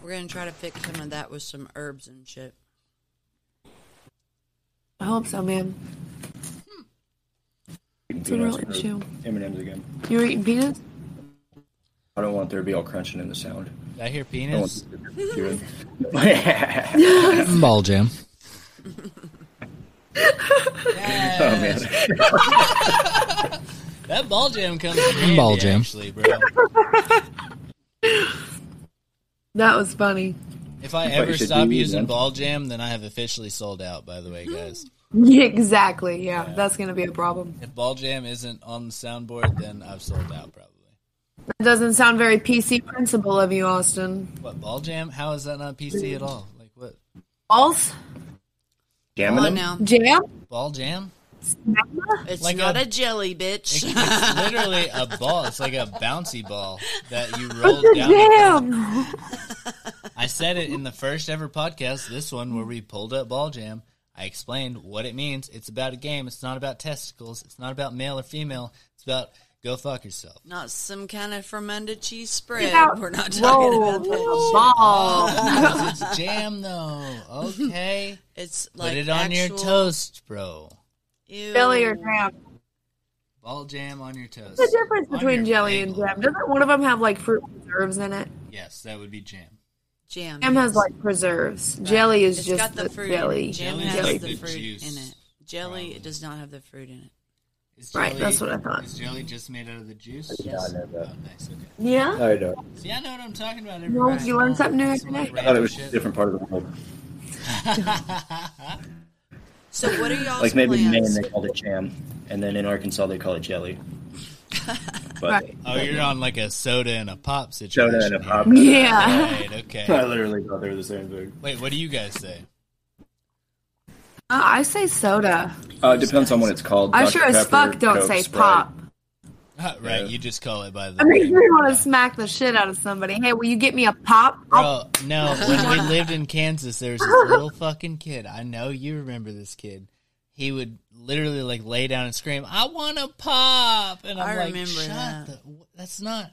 Speaker 1: We're gonna try to fix some of that with some herbs and shit.
Speaker 3: I hope so, man.
Speaker 4: It's
Speaker 3: a real issue.
Speaker 4: M&M's again.
Speaker 3: You were eating peanuts?
Speaker 4: I don't want there to be all crunching in the sound.
Speaker 2: Did I hear
Speaker 4: I don't
Speaker 2: penis?
Speaker 4: want there to be hearing.
Speaker 5: Ball jam.
Speaker 2: Yes. that ball jam comes in handy,
Speaker 5: Ball jam.
Speaker 2: actually, bro.
Speaker 3: That was funny.
Speaker 2: If I
Speaker 4: That's what
Speaker 2: ever
Speaker 4: you should
Speaker 2: stop
Speaker 4: do,
Speaker 2: using
Speaker 4: man.
Speaker 2: ball jam, then I have officially sold out, by the way, guys.
Speaker 3: Yeah, exactly. Yeah, that's gonna be a problem.
Speaker 2: If ball jam isn't on the soundboard, then I've sold out, probably.
Speaker 3: That doesn't sound very PC principle of you, Austin.
Speaker 2: What, ball jam? How is that not PC at all? Like, what?
Speaker 3: False
Speaker 1: Come
Speaker 3: Oh,
Speaker 4: Jamming
Speaker 1: on
Speaker 4: them?
Speaker 1: now,
Speaker 3: jam.
Speaker 2: Ball jam?
Speaker 1: it's
Speaker 2: Like
Speaker 1: not
Speaker 2: a-
Speaker 1: a, jelly, bitch.
Speaker 2: It's literally a ball. It's like a bouncy ball that you roll down.
Speaker 3: Jam.
Speaker 2: I said it in the first ever podcast, this one where we pulled up ball jam. I explained what it means. It's about a game. It's not about testicles. It's not about male or female. It's about go fuck yourself.
Speaker 1: not some kind of fermented cheese spread.
Speaker 3: out.
Speaker 1: We're not talking
Speaker 3: Whoa,
Speaker 1: about that.
Speaker 3: ball.
Speaker 2: it's jam though. Okay.
Speaker 1: It's like
Speaker 2: Put it on
Speaker 1: actual,
Speaker 2: your toast, bro.
Speaker 1: Ew.
Speaker 3: Jelly or jam.
Speaker 2: Ball jam on your toast.
Speaker 3: What's the difference
Speaker 2: On
Speaker 3: between
Speaker 2: your
Speaker 3: jelly and
Speaker 2: bagel.
Speaker 3: jam? Doesn't one of them have like fruit preserves in it?
Speaker 2: Yes, that would be jam.
Speaker 1: jam.
Speaker 3: Jam has like preserves. Jelly is
Speaker 1: It's
Speaker 3: just
Speaker 1: got the fruit.
Speaker 3: jelly.
Speaker 1: Jam
Speaker 2: Jelly's
Speaker 1: has
Speaker 2: like
Speaker 1: the
Speaker 2: the
Speaker 1: fruit
Speaker 2: juice,
Speaker 1: in it. Jelly
Speaker 2: probably.
Speaker 1: it does not have the fruit in it.
Speaker 2: Is
Speaker 3: Right, that's what I thought.
Speaker 2: Is jelly just made out of the juice?
Speaker 4: Yeah, I know
Speaker 2: Oh,
Speaker 4: that.
Speaker 2: nice. Okay.
Speaker 3: Yeah.
Speaker 4: I know.
Speaker 2: See, I know what I'm talking about.
Speaker 3: Well,
Speaker 2: everybody.
Speaker 3: you learn something new every
Speaker 2: Some, like,
Speaker 3: day.
Speaker 4: I thought it
Speaker 2: random
Speaker 4: was
Speaker 2: shit.
Speaker 4: a different part of the world.
Speaker 1: So what are y'all's
Speaker 4: Like maybe in Maine
Speaker 1: plans?
Speaker 4: they called it jam, and then in Arkansas they call it jelly. But
Speaker 3: Right.
Speaker 2: Oh, you're on like a soda and a pop situation.
Speaker 4: soda and a
Speaker 2: here.
Speaker 4: pop.
Speaker 3: Yeah.
Speaker 2: Right,
Speaker 4: I
Speaker 2: okay.
Speaker 4: literally thought they were the same thing.
Speaker 2: Wait, what do you guys say?
Speaker 3: Uh, I say soda.
Speaker 4: Uh, depends on what it's called.
Speaker 3: I
Speaker 4: Dr.
Speaker 3: sure as
Speaker 4: Pepper,
Speaker 3: fuck don't
Speaker 4: Coke,
Speaker 3: say
Speaker 4: Sprite.
Speaker 3: pop.
Speaker 2: Uh, right,
Speaker 4: Yeah.
Speaker 2: you just call it by the
Speaker 3: I mean,
Speaker 2: name.
Speaker 3: you want to smack the shit out of somebody. Hey, will you get me a pop? I'll
Speaker 2: Bro,
Speaker 1: Oh.
Speaker 2: no, when we lived in Kansas, there was this little fucking kid. I know you remember this kid. He would literally like lay down and scream, "I want to pop!" And I'm
Speaker 1: I
Speaker 2: like,
Speaker 1: remember
Speaker 2: "Shut
Speaker 1: that.
Speaker 2: the wh- that's not."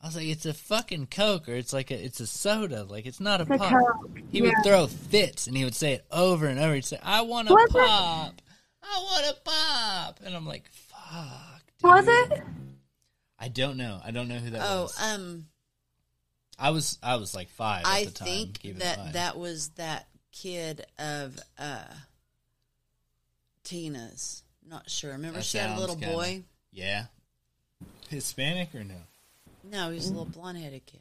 Speaker 2: I was like, "It's a fucking Coke, or it's like a it's a soda, like it's not a
Speaker 3: get a
Speaker 2: pop."
Speaker 3: Coke.
Speaker 2: He
Speaker 3: Yeah.
Speaker 2: would throw fits, and he would say it over and over. He'd say, "I want to
Speaker 3: Was it-
Speaker 2: pop, I want to pop," and I'm like, "Fuck." Dude.
Speaker 3: Was it?
Speaker 2: I don't know. I don't know who that
Speaker 1: Oh,
Speaker 2: was.
Speaker 1: um,
Speaker 2: I was I was like five.
Speaker 1: I
Speaker 2: at the time,
Speaker 1: think
Speaker 2: keep in
Speaker 1: that
Speaker 2: mind.
Speaker 1: that was that kid of uh Tina's. Not sure. Remember
Speaker 2: That
Speaker 1: she had a
Speaker 2: sounds
Speaker 1: little
Speaker 2: kinda-
Speaker 1: boy?
Speaker 2: Yeah. Hispanic or no?
Speaker 1: No, he was a little blonde headed kid.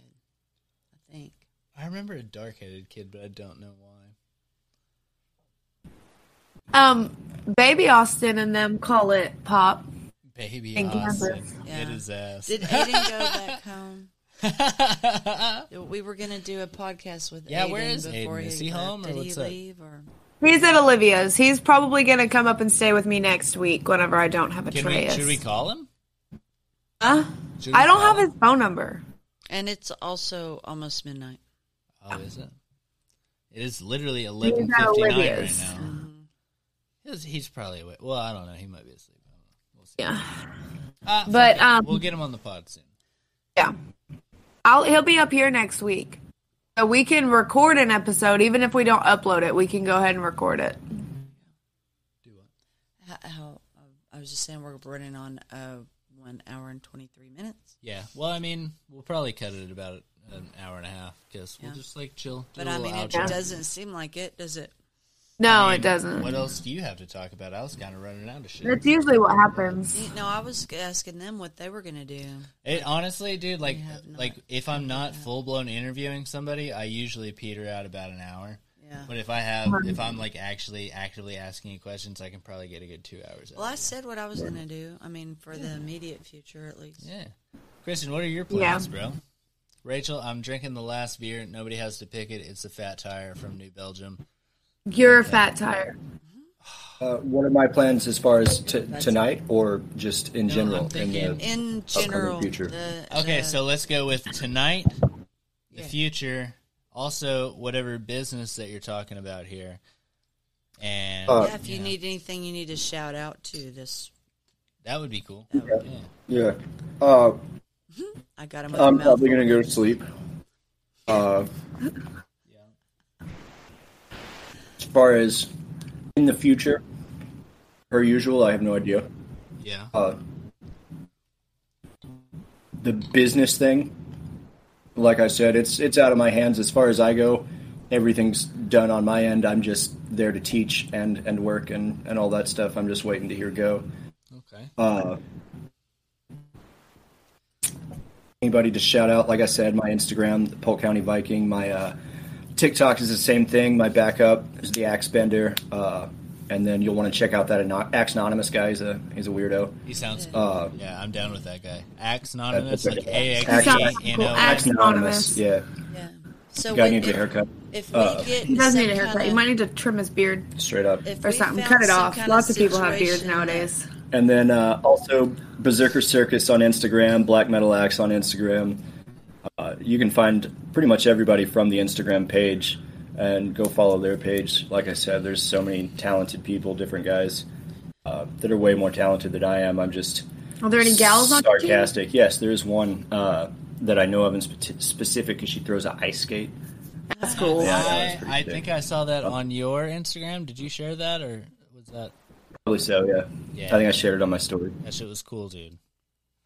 Speaker 1: I think.
Speaker 2: I remember a dark headed kid, but I don't know why.
Speaker 3: Um, baby Austin and them call it pop.
Speaker 2: Baby
Speaker 3: In
Speaker 2: Austin
Speaker 3: Kansas.
Speaker 1: Yeah.
Speaker 2: hit his ass.
Speaker 1: Did Aiden go back home?
Speaker 2: I
Speaker 1: We were gonna do a podcast with
Speaker 2: Yeah,
Speaker 1: Aiden
Speaker 2: where is
Speaker 1: before
Speaker 2: Aiden? Is he
Speaker 1: left.
Speaker 2: home or
Speaker 1: Did
Speaker 2: what's
Speaker 1: he
Speaker 2: up?
Speaker 1: leave or
Speaker 3: He's at Olivia's. He's probably gonna come up and stay with me next week whenever I don't have
Speaker 2: Can we,
Speaker 3: Atreus.
Speaker 2: should we call him?
Speaker 3: Huh?
Speaker 2: Should we
Speaker 3: I don't
Speaker 2: call
Speaker 3: have
Speaker 2: him?
Speaker 3: his phone number.
Speaker 1: and it's also almost midnight.
Speaker 2: Oh, is it? It is literally
Speaker 3: at
Speaker 2: eleven fifty nine right
Speaker 3: Olivia's.
Speaker 2: now.
Speaker 1: Mm-hmm.
Speaker 2: He's, he's probably awake. Well, I don't know. He might be asleep. I don't know. We'll see.
Speaker 3: Yeah.
Speaker 2: Ah, fuck
Speaker 3: But,
Speaker 2: it.
Speaker 3: um,
Speaker 2: we'll get him on the pod soon.
Speaker 3: Yeah. I'll he'll be up here next week. So we can record an episode even if we don't upload it. We can go ahead and record it.
Speaker 1: How, how I was just saying we're running on uh one hour and twenty three minutes.
Speaker 2: Yeah. Well, I mean, we'll probably cut it about an hour and a half because we'll just like chill. do
Speaker 1: But
Speaker 2: a
Speaker 1: I
Speaker 2: little
Speaker 1: mean it
Speaker 2: outro.
Speaker 1: doesn't seem like it, does it?
Speaker 3: No,
Speaker 2: mean,
Speaker 3: it doesn't.
Speaker 2: What else do you have to talk about? I was kind of running out of shit.
Speaker 3: That's usually what happens.
Speaker 1: You know, I was asking them what they were gonna do.
Speaker 2: It honestly, dude, like
Speaker 1: have not
Speaker 2: like if I'm not full blown interviewing somebody, I usually peter out about an hour.
Speaker 1: Yeah.
Speaker 2: But if I have, if I'm like actually actively asking you questions, I can probably get a good two hours. out.
Speaker 1: Well, I said what I was gonna do. I mean, for the immediate future, at least.
Speaker 2: yeah, Kristen, what are your plans, bro? Rachel, I'm drinking the last beer. Nobody has to pick it. It's a fat tire from New Belgium.
Speaker 3: You're a fat tire.
Speaker 4: Uh, what are my plans as far as t- tonight or just in general?
Speaker 2: I'm thinking
Speaker 4: in the-
Speaker 1: In general,
Speaker 4: future.
Speaker 1: the-
Speaker 2: Okay,
Speaker 1: the-
Speaker 2: so let's go with tonight, the
Speaker 1: Yeah.
Speaker 2: future, also whatever business that you're talking about here. And
Speaker 4: Uh,
Speaker 1: yeah, if you need anything, you need to shout out to this.
Speaker 2: that would be cool. Yeah.
Speaker 4: yeah. Uh,
Speaker 1: I got him. With
Speaker 4: I'm
Speaker 1: a mouthful.
Speaker 4: probably going to go to sleep. Uh, as far as in the future, per usual, I have no idea.
Speaker 2: Yeah.
Speaker 4: Uh, the business thing, like I said, it's it's out of my hands as far as I go. Everything's done on my end. I'm just there to teach and, and work and, and all that stuff. I'm just waiting to hear go.
Speaker 2: Okay.
Speaker 4: Uh, anybody to shout out? Like I said, my Instagram, the Polk County Viking. My uh, TikTok is the same thing. My backup is the Axe Bender. Uh, and then you'll want to check out that ano- Axe Anonymous guy. He's a he's a weirdo.
Speaker 2: He sounds cool.
Speaker 4: Uh,
Speaker 2: yeah, I'm down with that guy. Axe Anonymous,
Speaker 4: that's
Speaker 2: like
Speaker 4: okay.
Speaker 2: A X
Speaker 4: Axe-
Speaker 2: E N
Speaker 3: cool.
Speaker 2: O X.
Speaker 3: Axe Anonymous.
Speaker 4: Yeah,
Speaker 1: Yeah. So
Speaker 4: guy
Speaker 1: we-
Speaker 4: needs a
Speaker 1: if,
Speaker 4: haircut
Speaker 1: if we
Speaker 4: Uh,
Speaker 1: get
Speaker 3: He does
Speaker 1: some
Speaker 3: need a haircut.
Speaker 1: kinda-
Speaker 3: He might need to trim his beard
Speaker 4: straight up.
Speaker 1: if
Speaker 3: or
Speaker 1: we
Speaker 3: something.
Speaker 1: found
Speaker 3: Cut it
Speaker 1: some
Speaker 3: off.
Speaker 1: kinda
Speaker 3: Lots of people have beards
Speaker 1: situation that-
Speaker 3: nowadays.
Speaker 4: And then uh, also Berserker Circus on Instagram, Black Metal Axe on Instagram. Uh, you can find pretty much everybody from the Instagram page and go follow their page. Like I said, there's so many talented people, different guys uh, that are way more talented than I am. I'm just
Speaker 3: Are there any gals on your team?
Speaker 4: sarcastic. Yes, there is one uh, that I know of in spe- specific because she throws an ice skate.
Speaker 3: That's cool.
Speaker 2: I,
Speaker 4: pretty
Speaker 2: I
Speaker 4: sick.
Speaker 2: think I saw that
Speaker 4: Uh-huh.
Speaker 2: on your Instagram. Did you share that or was that
Speaker 4: Probably so. Yeah.
Speaker 2: Yeah.
Speaker 4: I think I shared it on my story.
Speaker 2: that shit was cool, dude?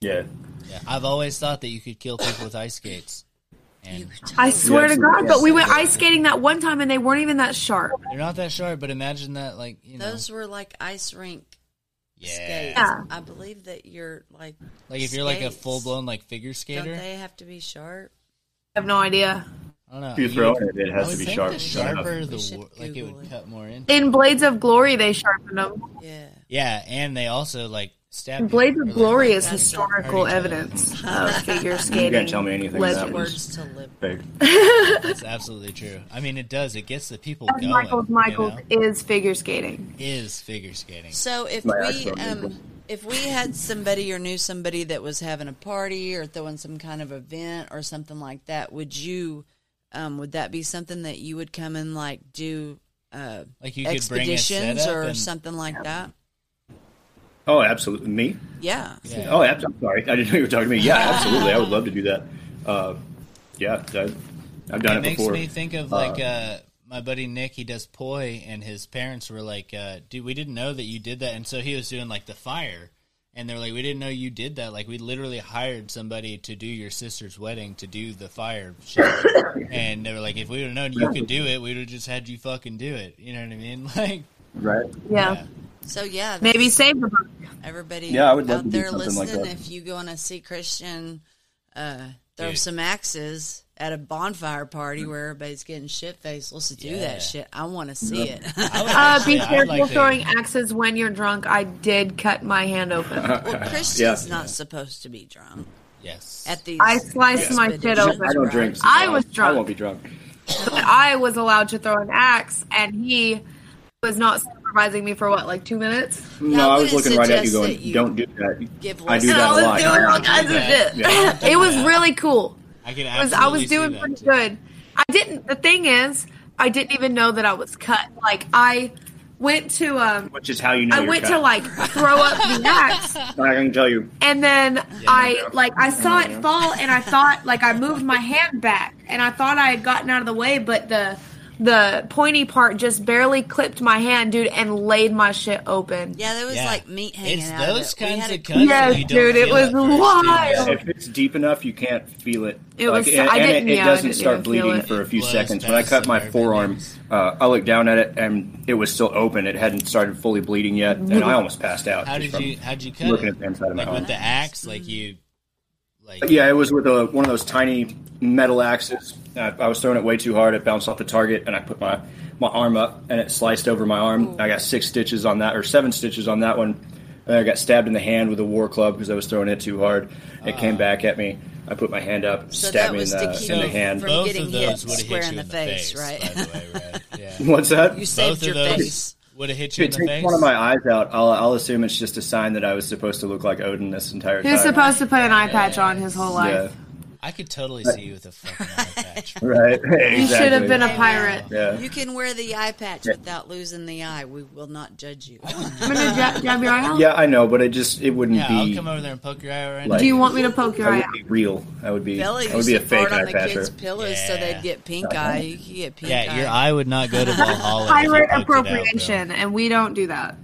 Speaker 4: Yeah.
Speaker 2: Yeah, I've always thought that you could kill people with ice skates, and
Speaker 3: I swear
Speaker 4: Yeah,
Speaker 3: to
Speaker 4: absolutely.
Speaker 3: God, but we went ice skating that one time and they weren't even that sharp.
Speaker 2: they're not that sharp. But imagine that, like you know,
Speaker 1: Those were like ice rink
Speaker 2: yeah,
Speaker 1: skates.
Speaker 3: Yeah.
Speaker 1: I believe that you're like
Speaker 2: like if you're like a
Speaker 1: skates,
Speaker 2: full blown like figure
Speaker 1: Don't
Speaker 2: skater.
Speaker 1: they have to be sharp?
Speaker 3: I have no idea.
Speaker 2: I don't know.
Speaker 4: If you throw it, it
Speaker 2: I
Speaker 4: has
Speaker 2: would
Speaker 4: to be
Speaker 2: think
Speaker 4: sharp.
Speaker 2: the
Speaker 4: sure enough.
Speaker 2: Sharper,
Speaker 1: We
Speaker 2: the
Speaker 1: should
Speaker 2: wor- like it
Speaker 1: Google
Speaker 2: would
Speaker 1: it.
Speaker 2: cut more in.
Speaker 3: In Blades of Glory, they sharpened them.
Speaker 1: Yeah.
Speaker 2: Yeah, and they also like stab. you.
Speaker 3: Blades
Speaker 2: Or,
Speaker 3: of
Speaker 2: like,
Speaker 3: Glory is
Speaker 1: That's not
Speaker 3: historical
Speaker 2: hard to tell.
Speaker 3: evidence of figure skating.
Speaker 4: You can't tell me anything. That
Speaker 3: Legend.
Speaker 4: was
Speaker 1: Words to live.
Speaker 4: big.
Speaker 2: That's absolutely true. I mean, it does. It gets the people
Speaker 3: As
Speaker 2: going.
Speaker 3: Michaels
Speaker 2: you
Speaker 3: Michaels
Speaker 2: know?
Speaker 3: is figure skating.
Speaker 2: is figure skating.
Speaker 1: So if
Speaker 4: My
Speaker 1: we
Speaker 4: actual name.
Speaker 1: um, if we had somebody or knew somebody that was having a party or throwing some kind of event or something like that, would you um, would that be something that you would come and like do uh,
Speaker 2: Like you could bring a
Speaker 1: expeditions
Speaker 2: setup
Speaker 1: or
Speaker 2: and,
Speaker 1: something like that?
Speaker 4: Oh, absolutely. Me?
Speaker 1: Yeah.
Speaker 2: Yeah.
Speaker 4: Oh, abs- I'm sorry. I didn't know you were talking to me. Yeah, absolutely. I would love to do that. Uh, yeah, I, I've done
Speaker 2: it
Speaker 4: it,
Speaker 2: makes
Speaker 4: before.
Speaker 2: me think of like uh, my buddy Nick. He does poi, and his parents were like, uh, "Dude, we didn't know that you did that." And so he was doing like the fire, and they're like, "We didn't know you did that." Like we literally hired somebody to do your sister's wedding to do the fire shit, and they were like, "If we would have known you could do it, we would have just had you fucking do it." You know what I mean? Like,
Speaker 4: right?
Speaker 3: Yeah.
Speaker 2: Yeah.
Speaker 1: So yeah,
Speaker 3: Maybe save the book.
Speaker 1: everybody
Speaker 4: Yeah, I would love
Speaker 1: out
Speaker 4: to do
Speaker 1: there
Speaker 4: something like
Speaker 1: listening,
Speaker 4: that.
Speaker 1: if you going to see Christian uh, throw
Speaker 2: Dude.
Speaker 1: some axes at a bonfire party where everybody's getting shit faced, let's do
Speaker 2: Mm. Yeah.
Speaker 1: that shit. I want to see it.
Speaker 2: I would
Speaker 3: Uh,
Speaker 2: actually-
Speaker 3: be
Speaker 2: I'd
Speaker 3: careful
Speaker 2: like to-
Speaker 3: throwing axes when you're drunk. I did cut my hand open.
Speaker 1: well, Christian's
Speaker 4: Yeah.
Speaker 1: not supposed to be drunk
Speaker 2: Yes.
Speaker 1: at these.
Speaker 3: I sliced my shit
Speaker 1: expeditions,
Speaker 3: open.
Speaker 4: I don't
Speaker 1: right?
Speaker 4: drink. so
Speaker 3: I was drunk.
Speaker 4: I won't be drunk.
Speaker 3: but I was allowed to throw an axe, and he was not supervising me for what, like two minutes?
Speaker 4: No, I was
Speaker 1: wouldn't
Speaker 4: looking right at you,
Speaker 1: suggest
Speaker 4: going,
Speaker 1: that you
Speaker 4: "Don't do that."
Speaker 1: give
Speaker 4: I do
Speaker 1: lessons.
Speaker 4: that
Speaker 1: No,
Speaker 4: a
Speaker 1: let's
Speaker 4: lot.
Speaker 3: doing all kinds of
Speaker 2: Yeah.
Speaker 3: shit.
Speaker 4: Yeah.
Speaker 3: it was really cool.
Speaker 2: I could
Speaker 3: I was, I
Speaker 2: absolutely
Speaker 3: was
Speaker 2: see
Speaker 3: doing
Speaker 2: that.
Speaker 3: pretty good. I didn't. The thing is, I didn't even know that I was cut. Like I went to um,
Speaker 4: Which is how you know.
Speaker 3: I
Speaker 4: you're
Speaker 3: went
Speaker 4: cut.
Speaker 3: to like throw up the axe,
Speaker 4: I can tell you.
Speaker 3: and then I like I saw it fall, and I thought like I moved my hand back, and I thought I had gotten out of the way, but the the pointy part just barely clipped my hand, dude, and laid my shit open.
Speaker 1: Yeah, there was
Speaker 2: Yeah.
Speaker 1: like meat hanging
Speaker 2: It's
Speaker 1: out. of
Speaker 2: those
Speaker 1: it. We
Speaker 2: kinds
Speaker 1: had a
Speaker 2: of cuts that
Speaker 3: Yes,
Speaker 2: you don't
Speaker 3: dude, it
Speaker 2: feel
Speaker 3: was
Speaker 2: at first, dude.
Speaker 3: wild.
Speaker 4: If it's deep enough, you can't feel it.
Speaker 3: It was-
Speaker 4: and,
Speaker 3: I
Speaker 4: and
Speaker 3: didn't-
Speaker 4: it, it
Speaker 3: yeah, I
Speaker 4: doesn't
Speaker 3: didn't
Speaker 4: start
Speaker 3: even feel
Speaker 4: bleeding
Speaker 3: it.
Speaker 4: for a few
Speaker 2: Blows
Speaker 4: seconds. When I
Speaker 2: past
Speaker 4: cut
Speaker 2: the
Speaker 4: my
Speaker 2: nerve
Speaker 4: forearm,
Speaker 2: endings.
Speaker 4: uh, I looked down at it, and it was still open. It hadn't started fully bleeding yet,
Speaker 3: Mm-hmm.
Speaker 4: and I almost passed out.
Speaker 2: How
Speaker 4: just
Speaker 2: did
Speaker 4: from-
Speaker 2: you? How'd you cut?
Speaker 4: looking
Speaker 2: it?
Speaker 4: at the inside of my
Speaker 2: like with
Speaker 4: arm.
Speaker 2: the axe, like you, like
Speaker 4: Yeah, it was with a, one of those tiny metal axes. Uh, I, I was throwing it way too hard. It bounced off the target, and I put my, my arm up, and it sliced over my arm. I got six stitches on that, or seven stitches on that Ah. one. And I got stabbed in the hand with a war club because I was throwing it too hard. It came back at me. I put my hand up,
Speaker 1: So
Speaker 4: stabbed
Speaker 1: that
Speaker 4: me in
Speaker 1: was
Speaker 4: the,
Speaker 1: to keep
Speaker 4: in the hand.
Speaker 1: from
Speaker 2: both
Speaker 1: getting
Speaker 2: of those
Speaker 1: hit
Speaker 2: would have
Speaker 1: square
Speaker 2: hit you
Speaker 1: in the face, right?
Speaker 2: By the way, right? Yeah.
Speaker 4: What's that?
Speaker 1: You
Speaker 4: If
Speaker 1: saved
Speaker 2: both
Speaker 1: your
Speaker 2: of those
Speaker 1: face.
Speaker 2: would have hit you in the
Speaker 4: it takes
Speaker 2: face.
Speaker 4: one of my eyes out, I'll, I'll assume it's just a sign that I was supposed to look like Odin this entire
Speaker 3: He was
Speaker 4: time.
Speaker 3: supposed to put an eye patch on his whole
Speaker 4: yeah,
Speaker 3: life.
Speaker 2: I could totally see you with a fucking eye patch.
Speaker 4: right. exactly.
Speaker 3: He should have been a pirate.
Speaker 4: Yeah.
Speaker 1: You can wear the eye patch without losing the eye. We will not judge you.
Speaker 3: I'm gonna jab, jab your eye out.
Speaker 4: Yeah, I know, but it just it wouldn't
Speaker 2: Yeah, I'll
Speaker 4: be.
Speaker 2: come over there and poke your eye out right
Speaker 4: Like-
Speaker 3: Do you want me to poke
Speaker 4: I
Speaker 3: your eye
Speaker 4: would
Speaker 3: out?
Speaker 4: be real. I would be.
Speaker 1: Bella
Speaker 4: I
Speaker 1: used
Speaker 4: would be a
Speaker 1: to
Speaker 4: fake
Speaker 1: fart on
Speaker 4: eye Uh-huh.
Speaker 1: the
Speaker 4: patcher.
Speaker 1: kids' pillows so
Speaker 2: Yeah.
Speaker 1: they'd get pink eye. You could get pink
Speaker 2: now.
Speaker 1: eye.
Speaker 2: Yeah, your eye would not go to Valhalla. if you
Speaker 3: Pirate
Speaker 2: poked it out, bro.
Speaker 3: appropriation, and we don't do that.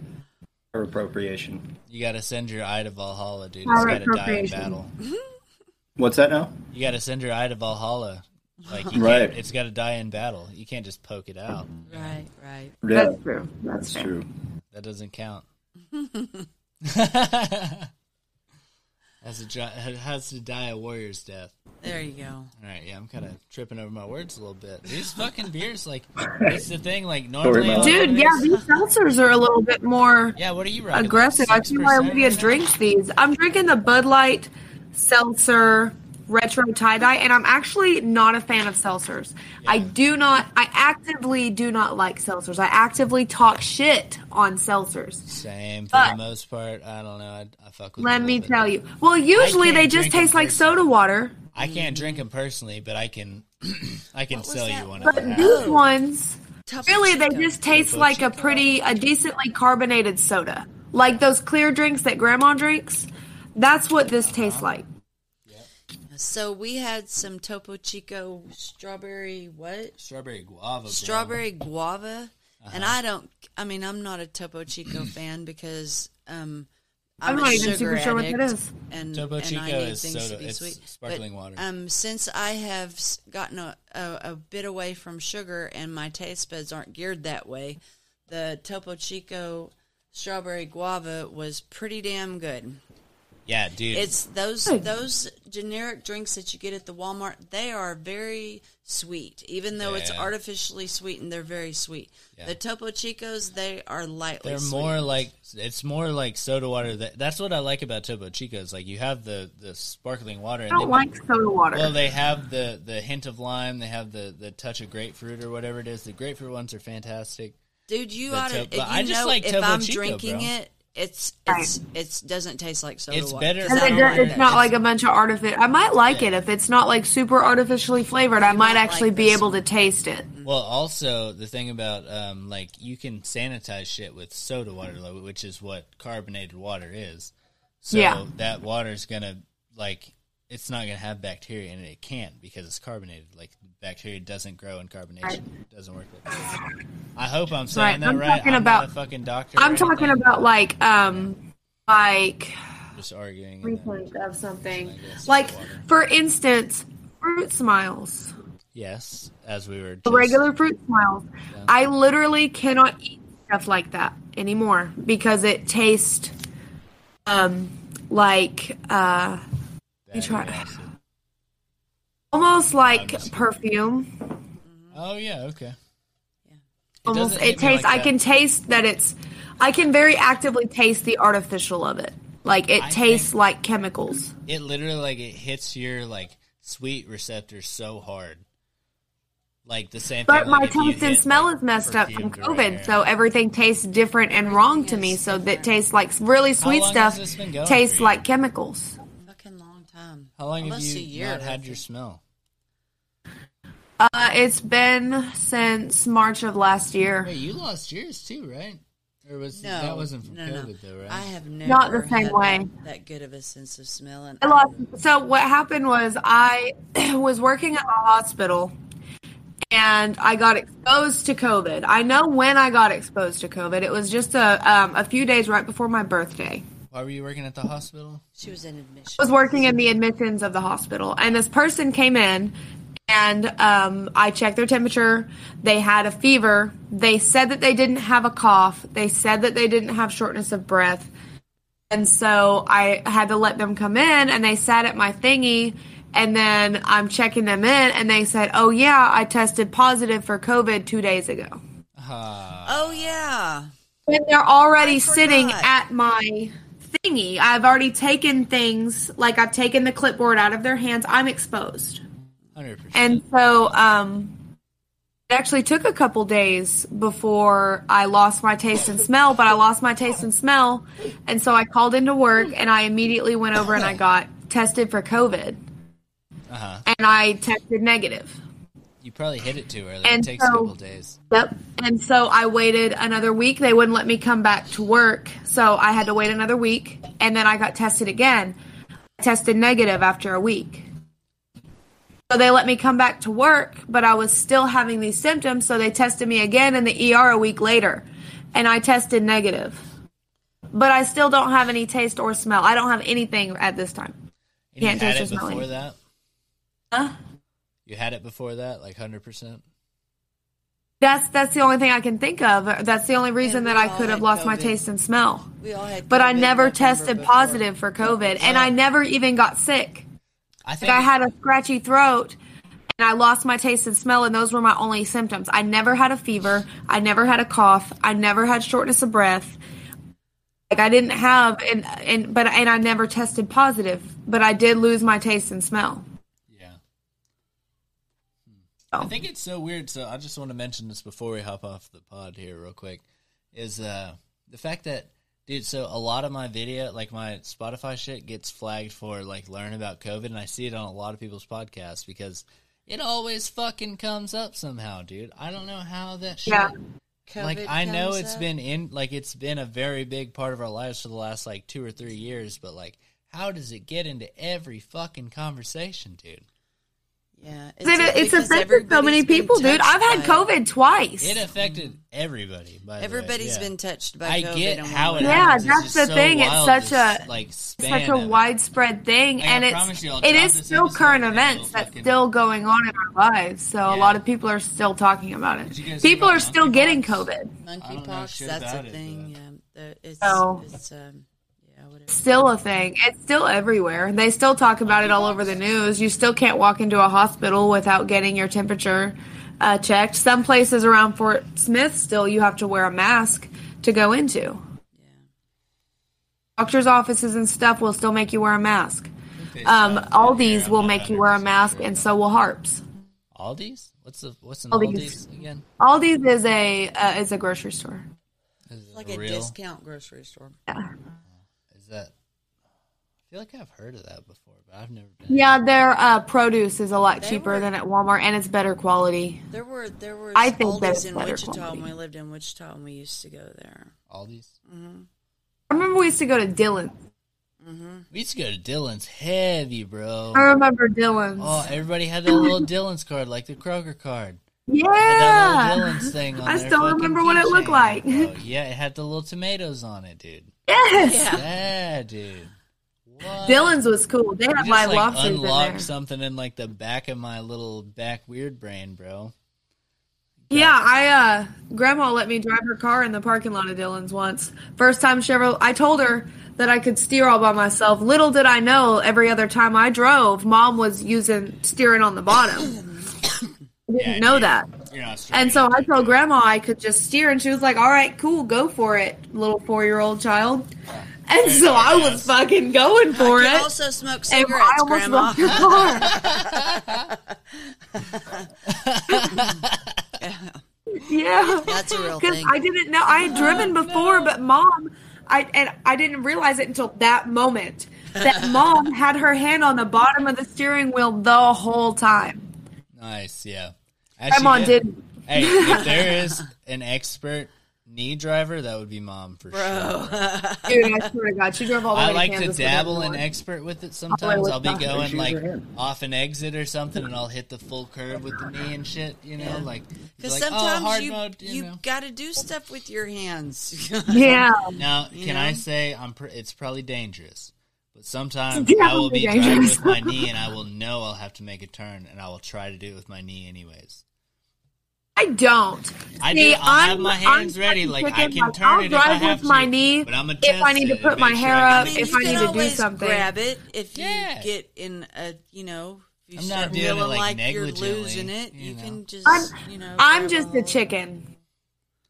Speaker 4: Or appropriation.
Speaker 2: you got to send your eye to Valhalla, dude. It's got
Speaker 3: Pirate
Speaker 2: to die in
Speaker 3: appropriation.
Speaker 2: battle.
Speaker 4: What's that now?
Speaker 2: You got to send your eye to Valhalla. Like you
Speaker 4: Right.
Speaker 2: can't, it's got to die in battle. You can't just poke it out.
Speaker 1: Right, right.
Speaker 4: Yeah,
Speaker 3: That's true. That's
Speaker 4: that's
Speaker 3: fair.
Speaker 4: true.
Speaker 2: That doesn't count. Has to dry, has to die a warrior's death.
Speaker 1: There you go.
Speaker 2: All right, yeah, I'm kind of tripping over my words a little bit. These fucking beers, like, it's the thing. Like normally,
Speaker 4: about
Speaker 2: all
Speaker 4: it.
Speaker 3: Dude,
Speaker 2: these-
Speaker 3: yeah, these seltzers are a little bit more
Speaker 2: yeah. What are you rocking?
Speaker 3: aggressive. I feel like
Speaker 2: 6%
Speaker 3: Olivia
Speaker 2: right now?
Speaker 3: drinks these. I'm drinking the Bud Light seltzer retro tie dye, and I'm actually not a fan of seltzers. I do not. I actively do not like seltzers. I actively talk shit on seltzers.
Speaker 2: Same for the
Speaker 3: But-
Speaker 2: most part. I don't know. I, I fuck with.
Speaker 3: Let
Speaker 2: them a
Speaker 3: me
Speaker 2: little bit.
Speaker 3: tell you. Well, usually
Speaker 2: can't
Speaker 3: they just
Speaker 2: drink 'em
Speaker 3: taste like
Speaker 2: first.
Speaker 3: soda water,
Speaker 2: I can't drink them personally, but I can. I can
Speaker 1: What was
Speaker 2: sell you
Speaker 1: that?
Speaker 2: one.
Speaker 3: but
Speaker 2: if I have
Speaker 3: these
Speaker 2: to.
Speaker 3: ones.
Speaker 1: Tough
Speaker 3: Really, they
Speaker 1: chico.
Speaker 3: just taste like a pretty, a decently carbonated soda, like those clear drinks that Grandma drinks. That's what this tastes
Speaker 2: Uh-huh.
Speaker 3: like.
Speaker 1: So we had some Topo Chico strawberry what?
Speaker 2: strawberry guava. bro.
Speaker 1: Strawberry guava.
Speaker 2: Uh-huh.
Speaker 1: And I don't. I mean, I'm not a Topo Chico fan because um, I'm,
Speaker 3: I'm
Speaker 1: a
Speaker 3: not even
Speaker 1: sugar
Speaker 3: super
Speaker 1: addict
Speaker 3: sure what that is.
Speaker 1: And
Speaker 2: Topo
Speaker 1: and I
Speaker 2: Chico
Speaker 1: need
Speaker 2: is
Speaker 1: things
Speaker 2: soda-
Speaker 1: to be
Speaker 2: it's
Speaker 1: sweet.
Speaker 2: sparkling
Speaker 1: But,
Speaker 2: water.
Speaker 1: Um, since I have s- gotten a, a, a bit away from sugar and my taste buds aren't geared that way, the Topo Chico strawberry guava was pretty damn good.
Speaker 2: Yeah, dude.
Speaker 1: It's those those generic drinks that you get at the Walmart. They are very sweet, even though it's
Speaker 2: Yeah.
Speaker 1: artificially sweetened. They're very sweet. The Topo Chicos, they are lightly.
Speaker 2: They're
Speaker 1: sweet.
Speaker 2: more like it's more like soda water. That, that's what I like about Topo Chico's. Like you have the the sparkling water. And
Speaker 3: I
Speaker 2: then-
Speaker 3: don't like soda water.
Speaker 2: Well, they have the the hint of lime. They have the the touch of grapefruit or whatever it is. The grapefruit ones are fantastic.
Speaker 1: dude. You
Speaker 2: the
Speaker 1: ought to.
Speaker 2: Topo- I
Speaker 1: you
Speaker 2: just
Speaker 1: know,
Speaker 2: like
Speaker 1: if
Speaker 2: Topo
Speaker 1: I'm
Speaker 2: Chico,
Speaker 1: drinking
Speaker 2: bro.
Speaker 1: it, it's it's it's doesn't taste like soda
Speaker 2: It's
Speaker 1: water.
Speaker 2: better
Speaker 1: 'cause
Speaker 2: than
Speaker 3: And
Speaker 1: I
Speaker 3: it
Speaker 1: don't
Speaker 3: does,
Speaker 1: like
Speaker 3: it's
Speaker 1: that.
Speaker 3: not like a bunch of artifact. I might like it if it's not like super artificially flavored. I might
Speaker 1: might
Speaker 3: actually
Speaker 1: like
Speaker 3: be
Speaker 1: this Mm-hmm.
Speaker 3: able to taste it.
Speaker 2: Well, also the thing about um like you can sanitize shit with soda water, like, which is what carbonated water is. So
Speaker 3: Yeah.
Speaker 2: that water's gonna like it's not gonna have bacteria in it. It can't because it's carbonated. Like bacteria doesn't grow in carbonation. It doesn't work like that. I hope I'm saying
Speaker 3: Right.
Speaker 2: that
Speaker 3: I'm
Speaker 2: right.
Speaker 3: talking
Speaker 2: I'm not
Speaker 3: about-
Speaker 2: a fucking doctor. or
Speaker 3: I'm talking
Speaker 2: anything.
Speaker 3: about like, um, like
Speaker 2: just arguing. and then-
Speaker 3: replay of something. Like for instance, fruit smiles,
Speaker 2: Yes, as we were
Speaker 3: The
Speaker 2: just-
Speaker 3: regular fruit smiles. I literally cannot eat stuff like that anymore because it tastes, um, like uh, you try almost like perfume.
Speaker 2: Oh yeah, okay.
Speaker 3: almost
Speaker 2: doesn't hit
Speaker 3: it
Speaker 2: me
Speaker 3: tastes
Speaker 2: like
Speaker 3: i
Speaker 2: that.
Speaker 3: can taste that it's i can very actively taste the artificial of it like it
Speaker 2: I
Speaker 3: tastes
Speaker 2: think-
Speaker 3: like chemicals
Speaker 2: It literally like it hits your like sweet receptors so hard. Like the same.
Speaker 3: but
Speaker 2: thing,
Speaker 3: my
Speaker 2: like, if you
Speaker 3: taste and
Speaker 2: hit,
Speaker 3: smell
Speaker 2: like,
Speaker 3: is messed up from
Speaker 2: perfumed
Speaker 3: covid
Speaker 2: right here.
Speaker 3: so everything tastes different and wrong to me so that tastes like really sweet
Speaker 2: long has
Speaker 3: stuff
Speaker 2: this been going
Speaker 3: tastes
Speaker 2: for you?
Speaker 3: like chemicals
Speaker 1: fucking long time.
Speaker 2: How long have
Speaker 1: Almost
Speaker 2: you
Speaker 1: a year,
Speaker 2: not
Speaker 1: I
Speaker 2: had
Speaker 1: think.
Speaker 2: your smell?
Speaker 3: uh, it's been since march of last year
Speaker 2: Wait, you lost yours too, right? Or was
Speaker 1: No,
Speaker 2: that wasn't from
Speaker 1: no, no.
Speaker 2: COVID though, right?
Speaker 1: I have never
Speaker 3: Not the same
Speaker 1: had
Speaker 3: way.
Speaker 1: That, that good of a sense of smell, and
Speaker 3: I lost. So what happened was I was working at a hospital, and I got exposed to COVID. I know when I got exposed to COVID. It was just a um, a few days right before my birthday.
Speaker 2: Why were you working at the hospital?
Speaker 1: she was in admission.
Speaker 3: I was working in the admissions of the hospital, and this person came in, and um, I checked their temperature. They had a fever. They said that they didn't have a cough. They said that they didn't have shortness of breath. And so I had to let them come in, and they sat at my thingy. And then I'm checking them in, and they said, Oh, yeah, I tested positive for COVID two days ago.
Speaker 2: Ah,
Speaker 1: Oh yeah,
Speaker 3: And they're already
Speaker 1: I
Speaker 3: sitting
Speaker 1: forgot.
Speaker 3: at my thingy. I've already taken things like I've taken the clipboard out of their hands. I'm exposed.
Speaker 2: Hundred percent.
Speaker 3: And so um, it actually took a couple days before I lost my taste and smell, but I lost my taste and smell. And so I called into work and I immediately went over and I got tested for COVID.
Speaker 2: Uh-huh.
Speaker 3: And I tested negative.
Speaker 2: You probably hit it too early. It
Speaker 3: And
Speaker 2: takes a
Speaker 3: so-
Speaker 2: couple days.
Speaker 3: Yep. And so I waited another week. They wouldn't let me come back to work. So I had to wait another week. And then I got tested again. I tested negative after a week. So they let me come back to work, but I was still having these symptoms. So they tested me again in the ER a week later. And I tested negative. But I still don't have any taste or smell. I don't have anything at this time.
Speaker 2: And you
Speaker 3: Can't
Speaker 2: had
Speaker 3: taste
Speaker 2: it
Speaker 3: or smell
Speaker 2: before
Speaker 3: it.
Speaker 2: that.
Speaker 3: Huh?
Speaker 2: You had it before that, like hundred percent.
Speaker 3: That's that's the only thing I can think of. That's the only reason
Speaker 1: Yeah,
Speaker 3: that
Speaker 1: we
Speaker 3: I
Speaker 1: all
Speaker 3: could have
Speaker 1: had
Speaker 3: lost my
Speaker 1: COVID.
Speaker 3: taste and smell.
Speaker 1: We all had
Speaker 3: but I
Speaker 1: COVID
Speaker 3: never
Speaker 1: November
Speaker 3: tested
Speaker 1: before.
Speaker 3: positive for COVID, and I never even got sick.
Speaker 2: I think
Speaker 3: Like I had a scratchy throat, and I lost my taste and smell, and those were my only symptoms. I never had a fever. I never had a cough. I never had shortness of breath. Like I didn't have, and and but and I never tested positive, but I did lose my taste and smell.
Speaker 2: Yeah.
Speaker 3: Oh.
Speaker 2: I think it's so weird. So I just want to mention this before we hop off the pod here, real quick, is uh, the fact that dude. So a lot of my video, like my Spotify shit, gets flagged for like learn about COVID, and I see it on a lot of people's podcasts because it always fucking comes up somehow, dude. I don't know how that shit.
Speaker 3: Yeah.
Speaker 1: COVID
Speaker 2: Like I know
Speaker 1: comes
Speaker 2: it's
Speaker 1: up.
Speaker 2: been in like it's been a very big part of our lives for the last like two or three years, but like how does it get into every fucking conversation, dude?
Speaker 1: Yeah,
Speaker 3: It, it's
Speaker 1: because
Speaker 3: affected so many
Speaker 1: everybody's been
Speaker 3: people, dude.
Speaker 1: touched
Speaker 3: I've had
Speaker 1: by it.
Speaker 3: COVID twice.
Speaker 2: It affected everybody. By
Speaker 1: Everybody's
Speaker 2: has
Speaker 1: been touched by
Speaker 2: I
Speaker 1: COVID.
Speaker 2: get
Speaker 1: in
Speaker 2: how
Speaker 1: one
Speaker 2: it.
Speaker 1: way.
Speaker 3: Yeah,
Speaker 2: happens. It's
Speaker 3: that's
Speaker 2: just
Speaker 3: the
Speaker 2: so
Speaker 3: thing. It's
Speaker 2: wild,
Speaker 3: such
Speaker 2: this,
Speaker 3: a-
Speaker 2: like
Speaker 3: It's
Speaker 2: span
Speaker 3: such a
Speaker 2: of it.
Speaker 3: widespread thing,
Speaker 2: Like, I
Speaker 3: and
Speaker 2: promise
Speaker 3: it's
Speaker 2: you, I'll
Speaker 3: it
Speaker 2: drop
Speaker 3: is
Speaker 2: this
Speaker 3: still
Speaker 2: episode
Speaker 3: current
Speaker 2: and it'll
Speaker 3: events that's
Speaker 2: fucking-
Speaker 3: still going on in our lives. So
Speaker 2: Yeah.
Speaker 3: a lot of people are still talking about it.
Speaker 2: Did you guys hear
Speaker 3: People
Speaker 2: about
Speaker 3: are still
Speaker 2: monkeypox?
Speaker 3: getting COVID.
Speaker 2: I don't know
Speaker 1: Monkeypox,
Speaker 2: shit
Speaker 1: that's a
Speaker 2: about it,
Speaker 1: thing.
Speaker 2: but-
Speaker 1: Yeah, The- it's,
Speaker 3: No.
Speaker 1: it's um, yeah, whatever.
Speaker 3: Still a thing. It's still everywhere. They still talk about it all over the news. You still can't walk into a hospital without getting your temperature uh, checked. Some places around Fort Smith still you have to wear a mask to go into. Doctors' offices and stuff will still make you wear a mask.
Speaker 2: They
Speaker 3: Um,
Speaker 2: stopped it
Speaker 3: Aldi's
Speaker 2: here.
Speaker 3: will
Speaker 2: I'm
Speaker 3: make you
Speaker 2: not
Speaker 3: wear a
Speaker 2: 100%
Speaker 3: mask,
Speaker 2: sure.
Speaker 3: and so will Harps.
Speaker 2: Aldi's. What's the what's an Aldi's,
Speaker 3: Aldi's.
Speaker 2: again?
Speaker 3: Aldi's is a uh, is a grocery store.
Speaker 2: Is it
Speaker 1: Like a
Speaker 2: real?
Speaker 1: discount grocery store.
Speaker 2: Is that? I feel like I've heard of that before, but I've never been.
Speaker 3: Yeah, their uh, produce is a lot
Speaker 1: They
Speaker 3: cheaper
Speaker 1: were-
Speaker 3: than at Walmart, and it's better quality.
Speaker 1: There were there were
Speaker 3: I think
Speaker 1: Aldi's
Speaker 3: that it's
Speaker 1: in
Speaker 3: better
Speaker 1: Wichita,
Speaker 3: quality.
Speaker 1: and we lived in Wichita, and we used to go there.
Speaker 2: Aldi's.
Speaker 3: I remember we used to go to Dylan's.
Speaker 2: We used to go to Dylan's heavy, bro.
Speaker 3: I remember Dylan's.
Speaker 2: Oh, everybody had that little Dylan's card, like the Kroger card. Had that little
Speaker 3: yeah,
Speaker 2: Dylan's thing on
Speaker 3: I
Speaker 2: their
Speaker 3: still
Speaker 2: fucking
Speaker 3: remember what it looked
Speaker 2: keychain,
Speaker 3: like.
Speaker 2: bro. Yeah, it had the little tomatoes on it, dude.
Speaker 3: yes.
Speaker 2: Yeah, dude. What?
Speaker 3: Dylan's was cool. They had
Speaker 2: You just, like,
Speaker 3: live lobsters in
Speaker 2: unlocked
Speaker 3: there.
Speaker 2: something in like the back of my little back weird brain, bro.
Speaker 3: Yeah, I uh grandma let me drive her car in the parking lot of Dylan's once. First time she ever I told her that I could steer all by myself. Little did I know every other time I drove, mom was using steering on the bottom. Didn't
Speaker 2: Yeah,
Speaker 3: know
Speaker 2: dude.
Speaker 3: that.
Speaker 2: You're not straight.
Speaker 3: And so I told grandma I could just steer and she was like, All right, cool, go for it, little four year old child. And so I was fucking going for
Speaker 1: You
Speaker 3: it.
Speaker 1: also smoke
Speaker 3: And I
Speaker 1: cigarettes,
Speaker 3: almost
Speaker 1: Grandma.
Speaker 3: lost her car. yeah.
Speaker 1: That's a real
Speaker 3: Because
Speaker 1: thing.
Speaker 3: I didn't know I had driven
Speaker 1: Oh,
Speaker 3: before, but mom, I and I didn't realize it until that moment that mom had her hand on the bottom of the steering wheel the whole time.
Speaker 2: nice, yeah. As
Speaker 3: Grandma
Speaker 2: she
Speaker 3: didn't.
Speaker 2: Hey, if there is an expert knee driver, that would be mom for sure.
Speaker 3: Dude, I swear to God, she drove all the way
Speaker 2: I
Speaker 3: to
Speaker 2: like to
Speaker 3: Kansas with
Speaker 2: dabble in
Speaker 3: everyone.
Speaker 2: expert with it sometimes.
Speaker 3: with
Speaker 2: I'll be
Speaker 3: mine.
Speaker 2: going
Speaker 4: She was
Speaker 2: like
Speaker 4: her hand.
Speaker 2: off an exit or something, and I'll hit the full curve with the knee and shit. You know, like
Speaker 1: Because
Speaker 2: like,
Speaker 1: sometimes
Speaker 2: oh, hard
Speaker 1: you
Speaker 2: mode,
Speaker 1: you
Speaker 2: know.
Speaker 1: got to do stuff with your hands.
Speaker 3: Yeah.
Speaker 2: Now, can I
Speaker 1: know?
Speaker 2: say I'm? Pr- it's probably dangerous, but sometimes
Speaker 3: It's
Speaker 2: I will be
Speaker 3: definitely
Speaker 2: driving
Speaker 3: dangerous.
Speaker 2: with my knee, and I will know I'll have to make a turn, and I will try to do it with my knee anyways.
Speaker 3: I don't.
Speaker 2: I
Speaker 3: See,
Speaker 2: do. I'll have
Speaker 3: I'm-
Speaker 2: my hands
Speaker 3: I'm
Speaker 2: ready, like I
Speaker 3: chicken,
Speaker 2: can
Speaker 3: like,
Speaker 2: turn
Speaker 3: I'll
Speaker 2: it if I
Speaker 3: drive
Speaker 2: have
Speaker 3: with my
Speaker 2: to,
Speaker 3: knee
Speaker 2: but I'm gonna
Speaker 3: if I
Speaker 2: test
Speaker 3: need to
Speaker 2: it and
Speaker 3: put
Speaker 2: make
Speaker 3: my
Speaker 2: sure
Speaker 3: hair
Speaker 2: I
Speaker 1: I
Speaker 2: can
Speaker 3: up,
Speaker 1: mean,
Speaker 2: do
Speaker 3: if
Speaker 1: you
Speaker 2: it.
Speaker 3: I need
Speaker 1: can
Speaker 3: to do
Speaker 1: always
Speaker 3: something.
Speaker 1: grab it if you
Speaker 2: Yeah.
Speaker 1: get in a you know. If you
Speaker 2: I'm not
Speaker 1: start
Speaker 2: doing it,
Speaker 1: feeling
Speaker 2: like,
Speaker 1: like, you're
Speaker 2: negligently,
Speaker 1: losing it,
Speaker 2: you
Speaker 1: you,
Speaker 2: know.
Speaker 1: can just
Speaker 3: I'm,
Speaker 1: you know.
Speaker 3: I'm
Speaker 1: grab
Speaker 3: just a
Speaker 1: hold.
Speaker 3: chicken.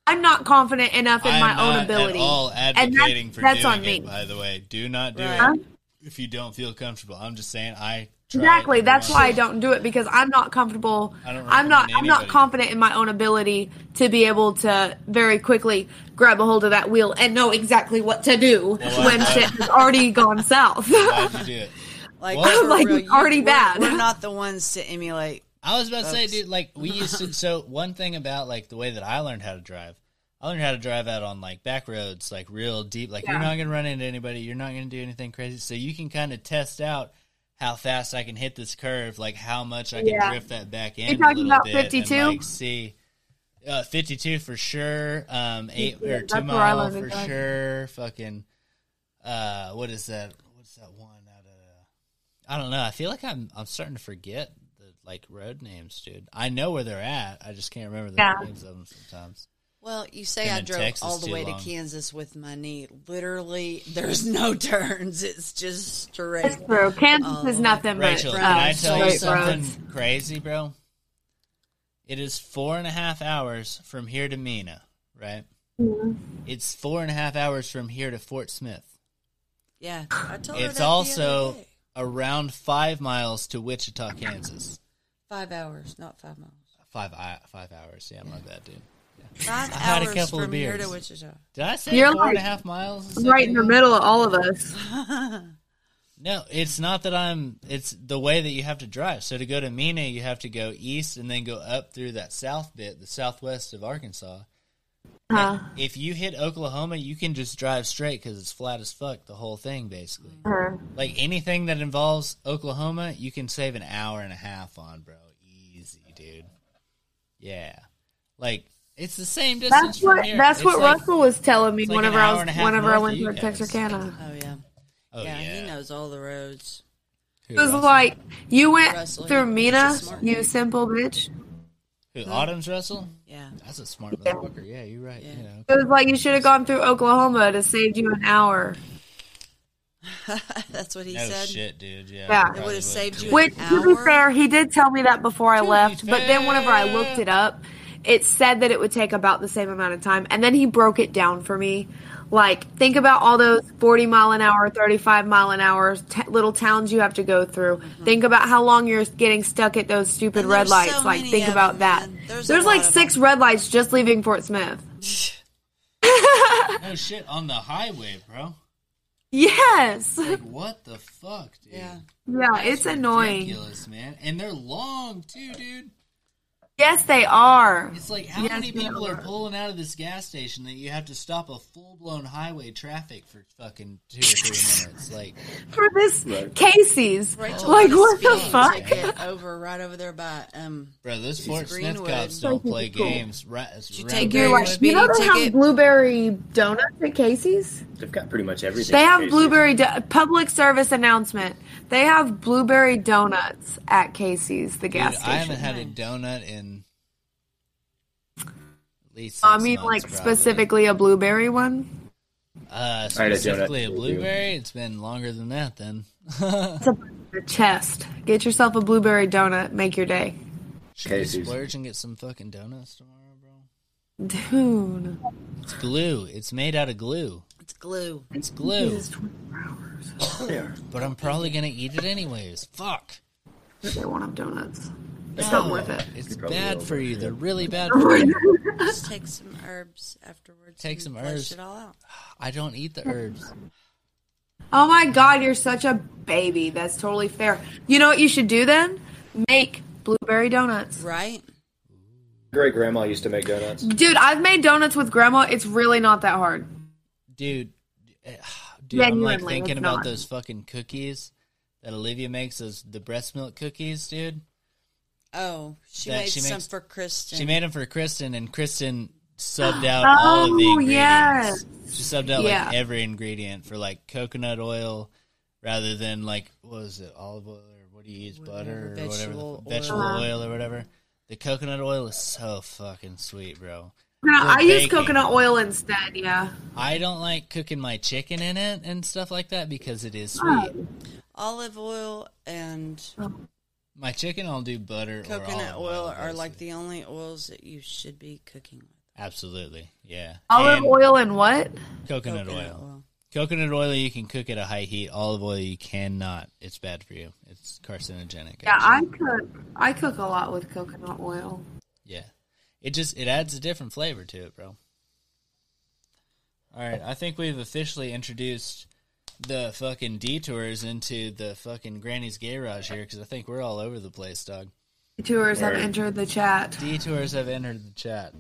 Speaker 3: I'm not confident enough in
Speaker 2: I am
Speaker 3: my own
Speaker 2: not
Speaker 3: ability.
Speaker 2: At all
Speaker 3: And
Speaker 2: advocating
Speaker 3: that's,
Speaker 2: for
Speaker 3: that's
Speaker 2: doing
Speaker 3: on me.
Speaker 2: it. By the way, do not do
Speaker 1: Right.
Speaker 2: it if you don't feel comfortable. I'm just saying I tried
Speaker 3: Exactly.
Speaker 2: and
Speaker 3: That's
Speaker 2: wanted-
Speaker 3: why I don't do it because I'm not comfortable.
Speaker 2: I don't
Speaker 3: I'm not. I'm
Speaker 2: recommend
Speaker 3: not
Speaker 2: anybody.
Speaker 3: confident in my own ability to be able to very quickly grab a hold of that wheel and know exactly what to do
Speaker 2: Well,
Speaker 3: when
Speaker 2: I-
Speaker 3: shit has already gone south.
Speaker 2: Glad you did.
Speaker 1: Like,
Speaker 2: What?
Speaker 1: for
Speaker 3: Like,
Speaker 1: real,
Speaker 3: it's already
Speaker 1: we're,
Speaker 3: bad.
Speaker 1: We're not the ones to emulate.
Speaker 2: I was about to say,
Speaker 1: Folks.
Speaker 2: dude, like we used to. So one thing about like the way that I learned how to drive, I learned how to drive out on like back roads, like real deep. Like you're
Speaker 3: Yeah.
Speaker 2: not gonna run into anybody. You're not gonna do anything crazy. So you can kind of test out how fast I can hit this curve, like how much I can
Speaker 3: Yeah.
Speaker 2: drift that back in.
Speaker 3: talking
Speaker 2: a little
Speaker 3: about
Speaker 2: bit and,
Speaker 3: 52?
Speaker 2: like, see. Uh, 52 for sure. Um, eight
Speaker 3: Yeah,
Speaker 2: or
Speaker 3: that's
Speaker 2: two
Speaker 3: where I
Speaker 2: mile
Speaker 3: learned
Speaker 2: for
Speaker 3: to drive.
Speaker 2: sure. Fucking, uh, what is that? What's that one out of? I don't know. I feel like I'm I'm starting to forget the like road names, dude. I know where they're at. I just can't remember the
Speaker 3: Yeah.
Speaker 2: names of them sometimes.
Speaker 1: Well, you say
Speaker 2: Been
Speaker 1: I
Speaker 2: in
Speaker 1: drove
Speaker 2: Texas
Speaker 1: all the
Speaker 2: too
Speaker 1: way
Speaker 2: long.
Speaker 1: to Kansas with my knee. Literally, there's no turns. It's just straight.
Speaker 3: That's true. Kansas is nothing
Speaker 2: Um, Rachel,
Speaker 3: but
Speaker 2: can
Speaker 3: uh,
Speaker 2: I tell you
Speaker 3: straight
Speaker 2: something
Speaker 3: roads.
Speaker 2: crazy, bro? It is four and a half hours from here to Mina, right?
Speaker 3: Mm-hmm.
Speaker 2: It's four and a half hours from here to Fort Smith.
Speaker 1: Yeah, I told her that
Speaker 2: It's
Speaker 1: the other
Speaker 2: also
Speaker 1: day.
Speaker 2: around five miles to Wichita, Kansas.
Speaker 1: five hours, not five miles.
Speaker 2: Five i- five hours. Yeah, my bad, dude.
Speaker 1: Five
Speaker 2: had a
Speaker 1: hours
Speaker 2: couple of
Speaker 1: from here to
Speaker 2: beers.
Speaker 1: Wichita.
Speaker 2: Did I say
Speaker 3: You're
Speaker 2: four and a half
Speaker 3: like
Speaker 2: miles? Is that
Speaker 3: Right in the
Speaker 2: crazy?
Speaker 3: middle of all of us.
Speaker 2: No, it's not that I'm. It's the way that you have to drive. So to go to Mina, you have to go east and then go up through that south bit, the southwest of Arkansas.
Speaker 3: Huh.
Speaker 2: If you hit Oklahoma, you can just drive straight because it's flat as fuck the whole thing, basically.
Speaker 3: Huh.
Speaker 2: Like anything that involves Oklahoma, you can save an hour and a half on, bro. Easy, dude. Yeah, like it's the same distance.
Speaker 3: That's
Speaker 2: from
Speaker 3: what
Speaker 2: here.
Speaker 3: that's
Speaker 2: It's
Speaker 3: what
Speaker 2: like-
Speaker 3: Russell was telling me
Speaker 2: it's like
Speaker 3: whenever
Speaker 2: an
Speaker 3: I
Speaker 2: hour and a
Speaker 3: was
Speaker 2: half
Speaker 3: whenever I
Speaker 2: north
Speaker 3: went
Speaker 2: of you
Speaker 3: to
Speaker 2: guys.
Speaker 3: Texarkana.
Speaker 1: Oh yeah.
Speaker 2: Oh,
Speaker 1: yeah, he
Speaker 2: yeah.
Speaker 1: knows all the roads.
Speaker 2: Who,
Speaker 3: It was
Speaker 2: Russell?
Speaker 3: like you went
Speaker 1: Russell,
Speaker 3: through
Speaker 1: he's just
Speaker 3: Mina,
Speaker 1: smart.
Speaker 3: you simple bitch.
Speaker 2: Who, Autumn's Russell.
Speaker 1: Yeah.
Speaker 2: That's a smart
Speaker 3: Yeah.
Speaker 2: motherfucker. Yeah, you're right. You know,
Speaker 3: It was like you should have gone through Oklahoma to save you an hour.
Speaker 1: That's what he
Speaker 2: no
Speaker 1: said.
Speaker 2: shit, dude. Yeah,
Speaker 3: Yeah. It
Speaker 2: probably
Speaker 1: would've
Speaker 2: was.
Speaker 1: saved you
Speaker 3: Which,
Speaker 1: An
Speaker 3: to be
Speaker 1: hour?
Speaker 3: fair, he did tell me that before I
Speaker 2: be
Speaker 3: left. But then whenever I
Speaker 2: fair.
Speaker 3: looked it up, it said that it would take about the same amount of time. And then he broke it down for me. Like, think about all those 40 mile an hour, 35 mile an hour t- little towns you have to go through. Think about how long you're getting stuck at those stupid
Speaker 1: Mm-hmm. And
Speaker 3: red
Speaker 1: there's so
Speaker 3: lights. like,
Speaker 1: many
Speaker 3: think
Speaker 1: of
Speaker 3: about
Speaker 1: them,
Speaker 3: that.
Speaker 1: man. There's
Speaker 3: There's,
Speaker 1: a lot
Speaker 3: like
Speaker 1: of
Speaker 3: six red lights just leaving Fort Smith.
Speaker 2: No shit on the highway, bro.
Speaker 3: Yes.
Speaker 2: Like what the fuck, dude?
Speaker 1: Yeah.
Speaker 3: Yeah, it's annoying.
Speaker 2: Ridiculous, man. And they're long too, dude.
Speaker 3: Yes, they are.
Speaker 2: It's like how
Speaker 3: Yes,
Speaker 2: many
Speaker 3: they
Speaker 2: people are
Speaker 3: are.
Speaker 2: pulling out of this gas station that you have to stop a full blown highway traffic for fucking two or three minutes? Like,
Speaker 3: For this Casey's.
Speaker 1: Rachel
Speaker 3: like,
Speaker 1: got a
Speaker 3: what the
Speaker 1: speeding
Speaker 3: fuck?
Speaker 1: ticket over right over there by um.
Speaker 2: bro, those Fort Smith
Speaker 1: Greenwood.
Speaker 2: cops don't
Speaker 3: Thank you,
Speaker 2: play
Speaker 3: cool.
Speaker 2: games. Right? it's
Speaker 1: you
Speaker 2: round
Speaker 1: take
Speaker 2: very
Speaker 1: your
Speaker 2: much.
Speaker 1: license?
Speaker 3: You know they
Speaker 1: Speeding
Speaker 3: have
Speaker 1: ticket.
Speaker 3: blueberry donuts at Casey's?
Speaker 4: They've got pretty much everything.
Speaker 3: They have
Speaker 4: Casey's.
Speaker 3: blueberry do- public service announcement. They have blueberry donuts at Casey's, the
Speaker 2: Dude,
Speaker 3: gas
Speaker 2: I
Speaker 3: station.
Speaker 2: haven't had a donut in. At least
Speaker 3: I
Speaker 2: six
Speaker 3: mean,
Speaker 2: months,
Speaker 3: like
Speaker 2: probably.
Speaker 3: specifically a blueberry one.
Speaker 2: Uh,
Speaker 4: I had a donut
Speaker 2: specifically a
Speaker 4: too.
Speaker 2: blueberry. It's been longer than that. Then
Speaker 3: It's a your chest. Get yourself a blueberry donut. Make your day,
Speaker 2: should we
Speaker 4: Casey's.
Speaker 2: splurge and get some fucking donuts tomorrow, bro.
Speaker 3: dude.
Speaker 2: It's glue. It's made out of glue.
Speaker 1: It's glue.
Speaker 2: It's glue.
Speaker 4: They are.
Speaker 2: But I'm probably gonna eat it anyways. Fuck.
Speaker 3: They want them donuts. It's not worth it.
Speaker 2: It's
Speaker 4: You probably
Speaker 2: bad
Speaker 4: will.
Speaker 2: for you. They're really bad for you.
Speaker 1: Just take some herbs afterwards.
Speaker 2: Take
Speaker 1: and
Speaker 2: some
Speaker 1: flush
Speaker 2: herbs.
Speaker 1: It all out.
Speaker 2: I don't eat the herbs.
Speaker 3: Oh my god, you're such a baby. That's totally fair. You know what you should do then? Make blueberry donuts.
Speaker 1: Right.
Speaker 4: Great grandma used to make donuts.
Speaker 3: Dude, I've made donuts with grandma. It's really not that hard.
Speaker 2: Dude, eh, dude, I'm like
Speaker 3: Genuinely,
Speaker 2: thinking
Speaker 3: it's
Speaker 2: about
Speaker 3: not.
Speaker 2: those fucking cookies that Olivia makes, those the breast milk cookies, dude.
Speaker 1: Oh, she
Speaker 2: That
Speaker 1: made
Speaker 2: she
Speaker 1: some
Speaker 2: makes-
Speaker 1: for Kristen.
Speaker 2: She made them for Kristen, and Kristen subbed out all of the
Speaker 3: Oh,
Speaker 2: ingredients.
Speaker 3: yes.
Speaker 2: She subbed out
Speaker 3: Yeah.
Speaker 2: like every ingredient for like coconut oil, rather than like what was it olive oil or what do you use butter or
Speaker 1: Whatever,
Speaker 2: whatever the,
Speaker 1: vegetable
Speaker 2: f- vegetable
Speaker 3: Uh-huh.
Speaker 1: oil.
Speaker 2: oil or whatever. The coconut oil is so fucking sweet, bro.
Speaker 3: No,
Speaker 2: For
Speaker 3: I use
Speaker 2: baking.
Speaker 3: coconut oil instead, yeah.
Speaker 2: I don't like cooking my chicken in it and stuff like that because it is sweet.
Speaker 1: Olive oil and
Speaker 3: Oh.
Speaker 2: My chicken, I'll do butter or
Speaker 1: coconut
Speaker 2: olive
Speaker 1: oil
Speaker 2: oil
Speaker 1: are like the only oils that you should be cooking with.
Speaker 2: Absolutely. Yeah.
Speaker 3: Olive
Speaker 2: And
Speaker 3: oil and what?
Speaker 2: Coconut, oil. Coconut oil you can cook at a high heat. Olive oil you cannot. It's bad for you. It's carcinogenic.
Speaker 3: Yeah,
Speaker 2: actually.
Speaker 3: I cook. I cook a lot with coconut oil.
Speaker 2: Yeah. It just it adds a different flavor to it, bro. All right, I think we've officially introduced the fucking detours into the fucking Granny's garage here because I think we're all over the place, dog.
Speaker 3: Tours have
Speaker 4: Word.
Speaker 3: entered the chat.
Speaker 2: Detours have entered the chat,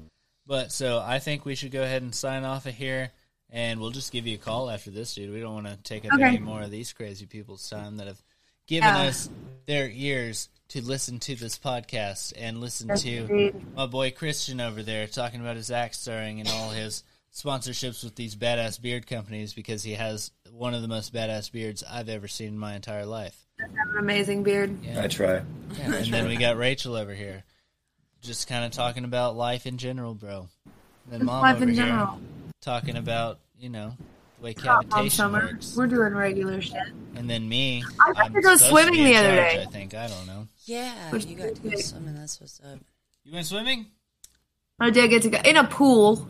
Speaker 2: but so I think we should go ahead and sign off of here, and we'll just give you a call after this, dude. We don't want to take up
Speaker 3: Okay.
Speaker 2: any more of these crazy people's time that have given
Speaker 3: Yeah.
Speaker 2: us their ears to listen to this podcast and listen
Speaker 3: Yes,
Speaker 2: to
Speaker 3: indeed.
Speaker 2: my boy Christian over there talking about his axe throwing and all his sponsorships with these badass beard companies because he has one of the most badass beards I've ever seen in my entire life.
Speaker 3: Have an amazing beard.
Speaker 4: I try.
Speaker 2: and then we got Rachel over here, just kind of talking about life in general, bro. And then
Speaker 3: Just
Speaker 2: mom
Speaker 3: life
Speaker 2: over
Speaker 3: in
Speaker 2: here
Speaker 3: general.
Speaker 2: talking about you know the way
Speaker 3: Hot mom
Speaker 2: cavitation
Speaker 3: summer.
Speaker 2: works,
Speaker 3: We're doing regular shit.
Speaker 2: and then me.
Speaker 3: I got
Speaker 2: I'm
Speaker 3: to go
Speaker 2: supposed
Speaker 3: swimming
Speaker 2: be in
Speaker 3: the other
Speaker 2: charge,
Speaker 3: day.
Speaker 2: I think I don't know.
Speaker 1: Yeah,
Speaker 3: Which-
Speaker 1: you got to go swimming. That's what's up,
Speaker 2: You went swimming,
Speaker 3: I did get to go in a pool.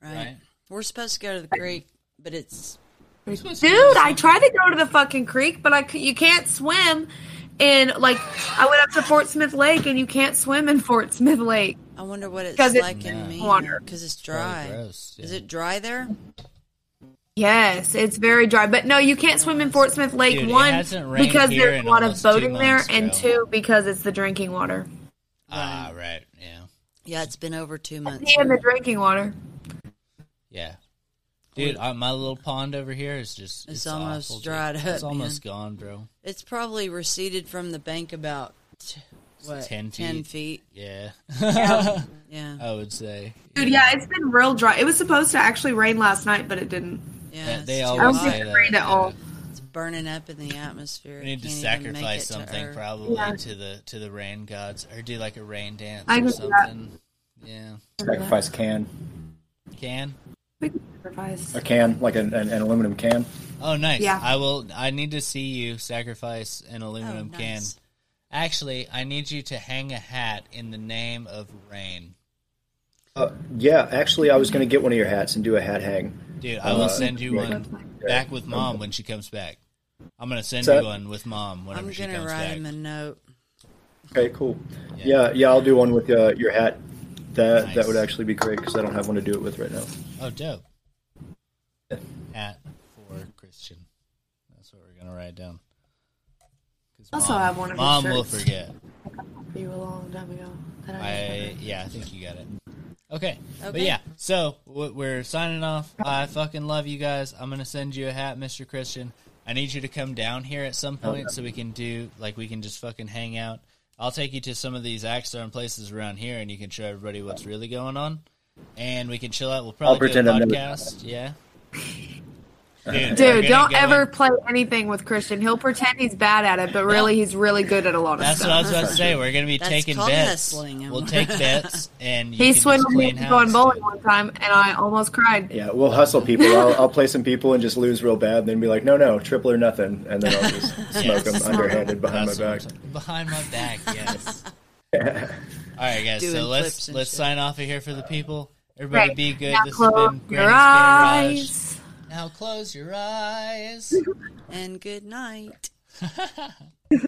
Speaker 1: right?
Speaker 2: Right.
Speaker 1: We're supposed to go to the creek, but it's
Speaker 3: Dude, I tried to go to the fucking creek, but I c- you can't swim. in like, I went up to Fort Smith Lake, and you can't swim in Fort Smith Lake.
Speaker 1: I wonder what it's
Speaker 3: 'Cause it's
Speaker 1: like in Maine
Speaker 3: water.
Speaker 1: because it's dry.
Speaker 2: Probably gross,
Speaker 1: Is
Speaker 2: yeah.
Speaker 1: it dry there?
Speaker 3: Yes, it's very dry, but no, you can't swim in Fort Smith Lake.
Speaker 2: Dude, it
Speaker 3: one
Speaker 2: hasn't rained
Speaker 3: because
Speaker 2: here
Speaker 3: there's
Speaker 2: in
Speaker 3: a lot of
Speaker 2: almost two
Speaker 3: boating
Speaker 2: months,
Speaker 3: there, and
Speaker 2: bro.
Speaker 3: two because it's the drinking water
Speaker 2: ah right yeah
Speaker 1: Yeah, it's been over two months.
Speaker 3: and the drinking water.
Speaker 2: yeah. Dude, I, my little pond over here is just—it's
Speaker 1: It's almost
Speaker 2: awful, dude.
Speaker 1: dried up,
Speaker 2: It's almost gone, bro.
Speaker 1: It's probably receded from the bank about t- what
Speaker 2: 10
Speaker 1: 10
Speaker 2: feet. Uh,
Speaker 1: feet.
Speaker 2: Yeah,
Speaker 1: Yeah,
Speaker 2: I would say.
Speaker 3: Dude, yeah, it's been real dry. It was supposed to actually rain last night, but it didn't.
Speaker 1: yeah.
Speaker 2: That-
Speaker 1: it's
Speaker 2: they
Speaker 1: too
Speaker 2: always
Speaker 3: I don't
Speaker 1: hot.
Speaker 2: say
Speaker 3: think it
Speaker 2: that.
Speaker 3: rained at all.
Speaker 1: It's burning up in the atmosphere.
Speaker 2: We need to
Speaker 1: Can't even make
Speaker 2: sacrifice
Speaker 1: it to
Speaker 2: something
Speaker 1: Earth.
Speaker 2: probably
Speaker 3: Yeah.
Speaker 2: to the to the rain gods, or do like a rain dance
Speaker 3: I
Speaker 2: or
Speaker 3: can do that.
Speaker 2: something. Yeah,
Speaker 4: Sacrifice can.
Speaker 2: can.
Speaker 3: We can improvise.
Speaker 4: A can, like an, an, an aluminum can.
Speaker 2: Oh, nice.
Speaker 3: Yeah.
Speaker 2: I will. I need to see you sacrifice an aluminum
Speaker 1: Oh,
Speaker 2: can.
Speaker 1: nice.
Speaker 2: Actually, I need you to hang a hat in the name of rain,
Speaker 4: Uh, yeah, actually, I was going to get one of your hats and do a hat hang.
Speaker 2: dude. I will
Speaker 4: Uh,
Speaker 2: send you
Speaker 4: yeah.
Speaker 2: one back with mom when she comes back. I'm gonna send
Speaker 4: So-
Speaker 2: you one with mom whenever
Speaker 1: I'm
Speaker 2: she
Speaker 1: gonna
Speaker 2: comes
Speaker 1: write
Speaker 2: back.
Speaker 1: him a note.
Speaker 4: Okay, cool. Yeah, yeah, I'll do one with uh, your hat. That that would actually be great because I don't have one to do it with right now.
Speaker 2: Oh, dope. Hat for Christian. That's what we're gonna write down. 'Cause
Speaker 3: Also
Speaker 2: mom,
Speaker 3: have one of his
Speaker 2: mom will
Speaker 3: shirts.
Speaker 2: forget.
Speaker 3: You a long time ago. I don't
Speaker 2: I yeah, I think you got it. Okay. but
Speaker 1: Okay.
Speaker 2: yeah. So w- we're signing off. I fucking love you guys. I'm gonna send you a hat, Mr. Christian. I need you to come down here at some point so we can do like we can just fucking hang out. I'll take you to some of these axe throwing places around here, and you can show everybody what's really going on, and we can chill out. We'll probably
Speaker 4: pretend
Speaker 2: do a
Speaker 4: I've never-
Speaker 2: podcast. Yeah. Dude, we're
Speaker 3: Dude,
Speaker 2: gonna
Speaker 3: don't
Speaker 2: go
Speaker 3: ever
Speaker 2: in-
Speaker 3: play anything with Christian. He'll pretend he's bad at it, but really he's really good at a lot of
Speaker 2: That's what I
Speaker 3: stuff.
Speaker 2: was about to say. We're gonna be
Speaker 1: That's
Speaker 2: taking
Speaker 1: called
Speaker 2: bets.
Speaker 1: hustling, Emma.
Speaker 2: We'll take bets, and you
Speaker 3: he
Speaker 2: can
Speaker 3: swindled
Speaker 2: just
Speaker 3: me
Speaker 2: clean
Speaker 3: into
Speaker 2: house,
Speaker 3: going bowling
Speaker 2: dude.
Speaker 3: one time, and I almost cried.
Speaker 4: Yeah, we'll hustle people. I'll, I'll play some people and just lose real bad, and then be like, no, no, triple or nothing, and then I'll just smoke them underhanded behind my
Speaker 2: That's what I'm
Speaker 4: back.
Speaker 2: saying. Behind my back, yes. All right, guys.
Speaker 1: Doing
Speaker 2: so
Speaker 1: flips
Speaker 2: let's
Speaker 1: and
Speaker 2: let's
Speaker 1: shit.
Speaker 2: sign off of here for the people. Everybody, be good.
Speaker 3: Now
Speaker 2: this has
Speaker 3: close
Speaker 2: been
Speaker 3: your
Speaker 2: Granny's Garage.
Speaker 3: eyes.
Speaker 2: Now close your eyes.
Speaker 1: And good night.